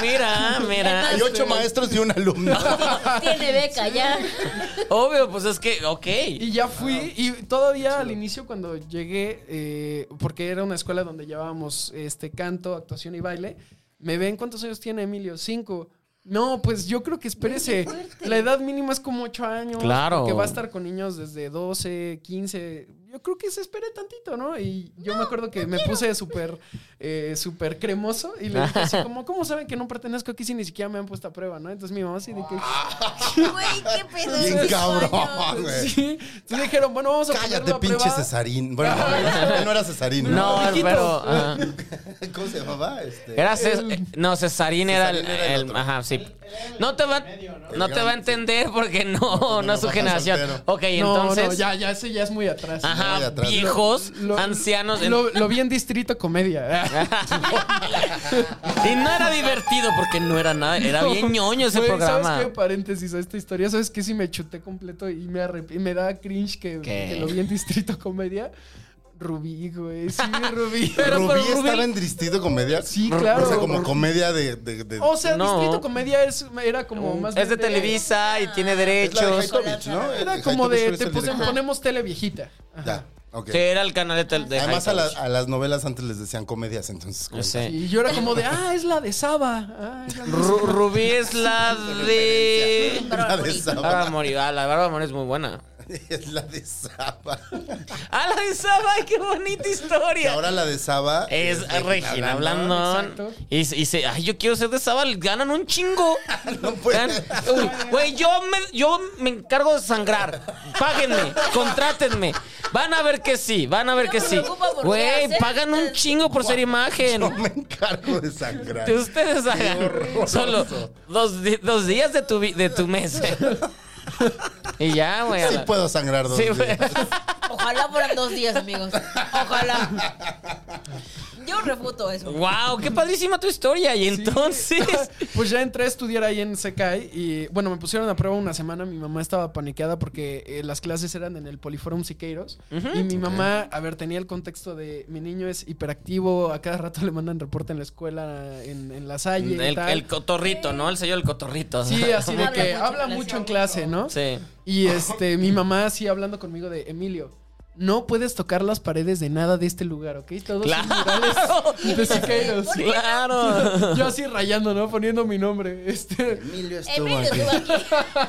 [SPEAKER 5] Mira, mira.
[SPEAKER 4] Hay ocho maestros y un alumno.
[SPEAKER 6] Tiene beca ya.
[SPEAKER 5] Obvio, pues es que, ok.
[SPEAKER 7] Y ya
[SPEAKER 4] Ah,
[SPEAKER 7] fui, y todavía al inicio cuando llegué, eh, porque era una escuela donde llevábamos este canto, actuación y baile, me ven cuántos años tiene Emilio, cinco. No, pues yo creo que espérese. La edad mínima es como ocho años.
[SPEAKER 5] Claro.
[SPEAKER 7] Que va a estar con niños desde 12, 15. Yo creo que se espere tantito, ¿no? Y yo me acuerdo que me puse súper eh, súper cremoso y le dije así como, ¿cómo saben que no pertenezco aquí si ni siquiera me han puesto a prueba, no? Entonces mi mamá así de que...
[SPEAKER 6] Güey, qué pedo.
[SPEAKER 4] Bien
[SPEAKER 6] Cinco
[SPEAKER 4] cabrón,
[SPEAKER 6] años.
[SPEAKER 4] güey.
[SPEAKER 7] Sí. Entonces dijeron, bueno, vamos a ponerlo
[SPEAKER 4] Cállate,
[SPEAKER 7] a
[SPEAKER 4] pinche
[SPEAKER 7] prueba.
[SPEAKER 4] Cesarín. Bueno, no, él no era Cesarín.
[SPEAKER 5] No,
[SPEAKER 4] ¿verdad?
[SPEAKER 5] pero. ajá.
[SPEAKER 4] ¿Cómo se llamaba? Este?
[SPEAKER 5] Era Ces- eh, no, Cesarín era el,
[SPEAKER 4] Cesarín era el
[SPEAKER 5] el-
[SPEAKER 4] otro.
[SPEAKER 5] ajá, sí. No te va, no te va a entender porque no,
[SPEAKER 4] porque
[SPEAKER 5] no es su
[SPEAKER 4] papá
[SPEAKER 5] generación.
[SPEAKER 4] soltero.
[SPEAKER 5] Ok,
[SPEAKER 7] No,
[SPEAKER 5] entonces.
[SPEAKER 7] No, ya, ya, ese ya es muy atrás.
[SPEAKER 5] Ajá,
[SPEAKER 4] de atrás.
[SPEAKER 5] viejos,
[SPEAKER 7] Lo-
[SPEAKER 5] ancianos. en-
[SPEAKER 7] Lo, lo vi en Distrito Comedia.
[SPEAKER 5] y no era divertido porque no era nada. Era bien ñoño ese
[SPEAKER 7] Güey,
[SPEAKER 5] programa.
[SPEAKER 7] ¿Sabes qué? Paréntesis a esta historia. ¿Sabes qué? Si me chuté completo y me arrep- y me da cringe que,
[SPEAKER 5] ¿Qué?
[SPEAKER 7] que lo vi en Distrito Comedia. Rubí, güey. Sí, Rubí.
[SPEAKER 5] Pero-
[SPEAKER 4] Rubí
[SPEAKER 5] pero Rubí-
[SPEAKER 4] estaba en Distrito Comedia.
[SPEAKER 7] Sí, claro.
[SPEAKER 4] O sea, como comedia de. de, de-
[SPEAKER 7] O sea,
[SPEAKER 5] No.
[SPEAKER 7] Distrito Comedia es- era como más.
[SPEAKER 5] es de
[SPEAKER 7] bien
[SPEAKER 5] Televisa y tiene
[SPEAKER 4] es la de
[SPEAKER 5] derechos.
[SPEAKER 4] Haitovich, ¿no?
[SPEAKER 7] Era
[SPEAKER 4] El
[SPEAKER 7] como de.
[SPEAKER 4] Haitovich
[SPEAKER 7] Te
[SPEAKER 4] es el
[SPEAKER 7] puse-
[SPEAKER 4] director.
[SPEAKER 7] ponemos tele viejita.
[SPEAKER 4] Ya, ok.
[SPEAKER 5] Sí, era el canal de, tel- de
[SPEAKER 4] Además, a, la-
[SPEAKER 5] Haitovich.
[SPEAKER 4] a las novelas antes les decían comedias, entonces.
[SPEAKER 5] Yo sé.
[SPEAKER 7] Y yo era como de. Ah, es la de Saba. Ah, es la de
[SPEAKER 5] Eh. Ru- Rubí es la de.
[SPEAKER 4] La de
[SPEAKER 5] Bárbara
[SPEAKER 4] Saba.
[SPEAKER 5] Mori. Ah, la de Bárbara Mori es muy buena.
[SPEAKER 4] Es la de Saba.
[SPEAKER 5] ¡Ah, la de Saba! ¡Ay, ¡Qué bonita
[SPEAKER 4] Y
[SPEAKER 5] historia!
[SPEAKER 4] ahora la de Saba.
[SPEAKER 5] Es
[SPEAKER 4] de
[SPEAKER 5] Regina
[SPEAKER 7] Exacto.
[SPEAKER 5] Blandón. Y, y se, ay, yo quiero ser de Zabal. Ganan un chingo.
[SPEAKER 4] No puede.
[SPEAKER 5] Ganan- Uy, Güey, yo me, yo me encargo de sangrar. Páguenme, contrátenme. Van a ver que sí, van a ver
[SPEAKER 6] No
[SPEAKER 5] que
[SPEAKER 6] me
[SPEAKER 5] sí.
[SPEAKER 6] preocupa porque
[SPEAKER 5] Güey,
[SPEAKER 6] aceptas.
[SPEAKER 5] pagan un chingo por ser imagen.
[SPEAKER 4] No me encargo de sangrar.
[SPEAKER 5] Que ustedes hagan
[SPEAKER 4] horroroso.
[SPEAKER 5] solo dos, di- dos días de tu, vi- de tu mes. y ya, güey. a
[SPEAKER 4] Sí
[SPEAKER 5] la-
[SPEAKER 4] puedo sangrar dos
[SPEAKER 5] Sí,
[SPEAKER 4] días.
[SPEAKER 5] güey.
[SPEAKER 6] Ojalá fueran dos días, amigos. Ojalá. Yo refuto eso.
[SPEAKER 5] Wow, qué padrísima tu historia. Y entonces.
[SPEAKER 7] Pues ya entré a estudiar ahí en Secai y bueno, me pusieron a prueba una semana. Mi mamá estaba paniqueada porque eh, las clases eran en el Poliforum Siqueiros. Y mi mamá, a ver, tenía el contexto de mi niño es hiperactivo, a cada rato le mandan reporte en la escuela, en, en la salle. y
[SPEAKER 5] El,
[SPEAKER 7] tal.
[SPEAKER 5] el cotorrito, ¿no? El sello del cotorrito.
[SPEAKER 7] Sí, así de
[SPEAKER 6] Habla mucho
[SPEAKER 7] que
[SPEAKER 6] en
[SPEAKER 7] habla
[SPEAKER 6] clase,
[SPEAKER 7] mucho en
[SPEAKER 6] habla
[SPEAKER 7] clase, ¿no?
[SPEAKER 5] Sí.
[SPEAKER 7] Y este, mi mamá así hablando conmigo de Emilio. No puedes tocar las paredes de nada de este lugar, ¿ok? Todos son
[SPEAKER 5] Claro.
[SPEAKER 7] murales de Siqueiros.
[SPEAKER 5] Claro.
[SPEAKER 7] Yo así rayando, ¿no? Poniendo mi nombre. Este.
[SPEAKER 4] Emilio estuvo
[SPEAKER 6] Emilio
[SPEAKER 4] aquí.
[SPEAKER 6] estuvo aquí.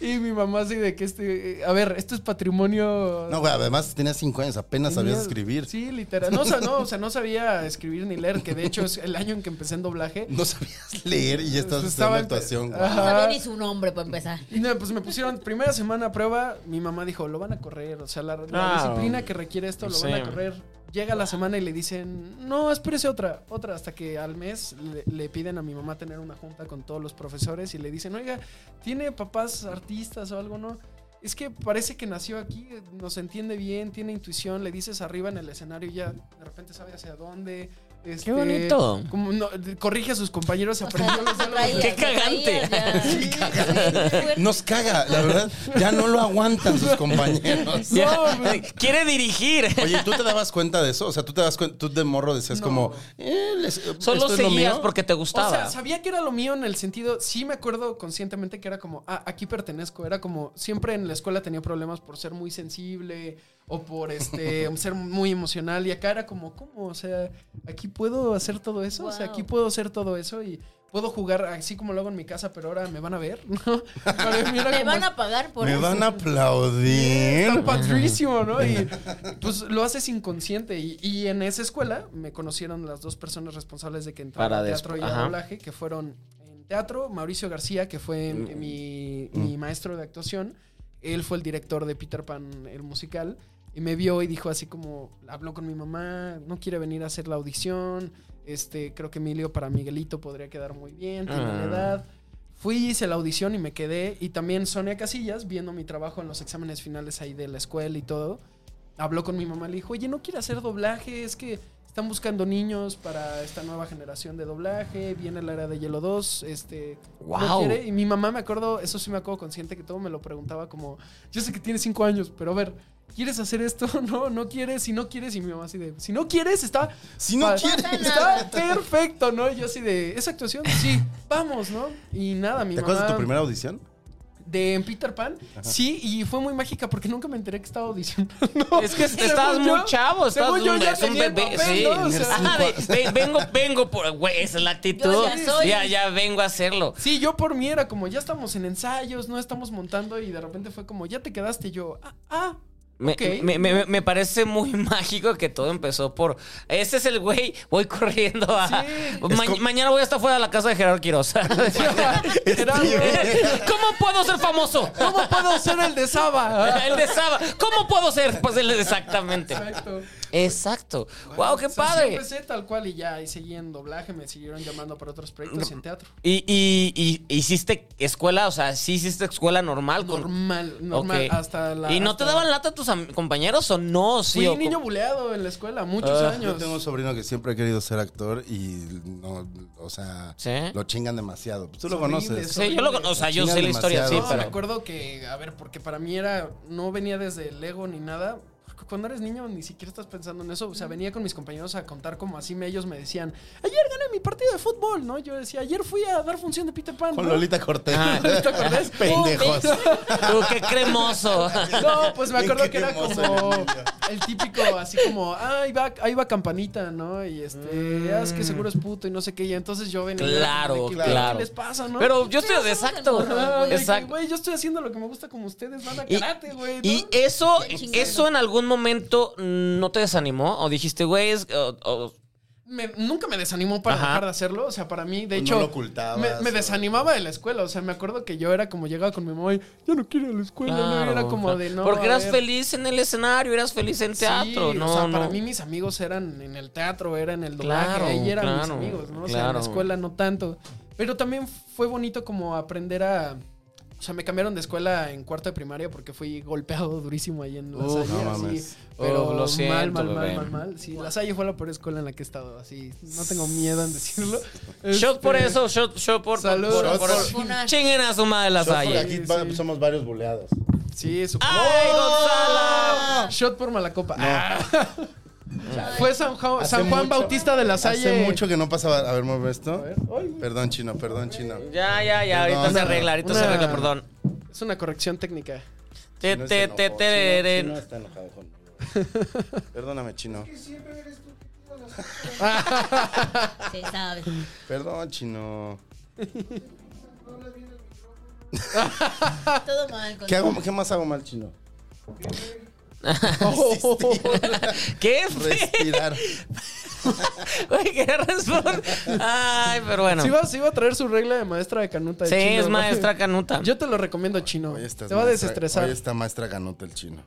[SPEAKER 7] Y mi mamá así de que este, eh, a ver, esto es patrimonio.
[SPEAKER 4] No, güey, además tenía cinco años, apenas sabías
[SPEAKER 7] Tenía-
[SPEAKER 4] escribir.
[SPEAKER 7] Sí, literal. No, o sea, no, o sea, no sabía escribir ni leer, que de hecho es el año en que empecé en doblaje.
[SPEAKER 4] No sabías leer y ya estás
[SPEAKER 7] Pues
[SPEAKER 4] haciendo
[SPEAKER 7] estaba-
[SPEAKER 4] actuación, güey.
[SPEAKER 7] Ajá.
[SPEAKER 6] No sabía
[SPEAKER 5] Ah.
[SPEAKER 6] ni su nombre para empezar.
[SPEAKER 7] Y no, pues me pusieron primera semana a prueba, mi mamá dijo, lo van a correr, o sea, la, la
[SPEAKER 5] Claro.
[SPEAKER 7] disciplina que requiere esto, lo van
[SPEAKER 5] Ah, Sí.
[SPEAKER 7] a correr. Llega la semana y le dicen, no, espérese otra, otra, hasta que al mes le, le piden a mi mamá tener una junta con todos los profesores y le dicen, oiga, ¿tiene papás artistas o algo, no? Es que parece que nació aquí, nos entiende bien, tiene intuición, le dices arriba en el escenario y ya de repente sabe hacia dónde. este,
[SPEAKER 5] bonito.
[SPEAKER 7] como no, corrige a sus compañeros,
[SPEAKER 6] O sea,
[SPEAKER 7] aprendió los
[SPEAKER 6] lo
[SPEAKER 7] diálogos.
[SPEAKER 5] Qué
[SPEAKER 6] traías, lo
[SPEAKER 5] cagante.
[SPEAKER 6] traías ya.
[SPEAKER 4] Sí, caga.
[SPEAKER 6] fuerte.
[SPEAKER 4] Nos caga, la verdad. Ya no lo aguantan sus compañeros.
[SPEAKER 5] Ya.
[SPEAKER 7] güey.
[SPEAKER 5] Quiere dirigir.
[SPEAKER 4] Oye, ¿tú te dabas cuenta de eso? O sea, tú te das cuenta, tú de morro decías
[SPEAKER 7] No.
[SPEAKER 4] como, eh, les-
[SPEAKER 5] Solo
[SPEAKER 4] ¿esto es lo
[SPEAKER 5] seguías
[SPEAKER 4] mío?
[SPEAKER 5] porque te
[SPEAKER 7] O
[SPEAKER 5] gustaba.
[SPEAKER 7] sea, sabía que era lo mío en el sentido, sí me acuerdo conscientemente que era como, ah, aquí pertenezco, era como, siempre en la escuela tenía problemas por ser muy sensible o por este ser muy emocional y acá era como, ¿cómo? O sea, aquí puedo hacer todo eso, o sea, aquí
[SPEAKER 6] Wow.
[SPEAKER 7] puedo hacer todo eso y puedo jugar así como lo hago en mi casa, pero ahora me van a ver, ¿no? Para mí era
[SPEAKER 6] Me
[SPEAKER 7] como-
[SPEAKER 6] van a pagar por
[SPEAKER 4] Me
[SPEAKER 6] eso.
[SPEAKER 4] van a aplaudir.
[SPEAKER 7] Está padrísimo, ¿no? Y pues lo haces inconsciente. Y, y en esa escuela me conocieron las dos personas responsables de que entrara
[SPEAKER 5] Para
[SPEAKER 7] a teatro
[SPEAKER 5] despu-
[SPEAKER 7] y a
[SPEAKER 5] ajá.
[SPEAKER 7] doblaje, que fueron en teatro, Mauricio García, que fue
[SPEAKER 5] Mm.
[SPEAKER 7] mi, mi maestro de actuación, él fue el director de Peter Pan, el musical, y me vio y dijo así como, habló con mi mamá, no quiere venir a hacer la audición, este, creo que Emilio para Miguelito podría quedar muy bien, tiene la
[SPEAKER 5] Ah.
[SPEAKER 7] edad. Fui, hice la audición y me quedé, y también Sonia Casillas, viendo mi trabajo en los exámenes finales ahí de la escuela y todo, habló con mi mamá, le dijo, oye, no quiere hacer doblaje, es que están buscando niños para esta nueva generación de doblaje, viene la era de Hielo 2, este... ¿no
[SPEAKER 5] Guau.
[SPEAKER 7] quiere?". Y mi mamá me acuerdo, eso sí me acuerdo consciente que todo me lo preguntaba como, yo sé que tienes cinco años, pero a ver, ¿quieres hacer esto? No, no quieres, si no quieres, y mi mamá así de, si no quieres, está...
[SPEAKER 4] Si no
[SPEAKER 7] pa-
[SPEAKER 4] quieres.
[SPEAKER 7] Está perfecto, ¿no? Y Yo así de, esa actuación, sí, vamos, ¿no? Y nada, mi
[SPEAKER 4] ¿Te
[SPEAKER 7] mamá
[SPEAKER 4] acuerdas de tu primera audición?
[SPEAKER 7] de Peter Pan. Sí, y fue muy mágica porque nunca me enteré que estaba audicionando.
[SPEAKER 5] Es que
[SPEAKER 7] Según
[SPEAKER 5] estabas
[SPEAKER 7] yo-
[SPEAKER 5] muy chavo, estás
[SPEAKER 7] según
[SPEAKER 5] un,
[SPEAKER 7] yo ya
[SPEAKER 5] es un
[SPEAKER 7] tenía el
[SPEAKER 5] bebé.
[SPEAKER 7] papel,
[SPEAKER 5] sí.
[SPEAKER 7] ¿no? O sea-
[SPEAKER 5] Ajá, de- de- vengo, vengo por. Güey, esa es la actitud.
[SPEAKER 6] Yo ya soy.
[SPEAKER 5] Ya, ya vengo a hacerlo.
[SPEAKER 7] Sí, yo por mí era como, ya estamos en ensayos, no estamos montando y de repente fue como, ya te quedaste Y yo. Ah, ah,
[SPEAKER 5] Me,
[SPEAKER 7] Ok.
[SPEAKER 5] me- me- me parece muy mágico que todo empezó por. Ese es el güey, voy corriendo a.
[SPEAKER 7] Sí.
[SPEAKER 5] Ma-
[SPEAKER 4] Es como-
[SPEAKER 5] Mañana voy a estar fuera de la casa de Gerardo Quiroz.
[SPEAKER 7] era algo-
[SPEAKER 5] ¿Cómo puedo ser famoso?
[SPEAKER 7] ¿Cómo puedo ser el de Saba?
[SPEAKER 5] El de Saba. ¿Cómo puedo ser? Pues el de- exactamente.
[SPEAKER 7] Exacto.
[SPEAKER 5] Exacto. ¡Wow, Oh, qué
[SPEAKER 7] O sea, sí pues.
[SPEAKER 5] padre!
[SPEAKER 7] empecé tal cual y ya, y seguí en doblaje, me siguieron llamando para otros proyectos y en teatro.
[SPEAKER 5] ¿Y, y, y hiciste escuela? O sea, ¿sí hiciste escuela normal? con-
[SPEAKER 7] Normal, normal,
[SPEAKER 5] Ok.
[SPEAKER 7] hasta la...
[SPEAKER 5] ¿Y no te
[SPEAKER 7] hasta-
[SPEAKER 5] daban lata tus am- compañeros o no? Sí,
[SPEAKER 7] Fui
[SPEAKER 5] o
[SPEAKER 7] niño
[SPEAKER 5] co-
[SPEAKER 7] buleado en la escuela, muchos
[SPEAKER 5] Ah.
[SPEAKER 7] años.
[SPEAKER 4] Yo tengo un sobrino que siempre ha querido ser actor y no, o sea,
[SPEAKER 5] ¿Sí?
[SPEAKER 4] lo chingan demasiado. Pues Tú lo
[SPEAKER 7] Es horrible,
[SPEAKER 4] conoces.
[SPEAKER 7] es
[SPEAKER 5] Sí, yo lo con- O sea, yo sé la historia, sí,
[SPEAKER 7] No, me
[SPEAKER 5] pero...
[SPEAKER 7] acuerdo que, a ver, porque para mí era, no venía desde el ego ni nada. Porque Cuando eres niño ni siquiera estás pensando en eso. O sea, venía con mis compañeros a contar como así me- ellos me decían, ayer gané mi partido de fútbol, ¿no? Yo decía, ayer fui a dar función de Peter Pan.
[SPEAKER 4] Con
[SPEAKER 7] ¿no?".
[SPEAKER 4] Lolita Cortés.
[SPEAKER 5] Ah.
[SPEAKER 7] ¿Te acordás?
[SPEAKER 4] Pendejos.
[SPEAKER 5] Tú, qué cremoso.
[SPEAKER 7] No, pues me
[SPEAKER 4] Bien
[SPEAKER 7] acuerdo
[SPEAKER 4] que
[SPEAKER 7] que era
[SPEAKER 4] hermoso
[SPEAKER 7] como
[SPEAKER 4] el niño.
[SPEAKER 7] el típico, así como, ah, ahí va, ahí va campanita, ¿no? Y este, ah, es que seguro es puto y no sé qué. Y entonces yo venía. como de
[SPEAKER 5] Mm. Claro,
[SPEAKER 7] que,
[SPEAKER 5] claro.
[SPEAKER 7] ¿Qué les pasa, no?
[SPEAKER 5] Pero yo estoy
[SPEAKER 6] Ustedes son
[SPEAKER 5] exacto.
[SPEAKER 6] unos
[SPEAKER 7] Ah, de que,
[SPEAKER 5] Exacto.
[SPEAKER 7] Güey, yo estoy haciendo lo que me gusta como ustedes van a
[SPEAKER 5] Y-
[SPEAKER 7] karate, güey. ¿no?
[SPEAKER 5] ¿Y eso,
[SPEAKER 6] Qué chingón.
[SPEAKER 5] eso en algún momento mm, no te desanimó? ¿O dijiste, güey, es- o- o-
[SPEAKER 7] Me- nunca me desanimó para
[SPEAKER 5] Ajá.
[SPEAKER 7] dejar de hacerlo. O sea, para mí, de
[SPEAKER 4] No
[SPEAKER 7] hecho.
[SPEAKER 4] lo ocultabas,
[SPEAKER 7] me, me
[SPEAKER 4] o-
[SPEAKER 7] desanimaba de la escuela. O sea, me acuerdo que yo era como llegaba con mi mamá y yo no quiero ir a la escuela.
[SPEAKER 5] Claro,
[SPEAKER 7] no, era como
[SPEAKER 5] claro.
[SPEAKER 7] de no.
[SPEAKER 5] Porque
[SPEAKER 7] a
[SPEAKER 5] eras
[SPEAKER 7] ver.
[SPEAKER 5] feliz en el escenario, eras feliz en
[SPEAKER 7] Sí,
[SPEAKER 5] teatro, no,
[SPEAKER 7] o sea,
[SPEAKER 5] no.
[SPEAKER 7] para mí mis amigos eran en el teatro, era en el doblaje,
[SPEAKER 5] Claro,
[SPEAKER 7] ahí eran mis
[SPEAKER 5] claro,
[SPEAKER 7] amigos, ¿no? O sea, en
[SPEAKER 5] claro.
[SPEAKER 7] la escuela no tanto. Pero también fue bonito como aprender a... O sea, me cambiaron de escuela en cuarto de primaria porque fui golpeado durísimo ahí en La
[SPEAKER 4] Uf,
[SPEAKER 7] Salle,
[SPEAKER 4] no
[SPEAKER 7] así,
[SPEAKER 4] mames.
[SPEAKER 7] Pero
[SPEAKER 5] Uf, lo siento,
[SPEAKER 7] mal, mal, mal,
[SPEAKER 5] bebé.
[SPEAKER 7] mal, mal. Sí, La Salle fue la peor escuela en la que he estado, así. No tengo miedo en decirlo.
[SPEAKER 5] Shot por
[SPEAKER 7] Este,
[SPEAKER 5] eso, shot, shot por, por,
[SPEAKER 7] Salud.
[SPEAKER 5] por, por-
[SPEAKER 4] Shot
[SPEAKER 6] por-
[SPEAKER 5] Chinguen a su madre la
[SPEAKER 4] Yo por
[SPEAKER 5] salle.
[SPEAKER 4] Aquí
[SPEAKER 7] Sí,
[SPEAKER 4] va-
[SPEAKER 7] sí.
[SPEAKER 4] somos varios buleados.
[SPEAKER 7] Sí, su...
[SPEAKER 5] ¡Ay,
[SPEAKER 7] ¡Oh!
[SPEAKER 5] Gonzalo!
[SPEAKER 7] Shot por Malacopa. Ah. Fue San, Ja-
[SPEAKER 4] Hace
[SPEAKER 7] San Juan
[SPEAKER 4] mucho-
[SPEAKER 7] Bautista de la Salle.
[SPEAKER 4] Hace mucho que no pasaba. A ver, mueve
[SPEAKER 7] A
[SPEAKER 4] esto.
[SPEAKER 7] ver, ay,
[SPEAKER 4] Perdón, chino, perdón, chino.
[SPEAKER 5] Ya, ya, ya, ahorita
[SPEAKER 4] Perdón,
[SPEAKER 5] se arregla, ahorita se
[SPEAKER 7] una-
[SPEAKER 5] arregla, perdón.
[SPEAKER 7] Es una corrección técnica.
[SPEAKER 5] Te,
[SPEAKER 4] Chino
[SPEAKER 5] te,
[SPEAKER 4] está
[SPEAKER 5] te,
[SPEAKER 4] enojado. Chino-
[SPEAKER 5] te, te-
[SPEAKER 4] Chino está enojado conmigo. Perdóname, chino.
[SPEAKER 6] Sí, sabes.
[SPEAKER 4] Perdón, chino.
[SPEAKER 6] Todo mal. con-
[SPEAKER 4] ¿Qué, hago, ¿Qué más hago mal, chino?
[SPEAKER 7] Oh,
[SPEAKER 5] ¿Qué?
[SPEAKER 4] Respirar.
[SPEAKER 5] Güey, ¿qué responde? Ay, pero bueno.
[SPEAKER 7] Sí, va, sí va a traer su regla de maestra de canuta. de
[SPEAKER 5] Sí,
[SPEAKER 7] chino,
[SPEAKER 5] es
[SPEAKER 7] ¿no?
[SPEAKER 5] maestra canuta.
[SPEAKER 7] Yo te lo recomiendo, chino.
[SPEAKER 4] Hoy estás
[SPEAKER 7] Te va a
[SPEAKER 4] maestra-
[SPEAKER 7] desestresar.
[SPEAKER 4] Hoy está maestra ganota el chino.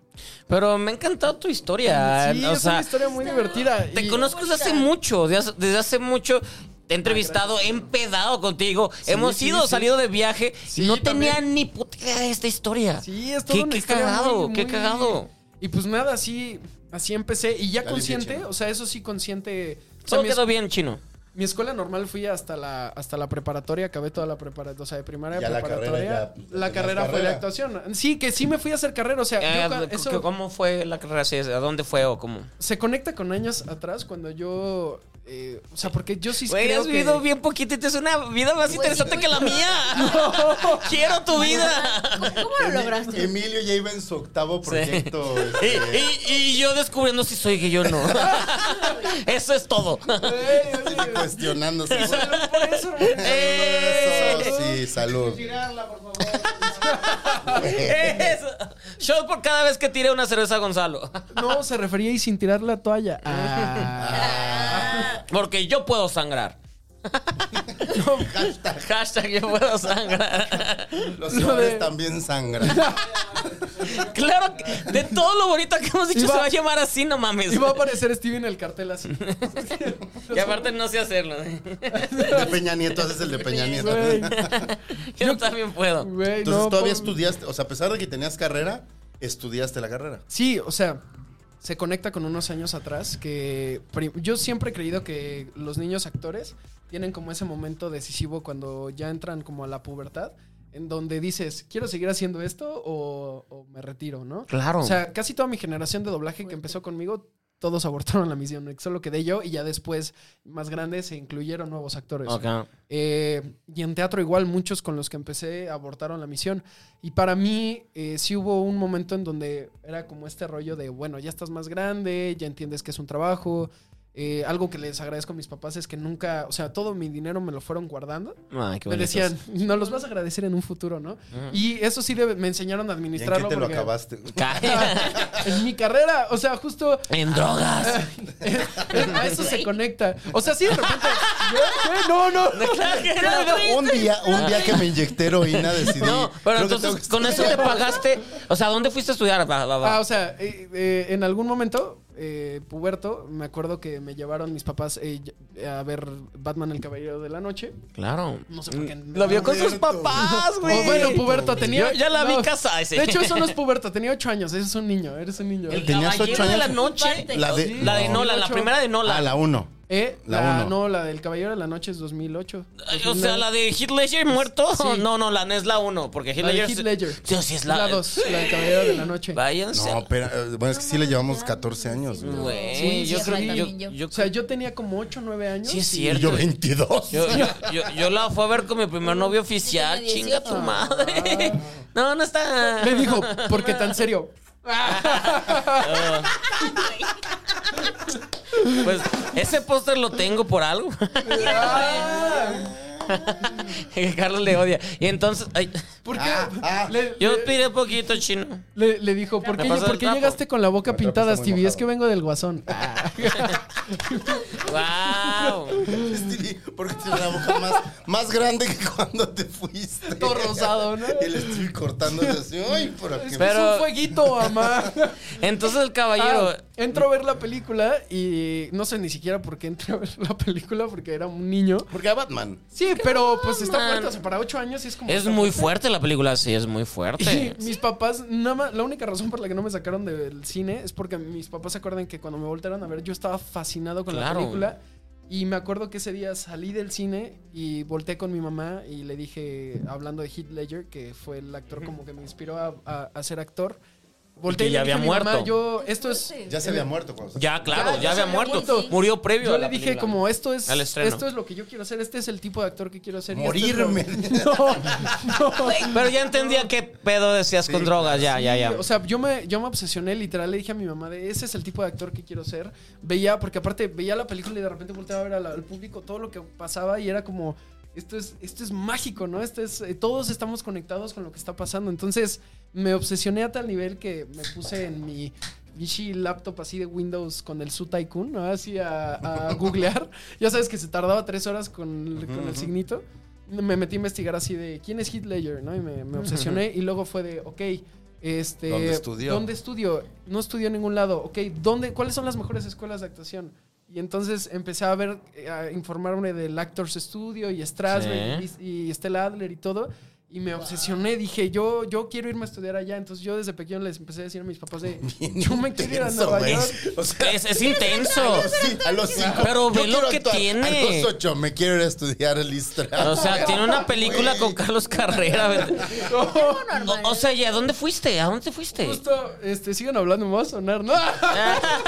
[SPEAKER 5] Pero me ha encantado tu historia.
[SPEAKER 7] Sí,
[SPEAKER 5] Ah, o
[SPEAKER 7] es
[SPEAKER 5] sea,
[SPEAKER 7] una historia muy divertida.
[SPEAKER 5] Te
[SPEAKER 7] y-
[SPEAKER 5] conozco desde hace mucho, desde hace- desde hace mucho. Te he entrevistado, he empedado contigo. Hemos
[SPEAKER 7] Ah, sí,
[SPEAKER 5] ido,
[SPEAKER 7] sí.
[SPEAKER 5] salido de viaje.
[SPEAKER 7] Sí,
[SPEAKER 5] no tenía
[SPEAKER 7] también.
[SPEAKER 5] ni puta idea de esta historia.
[SPEAKER 7] Sí, es toda
[SPEAKER 5] qué,
[SPEAKER 7] una
[SPEAKER 5] qué
[SPEAKER 7] historia
[SPEAKER 5] cagado,
[SPEAKER 7] muy-
[SPEAKER 5] qué
[SPEAKER 7] muy-
[SPEAKER 5] cagado.
[SPEAKER 7] Y pues nada, así, así empecé. Y ya
[SPEAKER 4] Dale, bien,
[SPEAKER 7] consciente,
[SPEAKER 4] chino.
[SPEAKER 7] o sea, eso sí consciente. O sea,
[SPEAKER 5] Todo
[SPEAKER 7] mi,
[SPEAKER 5] quedó
[SPEAKER 7] es-
[SPEAKER 5] bien, chino.
[SPEAKER 7] mi escuela normal fui hasta la, hasta la preparatoria, acabé toda la preparatoria, o sea, de primaria,
[SPEAKER 4] Ya la
[SPEAKER 7] preparatoria.
[SPEAKER 4] carrera ya, pues,
[SPEAKER 7] la
[SPEAKER 4] tenías
[SPEAKER 7] carrera fue
[SPEAKER 4] carrera.
[SPEAKER 7] la actuación. Sí, que sí me fui a hacer carrera, o sea, yo
[SPEAKER 5] Eh,
[SPEAKER 7] ca- eso-
[SPEAKER 5] ¿Cómo fue la carrera? Sí, ¿A dónde fue o cómo?
[SPEAKER 7] se conecta con años atrás cuando yo, eh, o sea, porque yo sí
[SPEAKER 5] Güey,
[SPEAKER 7] creo
[SPEAKER 5] has
[SPEAKER 7] que-
[SPEAKER 5] vivido bien poquito y te es una vida más
[SPEAKER 6] Güey,
[SPEAKER 5] interesante
[SPEAKER 6] güey.
[SPEAKER 5] que la mía. Quiero tu vida.
[SPEAKER 6] ¿Cómo, cómo lo
[SPEAKER 4] Emi-
[SPEAKER 6] lograste?
[SPEAKER 4] Emilio ya iba en su octavo proyecto.
[SPEAKER 5] Y,
[SPEAKER 4] este,
[SPEAKER 5] y- y yo descubriendo si soy que yo no. Eso es todo.
[SPEAKER 7] Ey, oye,
[SPEAKER 4] cuestionándose.
[SPEAKER 7] por eso, hermano.
[SPEAKER 4] Eso, sí, salud.
[SPEAKER 5] Eso. Shot por cada vez que tire una cerveza a Gonzalo.
[SPEAKER 7] No, se refería y sin tirar la toalla. Ah.
[SPEAKER 6] Ah,
[SPEAKER 5] Porque yo puedo sangrar.
[SPEAKER 4] No, hashtag.
[SPEAKER 5] Hashtag yo puedo sangrar.
[SPEAKER 4] Los
[SPEAKER 7] Lo
[SPEAKER 4] hombres
[SPEAKER 7] de-
[SPEAKER 4] también sangran.
[SPEAKER 5] claro, que de todo lo bonito que hemos dicho,
[SPEAKER 7] Iba-
[SPEAKER 5] se va a llamar así, no mames.
[SPEAKER 7] Y va a aparecer Stevie en el cartel así.
[SPEAKER 5] Y aparte no sé hacerlo.
[SPEAKER 4] De Peña Nieto, haces el de Peña Nieto.
[SPEAKER 7] Güey,
[SPEAKER 5] Yo, también puedo.
[SPEAKER 7] güey,
[SPEAKER 4] Entonces
[SPEAKER 7] no,
[SPEAKER 4] todavía
[SPEAKER 7] pobre-
[SPEAKER 4] estudiaste, o sea, a pesar de que tenías carrera, estudiaste la carrera.
[SPEAKER 7] Sí, o sea, se conecta con unos años atrás que prim- yo siempre he creído que los niños actores tienen como ese momento decisivo cuando ya entran como a la pubertad, en donde dices, quiero seguir haciendo esto o, o me retiro, ¿no?
[SPEAKER 5] Claro.
[SPEAKER 7] O sea, casi toda mi generación de doblaje que empezó conmigo, todos abortaron la misión, solo quedé yo y ya después, más grandes, se incluyeron nuevos actores. Eh, y en teatro igual muchos con los que empecé abortaron la misión. Y para mí eh, sí hubo un momento en donde era como este rollo de, bueno, ya estás más grande, ya entiendes que es un trabajo. Eh, algo que les agradezco a mis papás es que nunca, o sea, todo mi dinero me lo fueron guardando.
[SPEAKER 5] Ay, qué
[SPEAKER 7] Me
[SPEAKER 5] bonito.
[SPEAKER 7] decían, no los vas a agradecer en un futuro, ¿no? Y eso sí de- me enseñaron a
[SPEAKER 4] ¿Y en qué
[SPEAKER 7] administrarlo.
[SPEAKER 4] te lo
[SPEAKER 7] porque-
[SPEAKER 4] acabaste?
[SPEAKER 7] en mi carrera, o sea, justo eh,
[SPEAKER 5] En drogas.
[SPEAKER 7] a eso se conecta. O sea, sí de repente... ¿Qué? ¿Qué? No, no.
[SPEAKER 5] Claro que no.
[SPEAKER 4] un día, un día que me inyecté heroína decidí.
[SPEAKER 5] No, pero
[SPEAKER 4] creo que tengo
[SPEAKER 5] entonces
[SPEAKER 4] que-
[SPEAKER 5] con eso te pagaste. O sea, ¿dónde fuiste a estudiar? Va, va, va.
[SPEAKER 7] Ah, o sea, eh, eh, en algún momento, eh, puberto, me acuerdo que me llevaron mis papás eh, y- a ver Batman el Caballero de la Noche.
[SPEAKER 5] claro.
[SPEAKER 7] No sé por qué.
[SPEAKER 5] Mm. Lo vio con sus papás, güey.
[SPEAKER 7] O bueno, puberto tenía.
[SPEAKER 5] Yo ya la
[SPEAKER 7] no.
[SPEAKER 5] vi casada ese.
[SPEAKER 7] De hecho, eso no es puberto, tenía ocho años, eres un niño, eres un niño.
[SPEAKER 5] El
[SPEAKER 4] Tenías
[SPEAKER 5] caballero
[SPEAKER 4] ocho
[SPEAKER 5] de la
[SPEAKER 4] años.
[SPEAKER 5] noche.
[SPEAKER 6] Parte.
[SPEAKER 4] La de,
[SPEAKER 5] La de Nola, la primera de
[SPEAKER 4] Ah,
[SPEAKER 5] Nola.
[SPEAKER 4] la uno.
[SPEAKER 7] ¿Eh?
[SPEAKER 4] La
[SPEAKER 7] La,
[SPEAKER 4] uno.
[SPEAKER 7] no, la del Caballero de la Noche es 2008.
[SPEAKER 5] O sea, la de Heath Ledger muerto. No, no, la no es la 1. Porque Heath
[SPEAKER 7] La de
[SPEAKER 5] Ledger.
[SPEAKER 7] Heath Ledger.
[SPEAKER 5] Sí, sí, es la.
[SPEAKER 7] La dos, la del Caballero de la Noche.
[SPEAKER 5] Váyanse.
[SPEAKER 4] No, pero eh, bueno, es que sí le llevamos 14 años. güey.
[SPEAKER 5] Güey,
[SPEAKER 7] Sí,
[SPEAKER 5] yo
[SPEAKER 7] sí,
[SPEAKER 5] creo que.
[SPEAKER 7] sí.
[SPEAKER 5] Yo,
[SPEAKER 6] También yo.
[SPEAKER 5] yo
[SPEAKER 7] O sea, yo tenía como ocho, nueve años.
[SPEAKER 5] Sí, es
[SPEAKER 7] y-
[SPEAKER 4] Y
[SPEAKER 5] cierto.
[SPEAKER 4] yo 22.
[SPEAKER 5] Yo, yo, yo- yo la fui a ver con mi primer novio oficial.
[SPEAKER 6] tenía
[SPEAKER 5] Chinga
[SPEAKER 6] 18.
[SPEAKER 5] tu madre. No, no está.
[SPEAKER 7] Ah. Me dijo, ¿por qué tan serio?
[SPEAKER 5] Pues ese póster lo tengo por algo.
[SPEAKER 7] Ah.
[SPEAKER 4] Ah.
[SPEAKER 5] Que Carlos le odia. Y entonces. ay,
[SPEAKER 7] ¿Por qué?
[SPEAKER 4] Ah, ah.
[SPEAKER 7] Le-
[SPEAKER 5] yo
[SPEAKER 7] le-
[SPEAKER 5] pide poquito chino.
[SPEAKER 7] Le, le dijo, ¿por
[SPEAKER 5] Me
[SPEAKER 7] qué,
[SPEAKER 5] pasó
[SPEAKER 7] ¿por
[SPEAKER 5] el
[SPEAKER 7] qué
[SPEAKER 5] trapo.
[SPEAKER 7] llegaste con la boca
[SPEAKER 4] El trapo
[SPEAKER 7] pintada,
[SPEAKER 4] está muy
[SPEAKER 7] Stevie?
[SPEAKER 4] mojado.
[SPEAKER 7] Es
[SPEAKER 4] Ah.
[SPEAKER 7] que vengo del guasón.
[SPEAKER 5] ¡Wow!
[SPEAKER 4] Stevie, ¿Por qué tienes la boca más, más grande que cuando te fuiste?
[SPEAKER 7] Todo rosado, ¿no?
[SPEAKER 4] Y le estoy cortando así. Ay, por aquí.
[SPEAKER 5] Pero-
[SPEAKER 7] Es un fueguito, mamá.
[SPEAKER 5] Entonces el caballero.
[SPEAKER 7] Ah, entro a ver la película y no sé ni siquiera por qué entré a ver la película porque era un niño.
[SPEAKER 4] Porque a Batman.
[SPEAKER 7] Sí, pero pues está
[SPEAKER 5] man.
[SPEAKER 7] fuerte. O sea, para ocho años sí es como.
[SPEAKER 5] Es muy fuerte la película, sí, es muy
[SPEAKER 7] Y
[SPEAKER 5] fuerte.
[SPEAKER 7] mis papás, nada más, la única razón por la que no me sacaron del cine es porque mis papás se acuerdan que cuando me voltearon a ver yo estaba fascinado con
[SPEAKER 5] Claro.
[SPEAKER 7] la película. Y me acuerdo que ese día salí del cine y volteé con mi mamá y le dije, hablando de Heath Ledger, que fue el actor como que me inspiró a, a- a ser actor. Volteé
[SPEAKER 5] que ya
[SPEAKER 7] le dije a
[SPEAKER 5] había
[SPEAKER 7] mi mamá,
[SPEAKER 5] muerto.
[SPEAKER 7] yo, esto es...
[SPEAKER 6] Pues,
[SPEAKER 4] Ya se había muerto cuando se-
[SPEAKER 5] Ya, claro,
[SPEAKER 7] Ya,
[SPEAKER 5] ya,
[SPEAKER 7] ya se
[SPEAKER 5] había
[SPEAKER 7] había
[SPEAKER 5] muerto.
[SPEAKER 7] muerto.
[SPEAKER 5] Murió previo.
[SPEAKER 7] Yo
[SPEAKER 5] a la
[SPEAKER 7] le dije
[SPEAKER 5] película.
[SPEAKER 7] como, esto es...
[SPEAKER 5] Al estreno.
[SPEAKER 7] Esto es lo que yo quiero hacer, este es el tipo de actor que quiero hacer. y esto es lo-
[SPEAKER 4] Morirme.
[SPEAKER 5] Pero ya entendía qué pedo decías con drogas, ya, ya, ya.
[SPEAKER 7] O sea, yo me, yo me obsesioné, literal, le dije a mi mamá de ese es el tipo de actor que quiero ser. Veía, porque aparte veía la película y de repente volteaba a ver al, al público todo lo que pasaba y era como, esto es, esto es mágico, ¿no? Esto es, eh, todos estamos conectados con lo que está pasando. Entonces me obsesioné a tal nivel que me puse en mi Vichy laptop así de Windows con el Su Tycoon, ¿no? Así a, a googlear. Ya sabes que se tardaba tres horas con, el- con el signito. Me metí a investigar así de quién es Heath Ledger, ¿no? Y me, me obsesioné y luego fue de, ok, este,
[SPEAKER 4] ¿Dónde estudió?
[SPEAKER 7] ¿Dónde estudio? No estudió en ningún lado. Ok, ¿dónde, ¿cuáles son las mejores escuelas de actuación? Y entonces empecé a ver, eh, a informarme del Actors Studio y Strasberg
[SPEAKER 5] Sí.
[SPEAKER 7] y, y Stella Adler y todo. Y me obsesioné, dije, yo, yo quiero irme a estudiar allá. Entonces yo desde pequeño les empecé a decir a mis papás de, yo me quiero ir a
[SPEAKER 4] Intenso,
[SPEAKER 7] Nueva
[SPEAKER 4] güey.
[SPEAKER 7] York.
[SPEAKER 4] O sea,
[SPEAKER 5] Es, es intenso.
[SPEAKER 4] a los cin- a los cinco.
[SPEAKER 5] Pero
[SPEAKER 4] yo
[SPEAKER 5] ve lo
[SPEAKER 4] quiero
[SPEAKER 5] que
[SPEAKER 4] actuar.
[SPEAKER 5] tiene.
[SPEAKER 4] A los ocho me quiero ir a estudiar el Istra.
[SPEAKER 5] O sea, tiene una película con Carlos Carrera. ¿verdad? O, o sea, ¿y a dónde fuiste? ¿A dónde te fuiste?
[SPEAKER 7] Justo, este, siguen hablando, me va a sonar, ¿no?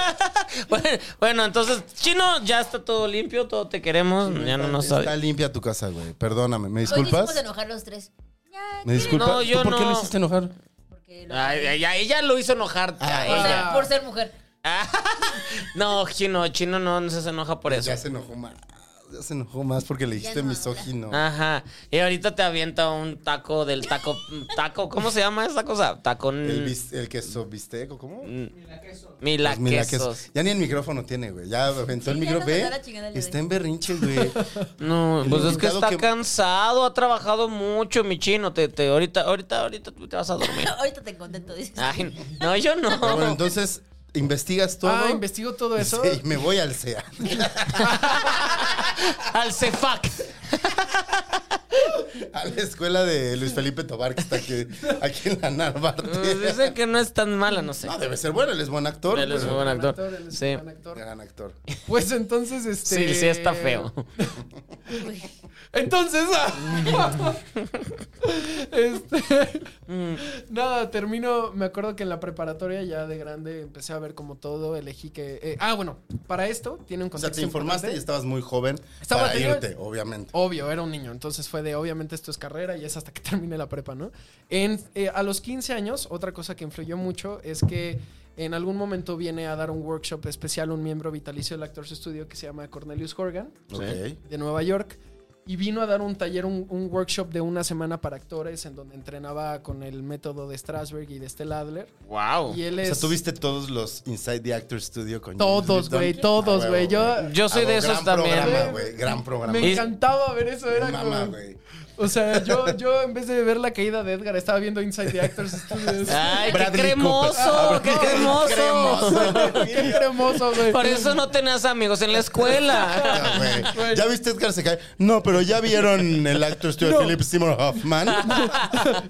[SPEAKER 5] bueno, bueno, entonces, chino, ya está todo limpio, todo te queremos. ya no nos
[SPEAKER 4] Está
[SPEAKER 5] sabe.
[SPEAKER 4] limpia tu casa, güey. Perdóname. ¿Me
[SPEAKER 6] Hoy nos
[SPEAKER 4] disculpas?
[SPEAKER 6] hicimos enojar los tres. Ya,
[SPEAKER 4] ¿Me
[SPEAKER 6] ¿quieren?
[SPEAKER 4] disculpas?
[SPEAKER 5] No, yo
[SPEAKER 4] ¿Tú ¿Por qué
[SPEAKER 5] no.
[SPEAKER 4] lo hiciste enojar?
[SPEAKER 6] Porque lo-
[SPEAKER 5] Ay, ay, ay, ella lo hizo enojar. a
[SPEAKER 7] Ah,
[SPEAKER 6] O
[SPEAKER 5] ella.
[SPEAKER 6] sea, por ser mujer.
[SPEAKER 5] no, chino, chino no, no se enoja por eso.
[SPEAKER 4] Ya se enojó más. Ya se enojó más porque le dijiste
[SPEAKER 6] no habla.
[SPEAKER 4] misógino.
[SPEAKER 5] Ajá. Y ahorita te avienta un taco del taco. Taco, ¿cómo se llama esa cosa? Taco.
[SPEAKER 4] El, bis- el queso bistec o cómo?
[SPEAKER 5] Mm,
[SPEAKER 4] Pues mira,
[SPEAKER 5] Milaquesos.
[SPEAKER 4] queso. Ya ni el micrófono tiene, güey. Ya aventó el
[SPEAKER 6] Sí, ya
[SPEAKER 4] micrófono.
[SPEAKER 6] nos mandó la chingada el
[SPEAKER 4] Ve,
[SPEAKER 6] bebé.
[SPEAKER 4] Está en berrinche, güey.
[SPEAKER 5] No,
[SPEAKER 4] El
[SPEAKER 5] pues es que
[SPEAKER 4] invitado
[SPEAKER 5] está
[SPEAKER 4] que-
[SPEAKER 5] cansado, ha trabajado mucho, mi chino. Te, te, ahorita, ahorita, ahorita tú te vas a dormir.
[SPEAKER 6] Ahorita te contento, dices.
[SPEAKER 5] Ay, no, yo
[SPEAKER 4] Pero Ah, bueno,
[SPEAKER 5] no.
[SPEAKER 4] entonces, ¿investigas todo?
[SPEAKER 7] Ah, investigo todo eso.
[SPEAKER 4] Sí, me voy al CEA.
[SPEAKER 5] Al Cefac.
[SPEAKER 4] A la escuela de Luis Felipe Tobar, que está aquí, aquí en la
[SPEAKER 5] Pues
[SPEAKER 4] Narvarte.
[SPEAKER 5] dicen que no es tan mala, no sé.
[SPEAKER 4] No, debe ser bueno, él es buen actor.
[SPEAKER 5] Él es
[SPEAKER 4] pero-
[SPEAKER 5] muy buen actor.
[SPEAKER 7] Actor, él es
[SPEAKER 5] Sí.
[SPEAKER 7] un buen actor.
[SPEAKER 4] Gran actor.
[SPEAKER 7] Pues entonces, este.
[SPEAKER 5] Sí, sí está feo.
[SPEAKER 7] Entonces. ah, este, nada, termino. Me acuerdo que en la preparatoria, ya de grande, empecé a ver como todo. Elegí que. eh, ah, bueno, para esto tiene un
[SPEAKER 4] O sea,
[SPEAKER 7] contexto.
[SPEAKER 4] te informaste y
[SPEAKER 7] importante.
[SPEAKER 4] estabas muy joven
[SPEAKER 7] Estaba Oh,
[SPEAKER 4] para
[SPEAKER 7] teniendo-
[SPEAKER 4] irte, obviamente.
[SPEAKER 7] Obvio, era un niño. Entonces fue de, obviamente, esto es carrera y es hasta que termine la prepa, ¿no? En, eh, a los 15 años, otra cosa que influyó mucho es que en algún momento viene a dar un workshop especial un miembro vitalicio del Actors Studio que se llama Cornelius Horgan,
[SPEAKER 4] Ok.
[SPEAKER 7] de Nueva York. Y vino a dar un taller, un, un workshop de una semana para actores en donde entrenaba con el método de Strasberg y de Stella Adler.
[SPEAKER 5] Wow.
[SPEAKER 7] Y él
[SPEAKER 4] Oh, O
[SPEAKER 7] es...
[SPEAKER 4] sea, tuviste todos los Inside the Actor Studio con
[SPEAKER 7] Todos,
[SPEAKER 4] James Lipton?
[SPEAKER 7] güey, todos,
[SPEAKER 4] Ah,
[SPEAKER 7] güey. Yo...
[SPEAKER 5] Yo soy
[SPEAKER 4] Ah,
[SPEAKER 5] de
[SPEAKER 4] gran
[SPEAKER 5] esos también.
[SPEAKER 4] Programa, güey, gran programa.
[SPEAKER 7] Me encantaba ver eso, era
[SPEAKER 4] Mamá,
[SPEAKER 7] como...
[SPEAKER 4] güey.
[SPEAKER 7] O sea, yo, yo en vez de ver la caída de Edgar, estaba viendo Inside the Actors Studios.
[SPEAKER 5] Ay, qué
[SPEAKER 4] Bradley Ah,
[SPEAKER 5] cremoso,
[SPEAKER 4] Cooper.
[SPEAKER 5] qué cremoso.
[SPEAKER 7] ¡Qué cremoso, güey!
[SPEAKER 5] Por eso no tenés amigos en la escuela.
[SPEAKER 4] Ah, güey. ¿Ya viste Edgar se cae? No, pero ya vieron el actor estudio
[SPEAKER 7] No.
[SPEAKER 4] Philip Seymour Hoffman.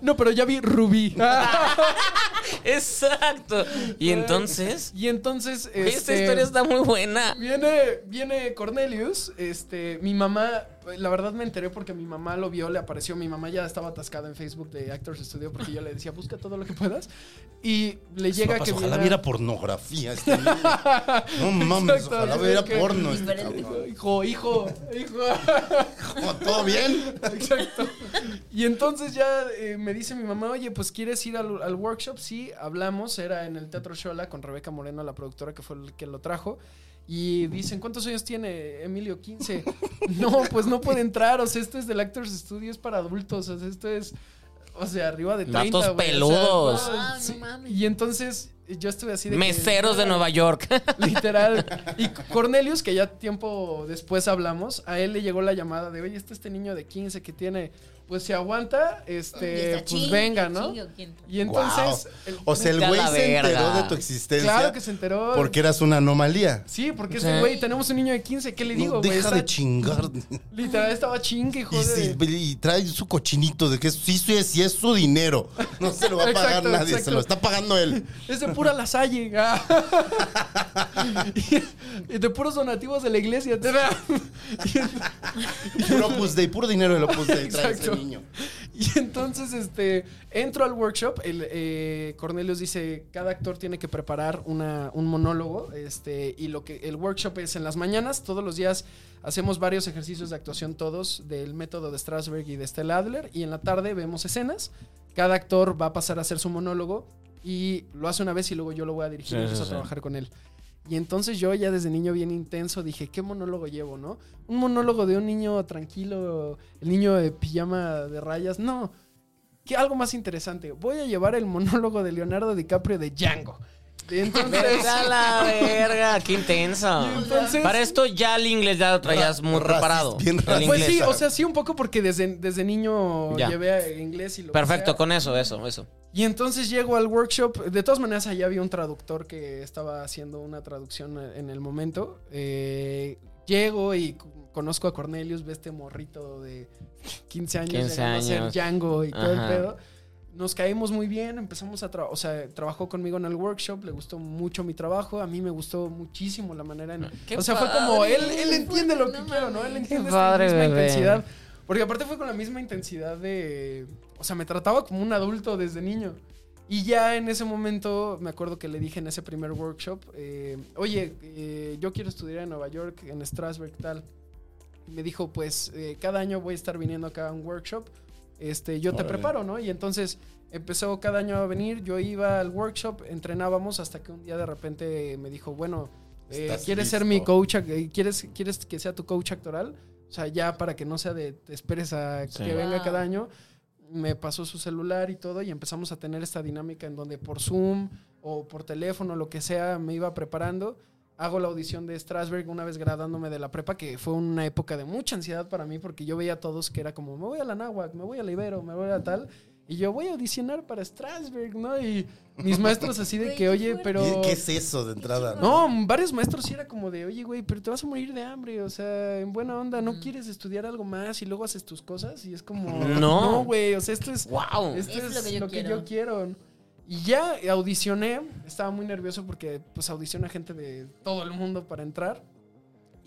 [SPEAKER 7] No, pero ya vi Rubí.
[SPEAKER 5] Exacto. Y entonces,
[SPEAKER 7] Y entonces,
[SPEAKER 5] güey, esta
[SPEAKER 7] este,
[SPEAKER 5] historia está muy buena.
[SPEAKER 7] Viene, viene Cornelius, este, mi mamá, la verdad me enteré porque mi mamá lo vio, le apareció, mi mamá ya estaba atascada en Facebook de Actors Studio porque yo le decía, busca todo lo que puedas. Y le llega
[SPEAKER 4] Papás,
[SPEAKER 7] que
[SPEAKER 4] ojalá
[SPEAKER 7] viene-
[SPEAKER 4] viera pornografía este niño. No mames,
[SPEAKER 7] Exacto,
[SPEAKER 4] ojalá
[SPEAKER 7] así
[SPEAKER 4] viera
[SPEAKER 7] de que-
[SPEAKER 4] porno este
[SPEAKER 6] Diferente.
[SPEAKER 4] cabrón.
[SPEAKER 7] Hijo, hijo, hijo.
[SPEAKER 4] Como, ¿Todo bien?
[SPEAKER 7] Exacto. Y entonces ya eh, me dice mi mamá, oye, pues ¿quieres ir al, al workshop? Sí, hablamos, era en el Teatro Shola con Rebeca Moreno, la productora que fue el que lo trajo. Y dicen, ¿cuántos años tiene Emilio? 15. No, pues no puede entrar, o sea, esto es del Actors Studio, es para adultos, o sea, esto es, o sea, arriba de 30.
[SPEAKER 5] Datos
[SPEAKER 7] güey, o sea,
[SPEAKER 5] peludos.
[SPEAKER 7] no,
[SPEAKER 6] Ah, no
[SPEAKER 7] sí.
[SPEAKER 6] mames.
[SPEAKER 7] Y entonces yo estuve así de... que-
[SPEAKER 5] Meseros de Nueva York.
[SPEAKER 7] Literal. Y Cornelius, que ya tiempo después hablamos, a él le llegó la llamada de, oye, este este niño de 15 que tiene, pues se aguanta, este, pues venga, ¿no? Y entonces, el-
[SPEAKER 4] O sea, el
[SPEAKER 5] Vete a
[SPEAKER 4] güey
[SPEAKER 5] la
[SPEAKER 4] se
[SPEAKER 5] verga.
[SPEAKER 4] enteró de tu existencia
[SPEAKER 7] claro que se enteró.
[SPEAKER 4] porque eras una anomalía.
[SPEAKER 7] Sí, porque es
[SPEAKER 5] Sí.
[SPEAKER 7] que, güey, tenemos un niño de 15, ¿qué le digo,
[SPEAKER 4] no,
[SPEAKER 7] güey?
[SPEAKER 4] deja
[SPEAKER 7] Está-
[SPEAKER 4] de chingar.
[SPEAKER 7] Literal, estaba chingue,
[SPEAKER 4] Y, si-
[SPEAKER 7] joder.
[SPEAKER 4] y trae su cochinito de que sí, sí, sí es su dinero. No se lo va a pagar
[SPEAKER 7] Exacto,
[SPEAKER 4] nadie, se
[SPEAKER 7] exacto.
[SPEAKER 4] lo está pagando él.
[SPEAKER 7] Es de pura lasalle. ah. y, y de puros donativos de la iglesia. Y entonces-
[SPEAKER 4] Puro Opus Dei, puro dinero del Opus Dei trae ese
[SPEAKER 7] Exacto.
[SPEAKER 4] niño.
[SPEAKER 7] Y entonces, este, entro al workshop. El, eh, Cornelius dice, cada actor tiene que preparar una- un monólogo. Este, y lo que el workshop es en las mañanas, todos los días hacemos varios ejercicios de actuación todos del método de Strasberg y de Stella Adler. Y en la tarde vemos escenas. Cada actor va a pasar a hacer su monólogo y lo hace una vez y luego yo lo voy a dirigir y
[SPEAKER 5] Sí,
[SPEAKER 7] empiezo
[SPEAKER 5] sí,
[SPEAKER 7] a
[SPEAKER 5] sí.
[SPEAKER 7] trabajar con él. Y entonces yo ya desde niño bien intenso dije, ¿qué monólogo llevo, no? Un monólogo de un niño tranquilo, el niño de pijama de rayas, no. Que algo más interesante, voy a llevar el monólogo de Leonardo DiCaprio de Django. Y entonces,
[SPEAKER 5] Vete a la verga, qué
[SPEAKER 7] y
[SPEAKER 5] intenso.
[SPEAKER 7] entonces-
[SPEAKER 5] Para esto ya el inglés ya lo traías muy
[SPEAKER 4] Racis-
[SPEAKER 5] preparado.
[SPEAKER 4] bien
[SPEAKER 5] El
[SPEAKER 4] racis-
[SPEAKER 7] pues
[SPEAKER 5] inglés.
[SPEAKER 7] sí, o sea, sí un poco porque desde, desde niño
[SPEAKER 5] Ya.
[SPEAKER 7] llevé a inglés y lo que
[SPEAKER 5] Perfecto,
[SPEAKER 7] sea.
[SPEAKER 5] con eso, eso, eso.
[SPEAKER 7] Y entonces llego al workshop. De todas maneras, allá había un traductor que estaba haciendo una traducción en el momento. Eh, llego y c- conozco a Cornelius, ve este morrito de 15
[SPEAKER 5] 15
[SPEAKER 7] años, llegando a ser
[SPEAKER 5] años.
[SPEAKER 7] Django y todo el
[SPEAKER 5] Ajá.
[SPEAKER 7] pedo. Nos caímos muy bien, empezamos a trabajar, o sea, trabajó conmigo en el workshop, le gustó mucho mi trabajo, a mí me gustó muchísimo la manera en...
[SPEAKER 5] Qué
[SPEAKER 7] o sea, fue como,
[SPEAKER 5] padre.
[SPEAKER 7] él, él entiende lo que
[SPEAKER 6] No
[SPEAKER 7] quiero, ¿no? Él
[SPEAKER 6] mames.
[SPEAKER 7] entiende
[SPEAKER 5] Qué
[SPEAKER 7] esta
[SPEAKER 5] padre,
[SPEAKER 7] misma
[SPEAKER 5] bebé.
[SPEAKER 7] intensidad. Porque aparte fue con la misma intensidad de... O sea, me trataba como un adulto desde niño. Y ya en ese momento, me acuerdo que le dije en ese primer workshop, eh, oye, eh, yo quiero estudiar en Nueva York, en Strasberg, tal. Y me dijo, pues eh, cada año voy a estar viniendo acá a un workshop, este, yo te
[SPEAKER 4] Órale.
[SPEAKER 7] preparo, ¿no? Y entonces empezó cada año a venir, yo iba al workshop, entrenábamos hasta que un día de repente me dijo, bueno, eh,
[SPEAKER 4] Estás
[SPEAKER 7] ¿quieres ser mi
[SPEAKER 4] listo.
[SPEAKER 7] coach? ac- eh, ¿Quieres, ¿Quieres que sea tu coach actoral? O sea, ya para que no sea de te esperes a
[SPEAKER 2] Sí.
[SPEAKER 7] que venga
[SPEAKER 6] Wow.
[SPEAKER 7] cada año, me pasó su celular y todo y empezamos a tener esta dinámica en donde por Zoom o por teléfono, lo que sea, me iba preparando. Hago la audición de Strasberg una vez gradándome de la prepa, que fue una época de mucha ansiedad para mí porque yo veía a todos que era como, me voy a la Náhuac, me voy a la Ibero, me voy a tal. Y yo voy a audicionar para Strasberg, ¿no? Y mis maestros así de
[SPEAKER 6] Güey,
[SPEAKER 7] que,
[SPEAKER 6] qué
[SPEAKER 7] oye,
[SPEAKER 6] fuerte.
[SPEAKER 7] pero...
[SPEAKER 4] ¿Qué- ¿Qué es eso de entrada?
[SPEAKER 6] chingón.
[SPEAKER 7] No, varios maestros sí era como de, oye, güey, pero te vas a morir de hambre, o sea, en buena onda, ¿no quieres estudiar algo más y luego haces tus cosas? Y es como,
[SPEAKER 5] No.
[SPEAKER 7] güey, o sea, esto es,
[SPEAKER 5] ¡Wow!
[SPEAKER 7] esto es, lo, que yo,
[SPEAKER 6] quiero.
[SPEAKER 7] quiero. Y ya audicioné, estaba muy nervioso porque pues audiciona gente de todo el mundo para entrar.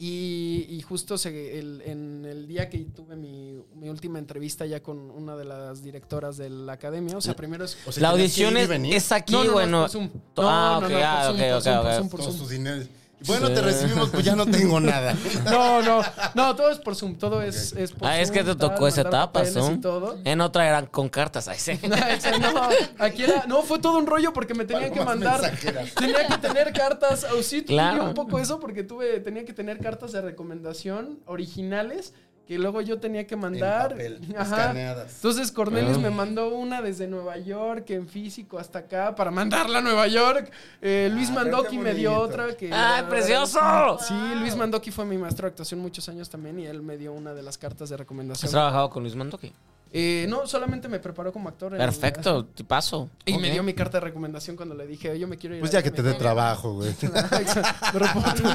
[SPEAKER 7] Y, y justo se- el- en el día que tuve mi, mi última entrevista ya con una de las directoras de la academia, o sea, primero es...
[SPEAKER 4] O sea,
[SPEAKER 5] la
[SPEAKER 4] ¿tenías
[SPEAKER 5] audición
[SPEAKER 4] que ir y
[SPEAKER 5] es,
[SPEAKER 4] venir?
[SPEAKER 5] es aquí,
[SPEAKER 7] No, no, no,
[SPEAKER 5] bueno.
[SPEAKER 7] es por Zoom.
[SPEAKER 5] to-
[SPEAKER 7] No,
[SPEAKER 5] ah,
[SPEAKER 7] no,
[SPEAKER 5] ok,
[SPEAKER 7] no, por
[SPEAKER 5] ah, ok,
[SPEAKER 7] Zoom, por
[SPEAKER 5] ok,
[SPEAKER 7] Zoom, por
[SPEAKER 5] ok.
[SPEAKER 7] Zoom, por
[SPEAKER 4] Todos
[SPEAKER 7] Zoom.
[SPEAKER 4] tus dineros. Bueno,
[SPEAKER 5] Sí.
[SPEAKER 4] te recibimos, pues ya no tengo nada.
[SPEAKER 7] No, no, no, todo es por Zoom, todo es, es por
[SPEAKER 5] Ah, es que te
[SPEAKER 7] Zoom,
[SPEAKER 5] tocó
[SPEAKER 7] tal,
[SPEAKER 5] esa
[SPEAKER 7] mandar
[SPEAKER 5] etapa,
[SPEAKER 7] papeles y
[SPEAKER 5] Zoom.
[SPEAKER 7] todo.
[SPEAKER 5] En otra eran con cartas, ahí sí.
[SPEAKER 7] No, ese no, aquí era, no, fue todo un rollo porque me tenían que
[SPEAKER 4] Palomas
[SPEAKER 7] mandar,
[SPEAKER 4] mensajeras.
[SPEAKER 7] tenía que tener cartas, o sí, tuve
[SPEAKER 5] Claro.
[SPEAKER 7] un poco eso porque tuve, tenía que tener cartas de recomendación originales que luego yo tenía que mandar.
[SPEAKER 4] En papel,
[SPEAKER 7] Ajá.
[SPEAKER 4] escaneadas.
[SPEAKER 7] Entonces Cornelis
[SPEAKER 5] Ah.
[SPEAKER 7] me mandó una desde Nueva York, en físico hasta acá, para mandarla a Nueva York. Eh, Luis
[SPEAKER 4] Ah, pero qué
[SPEAKER 7] Mandoki me dio
[SPEAKER 4] bonito.
[SPEAKER 7] otra que...
[SPEAKER 5] ¡Ay, precioso!
[SPEAKER 7] Sí, Luis Mandoki fue mi maestro de actuación muchos años también y él me dio una de las cartas de
[SPEAKER 5] ¿Has
[SPEAKER 7] recomendación.
[SPEAKER 5] trabajado con Luis Mandoki?
[SPEAKER 7] Eh, no, solamente me preparó como actor. en-
[SPEAKER 5] Perfecto, te paso.
[SPEAKER 7] Y me dio mi carta de recomendación cuando le dije, yo me quiero ir.
[SPEAKER 4] Pues
[SPEAKER 7] a
[SPEAKER 4] ya que te dé trabajo, güey.
[SPEAKER 7] Exacto, me reporto.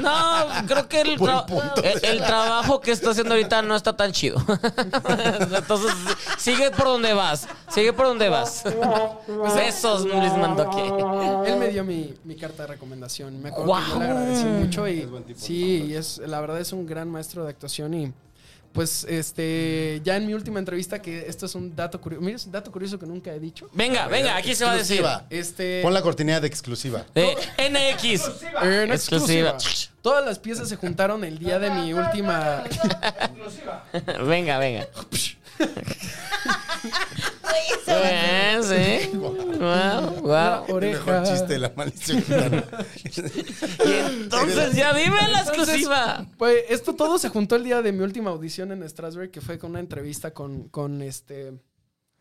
[SPEAKER 5] No, creo que el, tra- el- el trabajo que está haciendo ahorita no está tan chido. Entonces, sigue por donde vas. Sigue por donde vas. Besos, Luis Mandoki.
[SPEAKER 7] Él me dio mi, mi carta de recomendación. Me acuerdo que yo
[SPEAKER 5] Guau. Mm.
[SPEAKER 7] le agradecí mucho y
[SPEAKER 4] Es buen tipo,
[SPEAKER 7] sí, y es, la verdad es un gran maestro de actuación y pues este ya en mi última entrevista que esto es un dato curioso, mira, es un dato curioso que nunca he dicho.
[SPEAKER 5] Venga, venga, aquí se va a decir.
[SPEAKER 4] Exclusiva.
[SPEAKER 7] Este
[SPEAKER 4] Pon la cortinilla de exclusiva.
[SPEAKER 5] Eh, NX.
[SPEAKER 7] Eh, en
[SPEAKER 5] Exclusiva.
[SPEAKER 7] exclusiva. Todas las piezas se juntaron el día de mi última
[SPEAKER 5] Venga, venga. Eh, sí. Wow, wow.
[SPEAKER 4] El mejor
[SPEAKER 7] oreja.
[SPEAKER 4] chiste de la maldición gitana.
[SPEAKER 5] Y entonces ya dime la exclusiva.
[SPEAKER 7] Pues esto todo se juntó el día de mi última audición en Strasbourg, que fue con una entrevista con, con este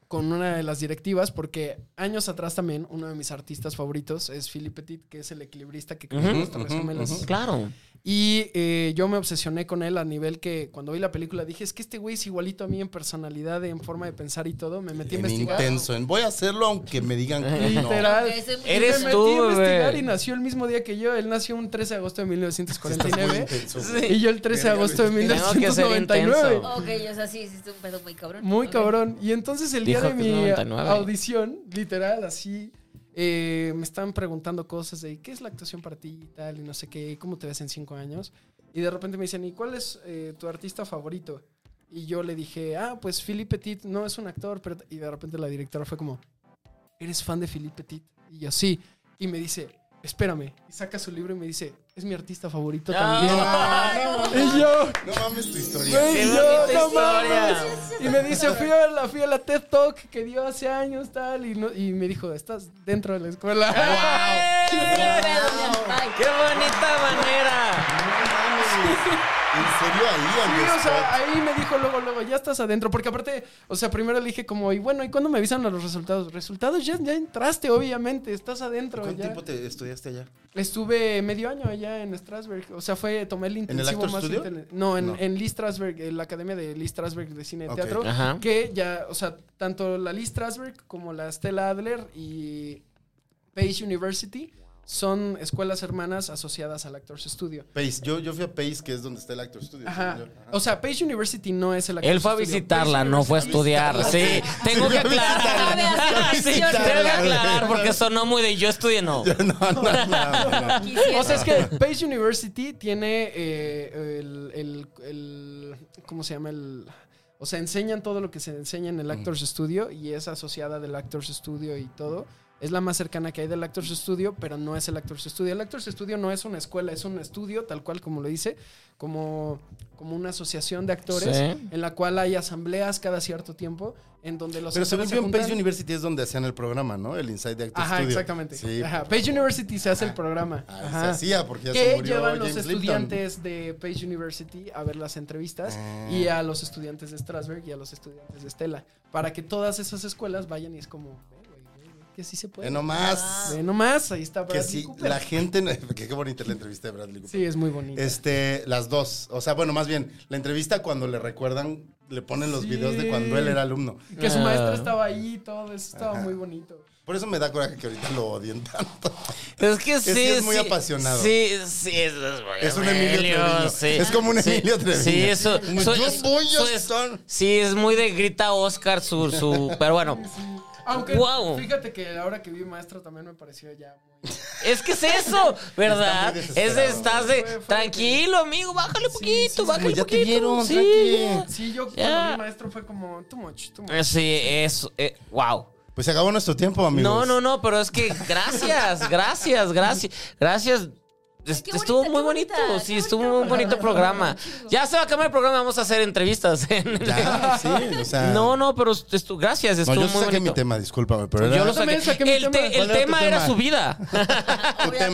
[SPEAKER 7] con una de las directivas, porque años atrás también uno de mis artistas favoritos es Philippe Petit, que es el equilibrista que creó
[SPEAKER 5] Ujú,
[SPEAKER 7] nuestras
[SPEAKER 4] ujú,
[SPEAKER 7] gemelas.
[SPEAKER 4] ujú.
[SPEAKER 5] Claro.
[SPEAKER 7] Y eh, yo me obsesioné con él a nivel que cuando vi la película dije, es que este güey es igualito a mí en personalidad, en forma de pensar y todo. Me metí a
[SPEAKER 4] En
[SPEAKER 7] investigar.
[SPEAKER 4] intenso. en voy a hacerlo aunque me digan que no.
[SPEAKER 7] Literal.
[SPEAKER 6] Aunque ese-
[SPEAKER 7] Me
[SPEAKER 5] Eres
[SPEAKER 7] metí
[SPEAKER 5] tú,
[SPEAKER 7] a investigar
[SPEAKER 5] güey.
[SPEAKER 7] y nació el mismo día que yo. Él nació un 13 de agosto de
[SPEAKER 4] Estás muy
[SPEAKER 7] 1949.
[SPEAKER 4] intenso.
[SPEAKER 5] Sí.
[SPEAKER 7] Y yo el 13 de agosto de
[SPEAKER 5] Tengo que ser
[SPEAKER 7] 1999.
[SPEAKER 5] intenso.
[SPEAKER 6] Ok, o sea, sí, hiciste un pedo muy cabrón.
[SPEAKER 7] Muy
[SPEAKER 6] Ok.
[SPEAKER 7] cabrón. Y entonces el día
[SPEAKER 5] Dijo
[SPEAKER 7] de
[SPEAKER 5] que es
[SPEAKER 7] mi
[SPEAKER 5] 99.
[SPEAKER 7] audición, literal, así, eh, me estaban preguntando cosas de qué es la actuación para ti y tal, y no sé qué, cómo te ves en cinco años. Y de repente me dicen, ¿y cuál es eh, tu artista favorito? Y yo le dije, ah, pues Philippe Petit no es un actor, pero... Y de repente la directora fue como, ¿eres fan de Philippe Petit? Y yo, sí. Y me dice, espérame. Y saca su libro y me dice, es mi artista favorito también. Y yo,
[SPEAKER 4] No mames tu historia.
[SPEAKER 7] Güey,
[SPEAKER 5] Qué
[SPEAKER 7] yo,
[SPEAKER 5] bonita
[SPEAKER 7] no
[SPEAKER 5] historia.
[SPEAKER 7] mames. Y me dice, fui a la, fui a la TED Talk que dio hace años, tal, y, no- y me dijo, estás dentro de la escuela.
[SPEAKER 5] ¡Eh!
[SPEAKER 6] Ay,
[SPEAKER 5] ¡Qué bonita manera!
[SPEAKER 4] No mames. En serio ahí,
[SPEAKER 7] Sí,
[SPEAKER 4] on the
[SPEAKER 7] o sea,
[SPEAKER 4] spot.
[SPEAKER 7] ahí me dijo luego, luego, ya estás adentro. Porque aparte, o sea, primero le dije como, y bueno, ¿y cuándo me avisan los resultados? Resultados, ya, ya entraste, obviamente, estás adentro.
[SPEAKER 4] ¿Cuánto
[SPEAKER 7] ya.
[SPEAKER 4] tiempo te estudiaste allá?
[SPEAKER 7] Estuve medio año allá en Strasberg. O sea, fue, tomé el intensivo
[SPEAKER 4] Actor
[SPEAKER 7] más
[SPEAKER 4] Studio?
[SPEAKER 7] inten- No, en,
[SPEAKER 4] No.
[SPEAKER 7] en Lee Strasberg, en la academia de Lee Strasberg de cine y
[SPEAKER 4] Ok.
[SPEAKER 7] teatro.
[SPEAKER 5] Ajá.
[SPEAKER 7] Que ya, o sea, tanto la Lee Strasberg como la Stella Adler y Page University son escuelas hermanas asociadas al Actors Studio.
[SPEAKER 4] Pace. Yo, yo fui a Pace, que es donde está el Actor Studio.
[SPEAKER 7] Ajá.
[SPEAKER 4] según yo. Ajá.
[SPEAKER 7] O sea, Page University no es el Actors
[SPEAKER 5] Él fue a
[SPEAKER 7] Studio.
[SPEAKER 5] visitarla,
[SPEAKER 7] Page
[SPEAKER 5] no fue a
[SPEAKER 7] University-
[SPEAKER 5] estudiar. Sí, tengo que aclarar. Sí, tengo que aclarar porque sonó muy de yo estudié, no.
[SPEAKER 4] No, no, no, no.
[SPEAKER 6] quisiera.
[SPEAKER 7] O sea, es que Page University tiene eh, el, el- el- ¿Cómo se llama? El, o sea, enseñan todo lo que se enseña en el Actors Studio y es asociada del Actors Studio y todo. Es la más cercana que hay del Actors Studio, pero no es el Actors Studio. El Actors Studio no es una escuela, es un estudio, tal cual como lo dice, como, como una asociación de actores
[SPEAKER 5] Sí.
[SPEAKER 7] en la cual hay asambleas cada cierto tiempo en donde los
[SPEAKER 4] Pero
[SPEAKER 7] actores
[SPEAKER 4] según yo en
[SPEAKER 7] juntan.
[SPEAKER 4] Pace University es donde hacían el programa, ¿no? El Inside the Actor
[SPEAKER 7] Ajá,
[SPEAKER 4] Studio.
[SPEAKER 7] exactamente.
[SPEAKER 4] Sí.
[SPEAKER 7] Ajá, Page University se hace el programa.
[SPEAKER 4] Ah, Se
[SPEAKER 7] Ajá.
[SPEAKER 4] hacía porque ya se
[SPEAKER 7] que
[SPEAKER 4] murió
[SPEAKER 7] llevan los
[SPEAKER 4] James Lipton.
[SPEAKER 7] estudiantes de Page University a ver las entrevistas
[SPEAKER 4] Ah.
[SPEAKER 7] y a los estudiantes de Strasberg y a los estudiantes de Estela para que todas esas escuelas vayan y es como "Ve, güey, ve, ve, que sí se puede
[SPEAKER 4] Ve nomás.
[SPEAKER 7] Ve nomás ahí está
[SPEAKER 4] Que
[SPEAKER 7] pues, ah, Bradley
[SPEAKER 4] sí,
[SPEAKER 7] Cooper.
[SPEAKER 4] la gente... que qué bonita la entrevista de Bradley Cooper.
[SPEAKER 7] sí es muy bonito
[SPEAKER 4] Este, las dos. O sea, bueno, más bien, la entrevista cuando le recuerdan, le ponen los
[SPEAKER 7] Sí.
[SPEAKER 4] videos de cuando él era alumno.
[SPEAKER 7] que su
[SPEAKER 5] Ah.
[SPEAKER 7] maestra estaba ahí y todo eso estaba muy bonito
[SPEAKER 4] Por eso me da coraje que ahorita lo odien tanto.
[SPEAKER 5] Es que sí.
[SPEAKER 4] sí es muy apasionado.
[SPEAKER 5] Sí, sí. Es,
[SPEAKER 4] Es un Emilio Treviño. Es como un Emilio Treviño.
[SPEAKER 5] Sí, eso.
[SPEAKER 4] Como yo voy a estar.
[SPEAKER 5] Sí, es muy de grita Oscar su. su pero bueno.
[SPEAKER 7] aunque
[SPEAKER 5] Guau.
[SPEAKER 7] fíjate que ahora que vi maestra también me pareció ya muy
[SPEAKER 5] Es que es eso, ¿verdad?
[SPEAKER 4] Está muy
[SPEAKER 5] Es de
[SPEAKER 4] desesperado.
[SPEAKER 5] estás de.
[SPEAKER 7] Fue- fue
[SPEAKER 5] Tranquilo, amigo, bájale poquito, bájale
[SPEAKER 4] ya te
[SPEAKER 5] poquito.
[SPEAKER 4] vieron,
[SPEAKER 5] sí,
[SPEAKER 4] tranqui.
[SPEAKER 5] ya.
[SPEAKER 7] sí yo
[SPEAKER 5] Ya.
[SPEAKER 7] cuando vi maestro fue como too much too much
[SPEAKER 5] Eh, sí, eso. eh, wow.
[SPEAKER 4] Pues se acabó nuestro tiempo, amigos.
[SPEAKER 5] No, no, no, pero es que gracias, gracias, gracias, gracias. Es-
[SPEAKER 6] qué
[SPEAKER 5] estuvo
[SPEAKER 6] bonita,
[SPEAKER 5] muy
[SPEAKER 6] qué
[SPEAKER 5] bonito,
[SPEAKER 6] bonita,
[SPEAKER 5] sí,
[SPEAKER 6] qué
[SPEAKER 5] estuvo
[SPEAKER 6] bonito
[SPEAKER 5] muy bonito programa.
[SPEAKER 6] programa. Chido.
[SPEAKER 5] Ya se va a acabar el programa, vamos a hacer entrevistas.
[SPEAKER 4] Ya, sí, o sea.
[SPEAKER 5] No, no, pero estu- gracias,
[SPEAKER 4] No,
[SPEAKER 5] estuvo
[SPEAKER 4] yo
[SPEAKER 5] muy
[SPEAKER 4] saqué mi
[SPEAKER 5] bonito.
[SPEAKER 4] tema, discúlpame, pero era
[SPEAKER 5] Yo lo
[SPEAKER 7] Yo también
[SPEAKER 5] saqué.
[SPEAKER 7] saqué mi
[SPEAKER 5] El,
[SPEAKER 7] tema.
[SPEAKER 5] te- el
[SPEAKER 4] ¿Cuál era tu
[SPEAKER 5] tema era
[SPEAKER 4] tema?
[SPEAKER 5] su vida.
[SPEAKER 4] tu tema.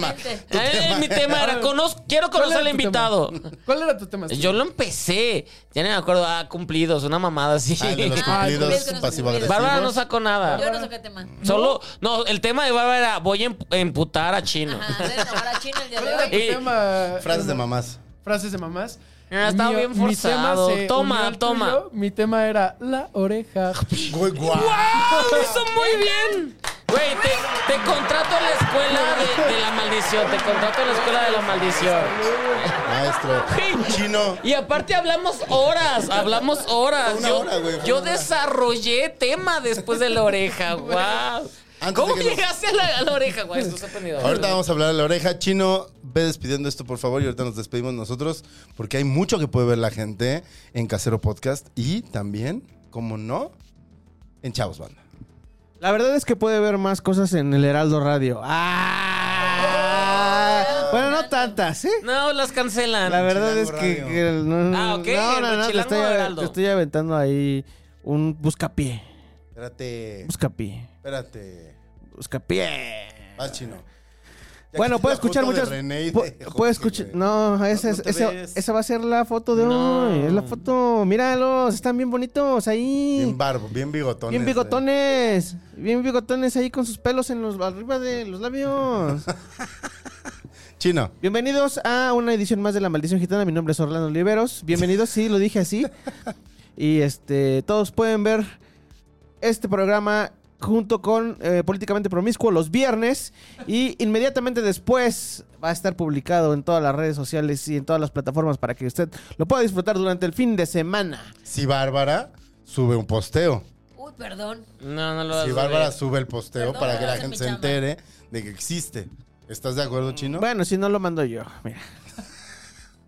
[SPEAKER 6] Obviamente.
[SPEAKER 4] Tu
[SPEAKER 5] Eh,
[SPEAKER 4] tema.
[SPEAKER 5] mi tema era, conozco, quiero
[SPEAKER 7] ¿Cuál
[SPEAKER 5] conocer
[SPEAKER 7] era
[SPEAKER 5] al
[SPEAKER 7] tu tema?
[SPEAKER 5] invitado.
[SPEAKER 7] ¿cuál era tu
[SPEAKER 4] Ah,
[SPEAKER 7] tema Steve?
[SPEAKER 5] Yo lo empecé, ya no me acuerdo, ah, cumplidos, una mamada así.
[SPEAKER 4] Ah, el de los
[SPEAKER 6] Ah,
[SPEAKER 4] cumplidos
[SPEAKER 6] cumplidos que no se
[SPEAKER 5] Bárbara no
[SPEAKER 4] pasivo-agresivos.
[SPEAKER 5] sacó nada.
[SPEAKER 6] Yo no saqué tema.
[SPEAKER 5] Solo, no, el tema de Bárbara era voy a emp- emputar a Chino.
[SPEAKER 6] Ajá, de renovar a China el día
[SPEAKER 7] ¿Cuál
[SPEAKER 6] de
[SPEAKER 7] era
[SPEAKER 6] hoy.
[SPEAKER 7] tu
[SPEAKER 5] Eh,
[SPEAKER 7] tema?
[SPEAKER 4] Frases de mamás.
[SPEAKER 7] Frases de mamás.
[SPEAKER 5] Ah, estaba bien forzado.
[SPEAKER 7] se
[SPEAKER 5] Toma,
[SPEAKER 7] unió al
[SPEAKER 5] toma.
[SPEAKER 7] tuyo. Mi tema era la oreja.
[SPEAKER 4] Güey, guau.
[SPEAKER 5] ¡Guau! ¡Lo hizo muy bien! Güey, te, te contrato a la escuela de, de la maldición. Te contrato a la escuela de la maldición.
[SPEAKER 4] Maestro.
[SPEAKER 5] Sí.
[SPEAKER 4] Chino.
[SPEAKER 5] Y aparte hablamos horas, hablamos horas.
[SPEAKER 4] Una
[SPEAKER 5] yo
[SPEAKER 4] hora, güey, fue
[SPEAKER 5] yo
[SPEAKER 4] una hora.
[SPEAKER 5] desarrollé tema después de la oreja, wow.
[SPEAKER 4] Antes
[SPEAKER 5] ¿Cómo
[SPEAKER 4] de que nos-
[SPEAKER 5] llegaste a, la, a la oreja, güey? Estoy sorprendido.
[SPEAKER 4] Ahorita vamos a hablar de la oreja. Chino, ve despidiendo esto, por favor, y ahorita nos despedimos nosotros, porque hay mucho que puede ver la gente en Casero Podcast y también, como no, en Chavos Banda.
[SPEAKER 2] La verdad es que puede ver más cosas en el Heraldo Radio. ¡Ah! Bueno, no tantas, ¿eh?
[SPEAKER 5] No, las cancelan.
[SPEAKER 2] La verdad es
[SPEAKER 4] Chilango
[SPEAKER 2] que...
[SPEAKER 4] Radio.
[SPEAKER 2] que el- no,
[SPEAKER 5] Ah, ok,
[SPEAKER 2] No,
[SPEAKER 5] el
[SPEAKER 2] no, no, te
[SPEAKER 5] Chilango
[SPEAKER 2] estoy,
[SPEAKER 5] Heraldo.
[SPEAKER 2] te estoy aventando ahí un buscapié.
[SPEAKER 4] Espérate,
[SPEAKER 2] Buscapié.
[SPEAKER 4] espérate.
[SPEAKER 2] Buscapié.
[SPEAKER 4] Vas, Chino. Ya
[SPEAKER 2] bueno,
[SPEAKER 4] quité
[SPEAKER 2] puede
[SPEAKER 4] la
[SPEAKER 2] escuchar
[SPEAKER 4] foto de
[SPEAKER 2] muchas.
[SPEAKER 4] René y
[SPEAKER 2] pu-
[SPEAKER 4] de Jorge,
[SPEAKER 2] puede escuchar.
[SPEAKER 4] güey.
[SPEAKER 2] No, esa,
[SPEAKER 4] No,
[SPEAKER 2] es-
[SPEAKER 4] no te
[SPEAKER 2] esa-
[SPEAKER 4] ves.
[SPEAKER 2] esa va a ser la foto de
[SPEAKER 5] No.
[SPEAKER 2] hoy. Es la foto. Míralos, están bien bonitos ahí.
[SPEAKER 4] Bien barbo, bien bigotones.
[SPEAKER 2] Bien bigotones. Bien bigotones ahí con sus pelos en los arriba de los labios.
[SPEAKER 4] güey. Chino.
[SPEAKER 2] Bienvenidos a una edición más de La Maldición Gitana. Mi nombre es Orlando Oliveros. Bienvenidos, sí, lo dije así. Y este, todos pueden ver este programa junto con eh, Políticamente Promiscuo los viernes. Y inmediatamente después va a estar publicado en todas las redes sociales y en todas las plataformas para que usted lo pueda disfrutar durante el fin de semana.
[SPEAKER 4] Si Bárbara sube un posteo.
[SPEAKER 6] Uy, perdón.
[SPEAKER 5] No, no lo vas
[SPEAKER 4] Si
[SPEAKER 5] a
[SPEAKER 4] Bárbara
[SPEAKER 5] ver.
[SPEAKER 4] sube el posteo
[SPEAKER 6] Perdón,
[SPEAKER 4] para que
[SPEAKER 6] pero
[SPEAKER 4] la
[SPEAKER 6] es
[SPEAKER 4] gente
[SPEAKER 6] mi
[SPEAKER 4] se
[SPEAKER 6] chamba.
[SPEAKER 4] entere de que existe. ¿Estás de acuerdo, Chino?
[SPEAKER 2] Bueno, si no lo mando yo, mira.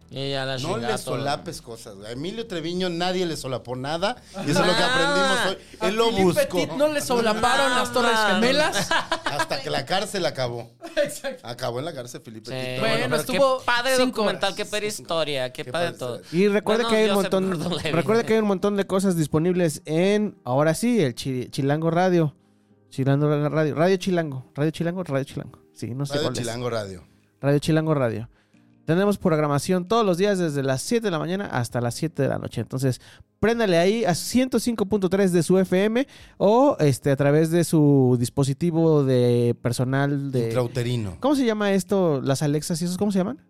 [SPEAKER 5] Y ya la
[SPEAKER 4] No le
[SPEAKER 5] chingato.
[SPEAKER 4] solapes cosas. A Emilio Treviño nadie le solapó nada. Y eso es lo que
[SPEAKER 5] Nada.
[SPEAKER 4] aprendimos hoy.
[SPEAKER 7] A
[SPEAKER 4] Él lo
[SPEAKER 7] Philippe
[SPEAKER 4] buscó.
[SPEAKER 7] Petit no le solaparon las Torres Gemelas.
[SPEAKER 4] Hasta que la cárcel acabó.
[SPEAKER 7] Exacto.
[SPEAKER 4] Acabó en la cárcel Felipe.
[SPEAKER 5] Sí.
[SPEAKER 4] Petit.
[SPEAKER 5] Bueno,
[SPEAKER 7] Bueno,
[SPEAKER 5] pero
[SPEAKER 7] estuvo
[SPEAKER 5] qué padre
[SPEAKER 7] cinco
[SPEAKER 5] documental,
[SPEAKER 7] horas.
[SPEAKER 5] qué padre historia, qué,
[SPEAKER 4] Qué
[SPEAKER 5] padre
[SPEAKER 4] padre
[SPEAKER 5] todo.
[SPEAKER 2] Y recuerda
[SPEAKER 5] Bueno,
[SPEAKER 2] que hay un
[SPEAKER 5] yo sé por
[SPEAKER 2] montón,
[SPEAKER 5] dónde
[SPEAKER 2] recuerda
[SPEAKER 5] viene.
[SPEAKER 2] que hay un montón de cosas disponibles en ahora sí, el Chi- Chilango Radio. Chilango Radio, Radio Chilango, Radio Chilango, Radio Chilango. Sí, no sé
[SPEAKER 4] Radio
[SPEAKER 2] cuál es.
[SPEAKER 4] Chilango Radio.
[SPEAKER 2] Radio Chilango Radio. Tenemos programación todos los días desde las 7 de la mañana hasta las 7 de la noche. Entonces, préndale ahí a 105.3 de su FM o este a través de su dispositivo de personal de
[SPEAKER 4] Intrauterino.
[SPEAKER 2] ¿Cómo se llama esto? Las Alexas y esos cómo se llaman?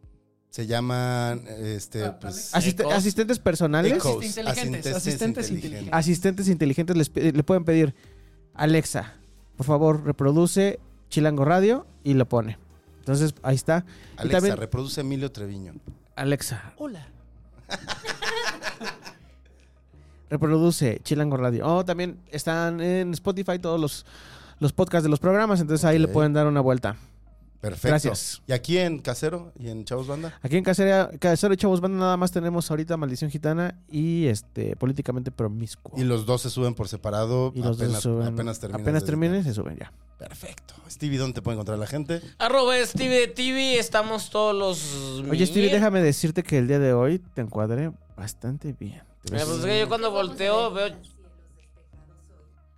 [SPEAKER 4] Se llaman, este,
[SPEAKER 7] Ah,
[SPEAKER 4] pues...
[SPEAKER 7] Alexa.
[SPEAKER 2] Asiste-
[SPEAKER 5] Ecos.
[SPEAKER 2] asistentes personales.
[SPEAKER 4] Ecos,
[SPEAKER 7] Asistentes inteligentes, asistentes inteligentes.
[SPEAKER 2] asistentes inteligentes les pi- le pueden pedir Alexa, por favor, reproduce Chilango Radio y lo pone. Entonces, ahí está. y
[SPEAKER 4] Alexa,
[SPEAKER 2] también,
[SPEAKER 4] reproduce Emilio Treviño.
[SPEAKER 2] Alexa. Hola. reproduce Chilango Radio. Oh, también están en Spotify todos los, los podcasts de los programas, entonces ahí le
[SPEAKER 4] Ok.
[SPEAKER 2] pueden dar una vuelta.
[SPEAKER 4] Perfecto.
[SPEAKER 2] Gracias.
[SPEAKER 4] Y aquí en Casero y en Chavos Banda.
[SPEAKER 2] Aquí en Casera, Casero y Chavos Banda nada más tenemos ahorita Maldición Gitana y este políticamente promiscuo.
[SPEAKER 4] Y los dos se suben por separado.
[SPEAKER 2] Y los dos
[SPEAKER 4] apenas,
[SPEAKER 2] suben-
[SPEAKER 4] apenas terminan.
[SPEAKER 2] Apenas
[SPEAKER 4] de-
[SPEAKER 2] terminen, se suben ya.
[SPEAKER 4] Perfecto. Stevie, ¿dónde te puede encontrar la gente?
[SPEAKER 5] Arroba Stevie de TV, estamos todos los...
[SPEAKER 2] Oye, Stevie,
[SPEAKER 5] miércoles.
[SPEAKER 2] déjame decirte que el día de hoy te encuadré bastante bien. Te ves-
[SPEAKER 5] Mira, pues, es que yo cuando volteo veo.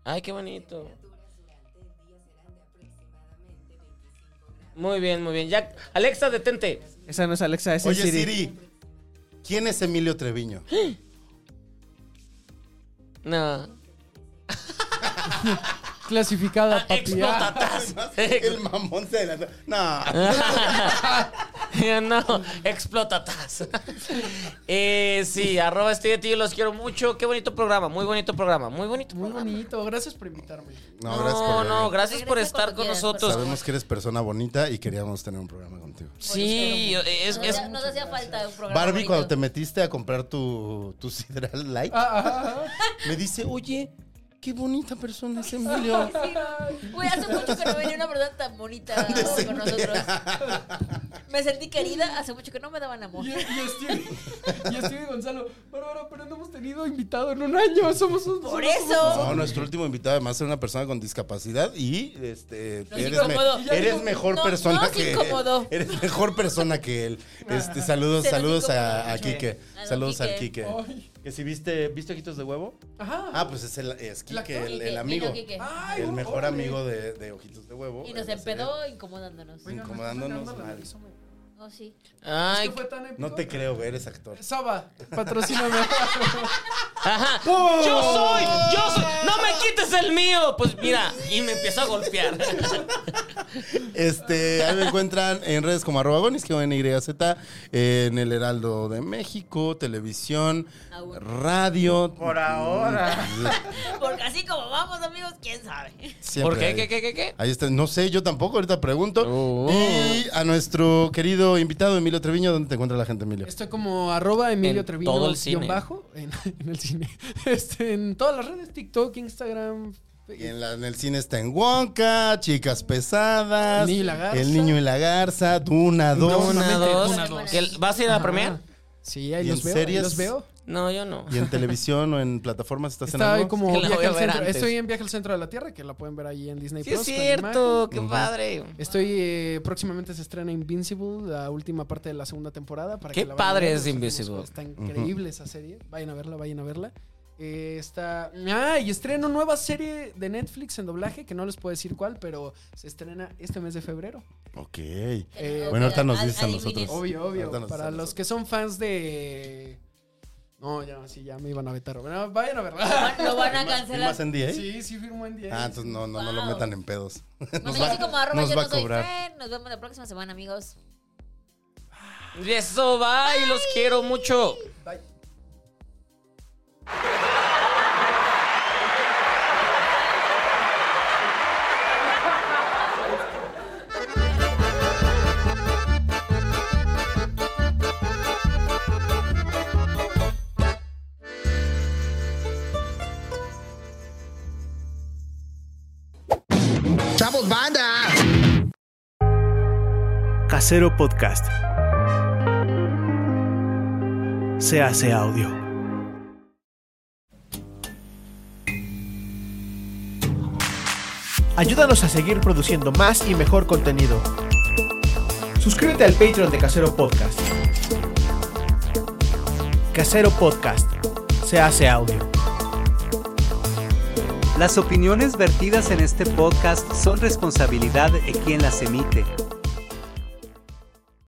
[SPEAKER 5] Ay, qué bonito. Muy bien, muy bien. Ya, Alexa, detente.
[SPEAKER 2] Esa no es Alexa, esa es
[SPEAKER 4] Oye,
[SPEAKER 2] Siri.
[SPEAKER 4] Siri. ¿Quién es Emilio Treviño?
[SPEAKER 5] No.
[SPEAKER 7] Clasificada, papi. Ah,
[SPEAKER 5] Explotatas.
[SPEAKER 4] El mamón se adelantó. No.
[SPEAKER 5] Ya no, explotatas. Eh, sí, arroba Stevie de TV, los quiero mucho. Qué bonito programa, muy bonito programa, muy bonito
[SPEAKER 7] Muy
[SPEAKER 5] programa.
[SPEAKER 7] bonito. Gracias por invitarme.
[SPEAKER 4] No, gracias por
[SPEAKER 5] no,
[SPEAKER 4] venir.
[SPEAKER 5] no, gracias por
[SPEAKER 6] Regresa
[SPEAKER 5] estar con
[SPEAKER 6] cuando quieras, por
[SPEAKER 5] nosotros.
[SPEAKER 4] Sabemos que eres persona bonita y queríamos tener un programa contigo.
[SPEAKER 5] Sí, es,
[SPEAKER 6] Nos
[SPEAKER 5] es,
[SPEAKER 6] hacía- nos hacía falta un programa.
[SPEAKER 4] Barbie,
[SPEAKER 6] bonito.
[SPEAKER 4] cuando te metiste a comprar tu, tu Sidral Light,
[SPEAKER 7] Ah.
[SPEAKER 4] me dice, oye, qué bonita persona es Emilio.
[SPEAKER 6] Güey, hace mucho que no venía una persona tan bonita con nosotros. Me sentí querida, hace mucho que no me daban amor.
[SPEAKER 7] Y, y Stevie, y Stevie Gonzalo. Bárbara, pero no hemos tenido invitado en un año. Somos un.
[SPEAKER 6] Por
[SPEAKER 7] somos-
[SPEAKER 6] eso.
[SPEAKER 4] No, nuestro último invitado además era una persona con discapacidad y este
[SPEAKER 6] Nos
[SPEAKER 4] eres, me-
[SPEAKER 6] incomodó. Ya
[SPEAKER 4] eres
[SPEAKER 6] dijo-
[SPEAKER 4] mejor
[SPEAKER 6] no,
[SPEAKER 4] persona
[SPEAKER 6] nos
[SPEAKER 4] que
[SPEAKER 6] incomodó.
[SPEAKER 4] eres mejor persona que él. Este saludos,
[SPEAKER 6] Se nos
[SPEAKER 4] saludos
[SPEAKER 6] incomodó.
[SPEAKER 4] a, a Quique.
[SPEAKER 6] A don
[SPEAKER 4] Saludos al
[SPEAKER 6] Quique. Oh.
[SPEAKER 4] Quique.
[SPEAKER 7] Ay.
[SPEAKER 4] Que si viste, ¿viste ojitos de huevo?
[SPEAKER 7] Ajá.
[SPEAKER 4] Ah, pues es el es
[SPEAKER 7] La-
[SPEAKER 4] Quique, el, el
[SPEAKER 6] Vino
[SPEAKER 4] amigo.
[SPEAKER 6] Quique.
[SPEAKER 7] Ay,
[SPEAKER 4] El
[SPEAKER 7] un
[SPEAKER 4] mejor
[SPEAKER 7] hombre.
[SPEAKER 4] amigo de, de ojitos de huevo.
[SPEAKER 6] Y nos
[SPEAKER 4] Eh,
[SPEAKER 6] empedó incomodándonos.
[SPEAKER 7] Oigan, me está
[SPEAKER 4] incomodándonos
[SPEAKER 7] sangrando la
[SPEAKER 4] mal.
[SPEAKER 7] nariz, hombre.
[SPEAKER 6] No, sí.
[SPEAKER 5] Ay,
[SPEAKER 7] ¿Qué fue tan épico?
[SPEAKER 4] No te creo, eres actor.
[SPEAKER 7] Saba, patrocíname.
[SPEAKER 5] Ajá. Yo soy, yo soy. No me quites el mío. Pues mira, y me empiezo a golpear.
[SPEAKER 4] Este, ahí me encuentran en redes como arroba gonis, que en YZ, en el Heraldo de México, televisión,
[SPEAKER 6] Aún.
[SPEAKER 4] radio. Por ahora.
[SPEAKER 6] Porque así como vamos, amigos, quién sabe.
[SPEAKER 5] ¿Por qué? ¿Qué, qué, qué, qué?
[SPEAKER 4] Ahí está, no sé, yo tampoco, ahorita pregunto.
[SPEAKER 5] Oh.
[SPEAKER 4] Y a nuestro querido invitado Emilio Treviño, ¿dónde te encuentra la gente, Emilio?
[SPEAKER 7] Estoy como arroba Emilio
[SPEAKER 5] En
[SPEAKER 7] Trevino
[SPEAKER 5] todo el cine.
[SPEAKER 7] guión bajo en, en el cine. Este, en todas las redes, TikTok, Instagram,
[SPEAKER 4] Y en, la- en el cine está en Wonka, Chicas Pesadas,
[SPEAKER 7] El Niño y la Garza.
[SPEAKER 4] El Niño y la Garza, Duna 2.
[SPEAKER 5] Una, dos.
[SPEAKER 6] una, dos.
[SPEAKER 5] ¿Que el- ¿Vas a ir a la premier?
[SPEAKER 7] Ajá. Sí, ahí
[SPEAKER 4] ¿Y
[SPEAKER 7] los
[SPEAKER 4] en
[SPEAKER 7] veo.
[SPEAKER 4] series?
[SPEAKER 7] Ahí los veo.
[SPEAKER 5] No, yo no.
[SPEAKER 4] Y en televisión o en plataformas estás en
[SPEAKER 7] Está ahí
[SPEAKER 4] algo?
[SPEAKER 7] como
[SPEAKER 5] Que la voy
[SPEAKER 7] viaje
[SPEAKER 5] a
[SPEAKER 7] al
[SPEAKER 5] ver
[SPEAKER 7] centro.
[SPEAKER 5] antes.
[SPEAKER 7] Estoy en Viaje al Centro de la Tierra, que la pueden ver ahí en Disney
[SPEAKER 5] Sí,
[SPEAKER 7] Plus.
[SPEAKER 5] es
[SPEAKER 7] con
[SPEAKER 5] cierto.
[SPEAKER 7] imagen.
[SPEAKER 5] Qué padre.
[SPEAKER 7] Estoy eh, próximamente se estrena Invincible, la última parte de la segunda temporada. Para
[SPEAKER 5] Qué
[SPEAKER 7] que la vayan a
[SPEAKER 5] padre
[SPEAKER 7] ver.
[SPEAKER 5] es
[SPEAKER 7] Los últimos-
[SPEAKER 5] Invincible.
[SPEAKER 7] Está increíble esa serie. Vayan a verla, vayan a verla. Eh, está. Ah, y estreno nueva serie de Netflix en doblaje, que no les puedo decir cuál, pero se estrena este mes de febrero.
[SPEAKER 4] Ok.
[SPEAKER 7] Eh,
[SPEAKER 4] Bueno, ahorita nos
[SPEAKER 6] Ad-
[SPEAKER 4] dices a
[SPEAKER 6] adivines.
[SPEAKER 4] nosotros.
[SPEAKER 7] Obvio, obvio.
[SPEAKER 4] Ahorita nos
[SPEAKER 7] Para
[SPEAKER 4] dices a
[SPEAKER 7] los
[SPEAKER 4] nosotros.
[SPEAKER 7] que son fans de. No, ya, sí, ya me iban a vetar. Bueno, vayan a
[SPEAKER 6] Lo
[SPEAKER 7] verla.
[SPEAKER 6] van-
[SPEAKER 5] Ah,
[SPEAKER 6] Lo van a
[SPEAKER 4] ¿Firmas
[SPEAKER 6] cancelar.
[SPEAKER 4] en DA?
[SPEAKER 7] Sí, sí, firmó en 10.
[SPEAKER 4] Ah, entonces no, no, no lo
[SPEAKER 6] Wow.
[SPEAKER 4] metan en pedos.
[SPEAKER 6] No,
[SPEAKER 4] Nos
[SPEAKER 6] yo
[SPEAKER 4] va-
[SPEAKER 6] así como arroba,
[SPEAKER 4] nos
[SPEAKER 6] yo
[SPEAKER 4] va
[SPEAKER 6] no
[SPEAKER 4] a
[SPEAKER 6] soy
[SPEAKER 4] cobrar.
[SPEAKER 6] fan. Nos vemos la próxima semana, amigos.
[SPEAKER 5] Y Eso va y los quiero mucho.
[SPEAKER 9] Casero Podcast. Se hace audio.
[SPEAKER 2] Ayúdanos a seguir produciendo más y mejor contenido. Suscríbete al Patreon de Casero Podcast.
[SPEAKER 9] Casero Podcast. Se hace audio.
[SPEAKER 3] Las opiniones vertidas en este podcast son responsabilidad de quien las emite